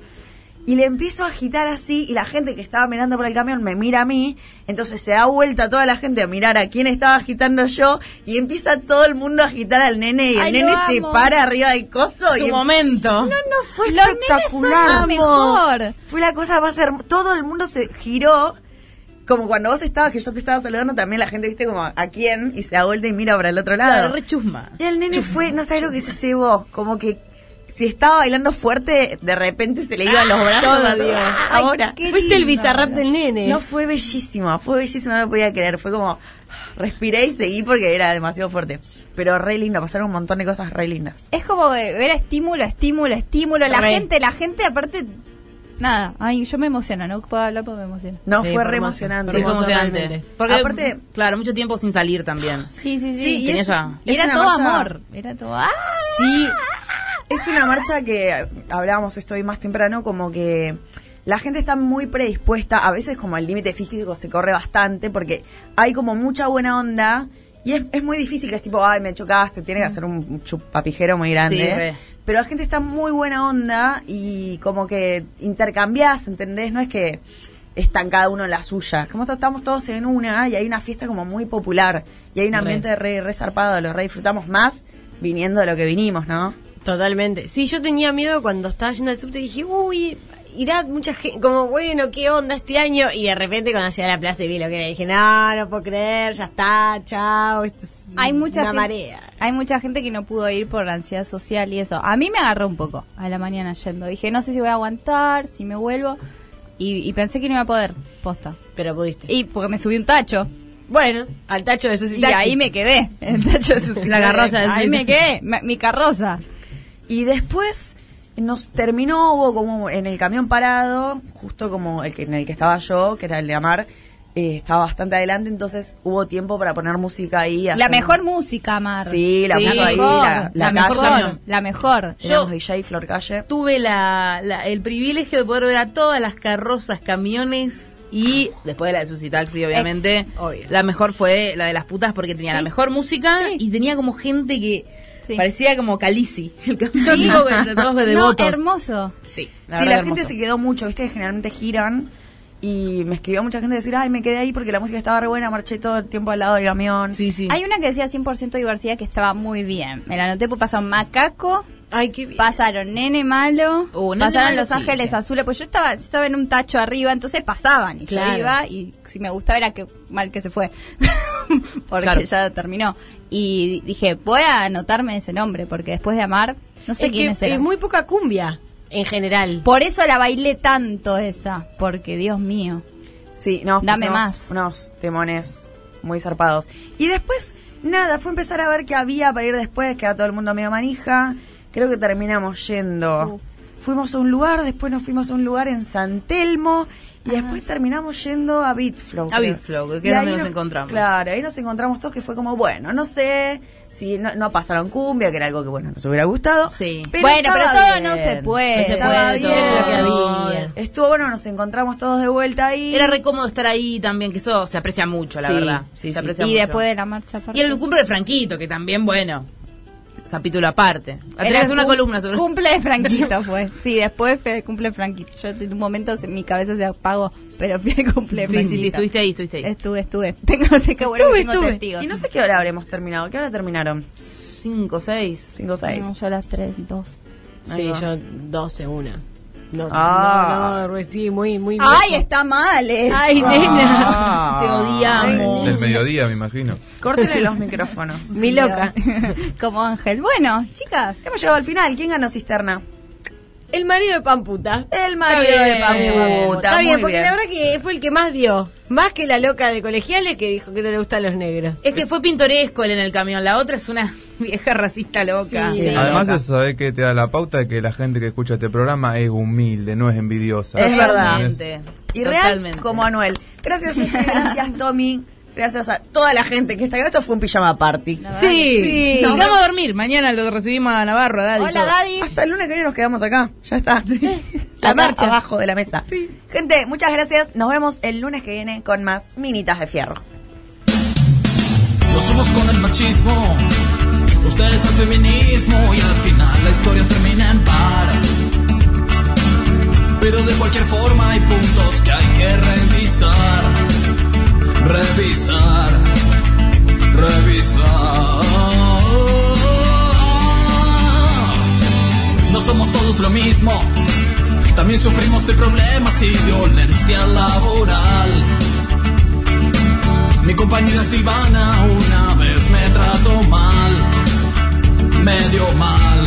Y le empiezo a agitar así y la gente que estaba mirando por el camión me mira a mí. Entonces se da vuelta toda la gente a mirar a quién estaba agitando yo y empieza todo el mundo a agitar al nene y el Ay, nene lo se amo. para arriba del coso. Su y em- momento. No, no, fue Los nenes son espectacular. lo mejor. Fue la cosa más hermosa. Todo el mundo se giró como cuando vos estabas, que yo te estaba saludando, también la gente, viste, como a quién, y se da vuelta y mira para el otro lado. Claro, re chusma. Y el nene fue, no sabes lo que se cebó, como que si estaba bailando fuerte, de repente se le iban los brazos. Todo, Dios. Ay, Ahora, qué Fuiste el lindo. bizarrap del nene. No, fue bellísimo, fue bellísimo, no me podía creer. Fue como, respiré y seguí porque era demasiado fuerte. Pero re lindo, pasaron un montón de cosas re lindas. Es como que era estímulo, estímulo, estímulo. La Re. gente, la gente aparte... Nada, ay, yo me emociono, no puedo hablar porque me emociono. No, Sí, fue por re más- emocionante. Sí, fue emocionante. Realmente. Porque, Aparte- claro, mucho tiempo sin salir también. Sí, sí, sí. Sí, y Tenía es- esa- y era Era una todo marcha- amor, era todo... ¡Ah! Sí, es una marcha que hablábamos esto hoy más temprano, como que la gente está muy predispuesta, a veces como el límite físico se corre bastante, porque hay como mucha buena onda y es, es muy difícil, que es tipo, ay, me chocaste, tiene que hacer un un chupapijero muy Sí, grande. re. pero la gente está muy buena onda y como que intercambiás, ¿entendés? No es que están cada uno en la suya. Como to- estamos todos en una y hay una fiesta como muy popular y hay un Re. ambiente re, re zarpado, lo re disfrutamos más viniendo de lo que vinimos, ¿no? Totalmente. Sí, yo tenía miedo cuando estaba yendo al subte y dije, uy, irá mucha gente, como bueno, qué onda este año. Y de repente cuando llegué a la plaza y vi lo que era, dije, no, no puedo creer, ya está, chao, esto es hay mucha una gente, marea. Hay mucha gente que no pudo ir por ansiedad social y eso. A mí me agarró un poco a la mañana yendo. Dije, no sé si voy a aguantar, si me vuelvo. Y, y pensé que no iba a poder, posta. Pero pudiste. Y porque me subí un tacho. Bueno, al tacho de Susi Y Taxi. ahí me quedé. El tacho de Susi La Taxi. carroza de Ahí Susi me Taxi. quedé. ma- Mi carroza. Y después nos terminó, hubo como en el camión parado, justo como el que, en el que estaba yo, que era el de Amar, eh, estaba bastante adelante, entonces hubo tiempo para poner música ahí. La hacer- mejor música, Mar. Sí, la puso ahí, la- la mejor, calle. la mejor. Yo, DJ Flor Calle. Tuve la, la- el privilegio de poder ver a todas las carrozas, camiones y después de la de Susi Taxi, obviamente. obvio. La mejor fue la de las putas porque tenía la mejor música y tenía como gente que parecía como Calisi. El camión Sí. tipo con- todos de no, devotos. hermoso. Sí, sí, verdad la que gente hermoso. se quedó mucho, viste, que generalmente giran. Y me escribió mucha gente decir, ay, me quedé ahí porque la música estaba re buena, marché todo el tiempo al lado del camión. Sí, sí. Hay una que decía 100% diversidad que estaba muy bien. Me la anoté porque pasaron Macaco. Pasaron Nene Malo. Uh, Nene pasaron Malo Los sí, Ángeles sí. Azules. Pues yo estaba, yo estaba en un tacho arriba, entonces pasaban. Y Claro. yo iba y si me gustaba era que mal que se fue. porque Claro. ya terminó. Y dije, voy a anotarme ese nombre porque después de amar, no sé Es que quién es es muy poca cumbia en general. Por eso la bailé tanto esa. Porque Dios mío. Sí, no, Dame pusimos más. Unos temones muy zarpados. Y después, nada, fue empezar a ver qué había para ir después, queda todo el mundo medio manija. Creo que terminamos yendo. Fuimos a un lugar, después nos fuimos a un lugar en San Telmo y después terminamos yendo a Bitflow. A creo. Bitflow, que es Y donde ahí nos encontramos. Claro, ahí nos encontramos todos que fue como, bueno, no sé si no, no pasaron cumbia, que era algo que, bueno, nos hubiera gustado. Sí. Bueno, pero estaba todo no bien. se puede. No se Estaba puede bien lo que todo. había. Estuvo bueno, nos encontramos todos de vuelta ahí. Era re cómodo estar ahí también, que eso se aprecia mucho, la Sí, verdad. sí, Se sí. aprecia Y mucho. después de la marcha. Y aparte. el cumple de Franquito, que también, bueno, capítulo aparte. Tenés que Era hacer una cum- columna sobre Cumple de Franquito fue. Sí, después fue el cumple de Franquito. Yo en un momento se- mi cabeza se apagó, pero fui al cumple de Sí, sí, Franquito. sí, estuviste ahí, estuviste ahí. Estuve, estuve. Tengo, tengo, bueno, que tengo testigos. Y no sé qué hora habremos terminado. ¿Qué hora terminaron? 5, 6. 5 6. No, yo a las 3, 2. Ahí Sí, va. yo 12, una. No, Ah. no, no, re- sí, muy, muy. ¡Ay, muy- está mal! eso. Ah, Ay, nena. Ah, Te odiamos. Del mediodía, me imagino. Córtele los micrófonos. Mi loca. Como Ángel. Bueno, chicas, Hemos llegado al final. ¿Quién ganó cisterna? El marido de Pamputa. El Está bien, Pamputa. Está bien, Muy porque bien. la verdad que fue el que más dio. Más que la loca de colegiales que dijo que no le gustan los negros. Es que fue pintoresco él en el camión. La otra es una vieja racista loca. Sí. Sí. Además, eso sabe que te da la pauta de que la gente que escucha este programa es humilde, no es envidiosa. Es verdad. Totalmente. Y real Totalmente. como Anuel. Gracias, Gigi. Gracias, Tommy. Gracias a toda la gente que está acá. Esto fue un pijama party. Sí. Sí. Nos vamos a dormir. Mañana lo recibimos a Navarro, a Daddy. Hola, Daddy. Hasta el lunes que viene nos quedamos acá. Ya está. La marcha abajo de la mesa. Gente, muchas gracias. Nos vemos el lunes que viene con más Minitas de Fierro. Nos somos con el machismo, ustedes el feminismo y al final la historia termina en par. Pero de cualquier forma hay puntos que hay que revisar, revisar, revisar. No somos todos lo mismo, también sufrimos de problemas y violencia laboral. compañeras Ivana una vez me trató mal, medio mal.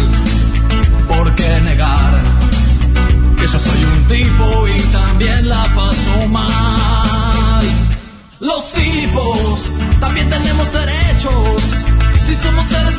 ¿Por qué negar que yo soy un tipo y también la paso mal? Los tipos también tenemos derechos, si somos seres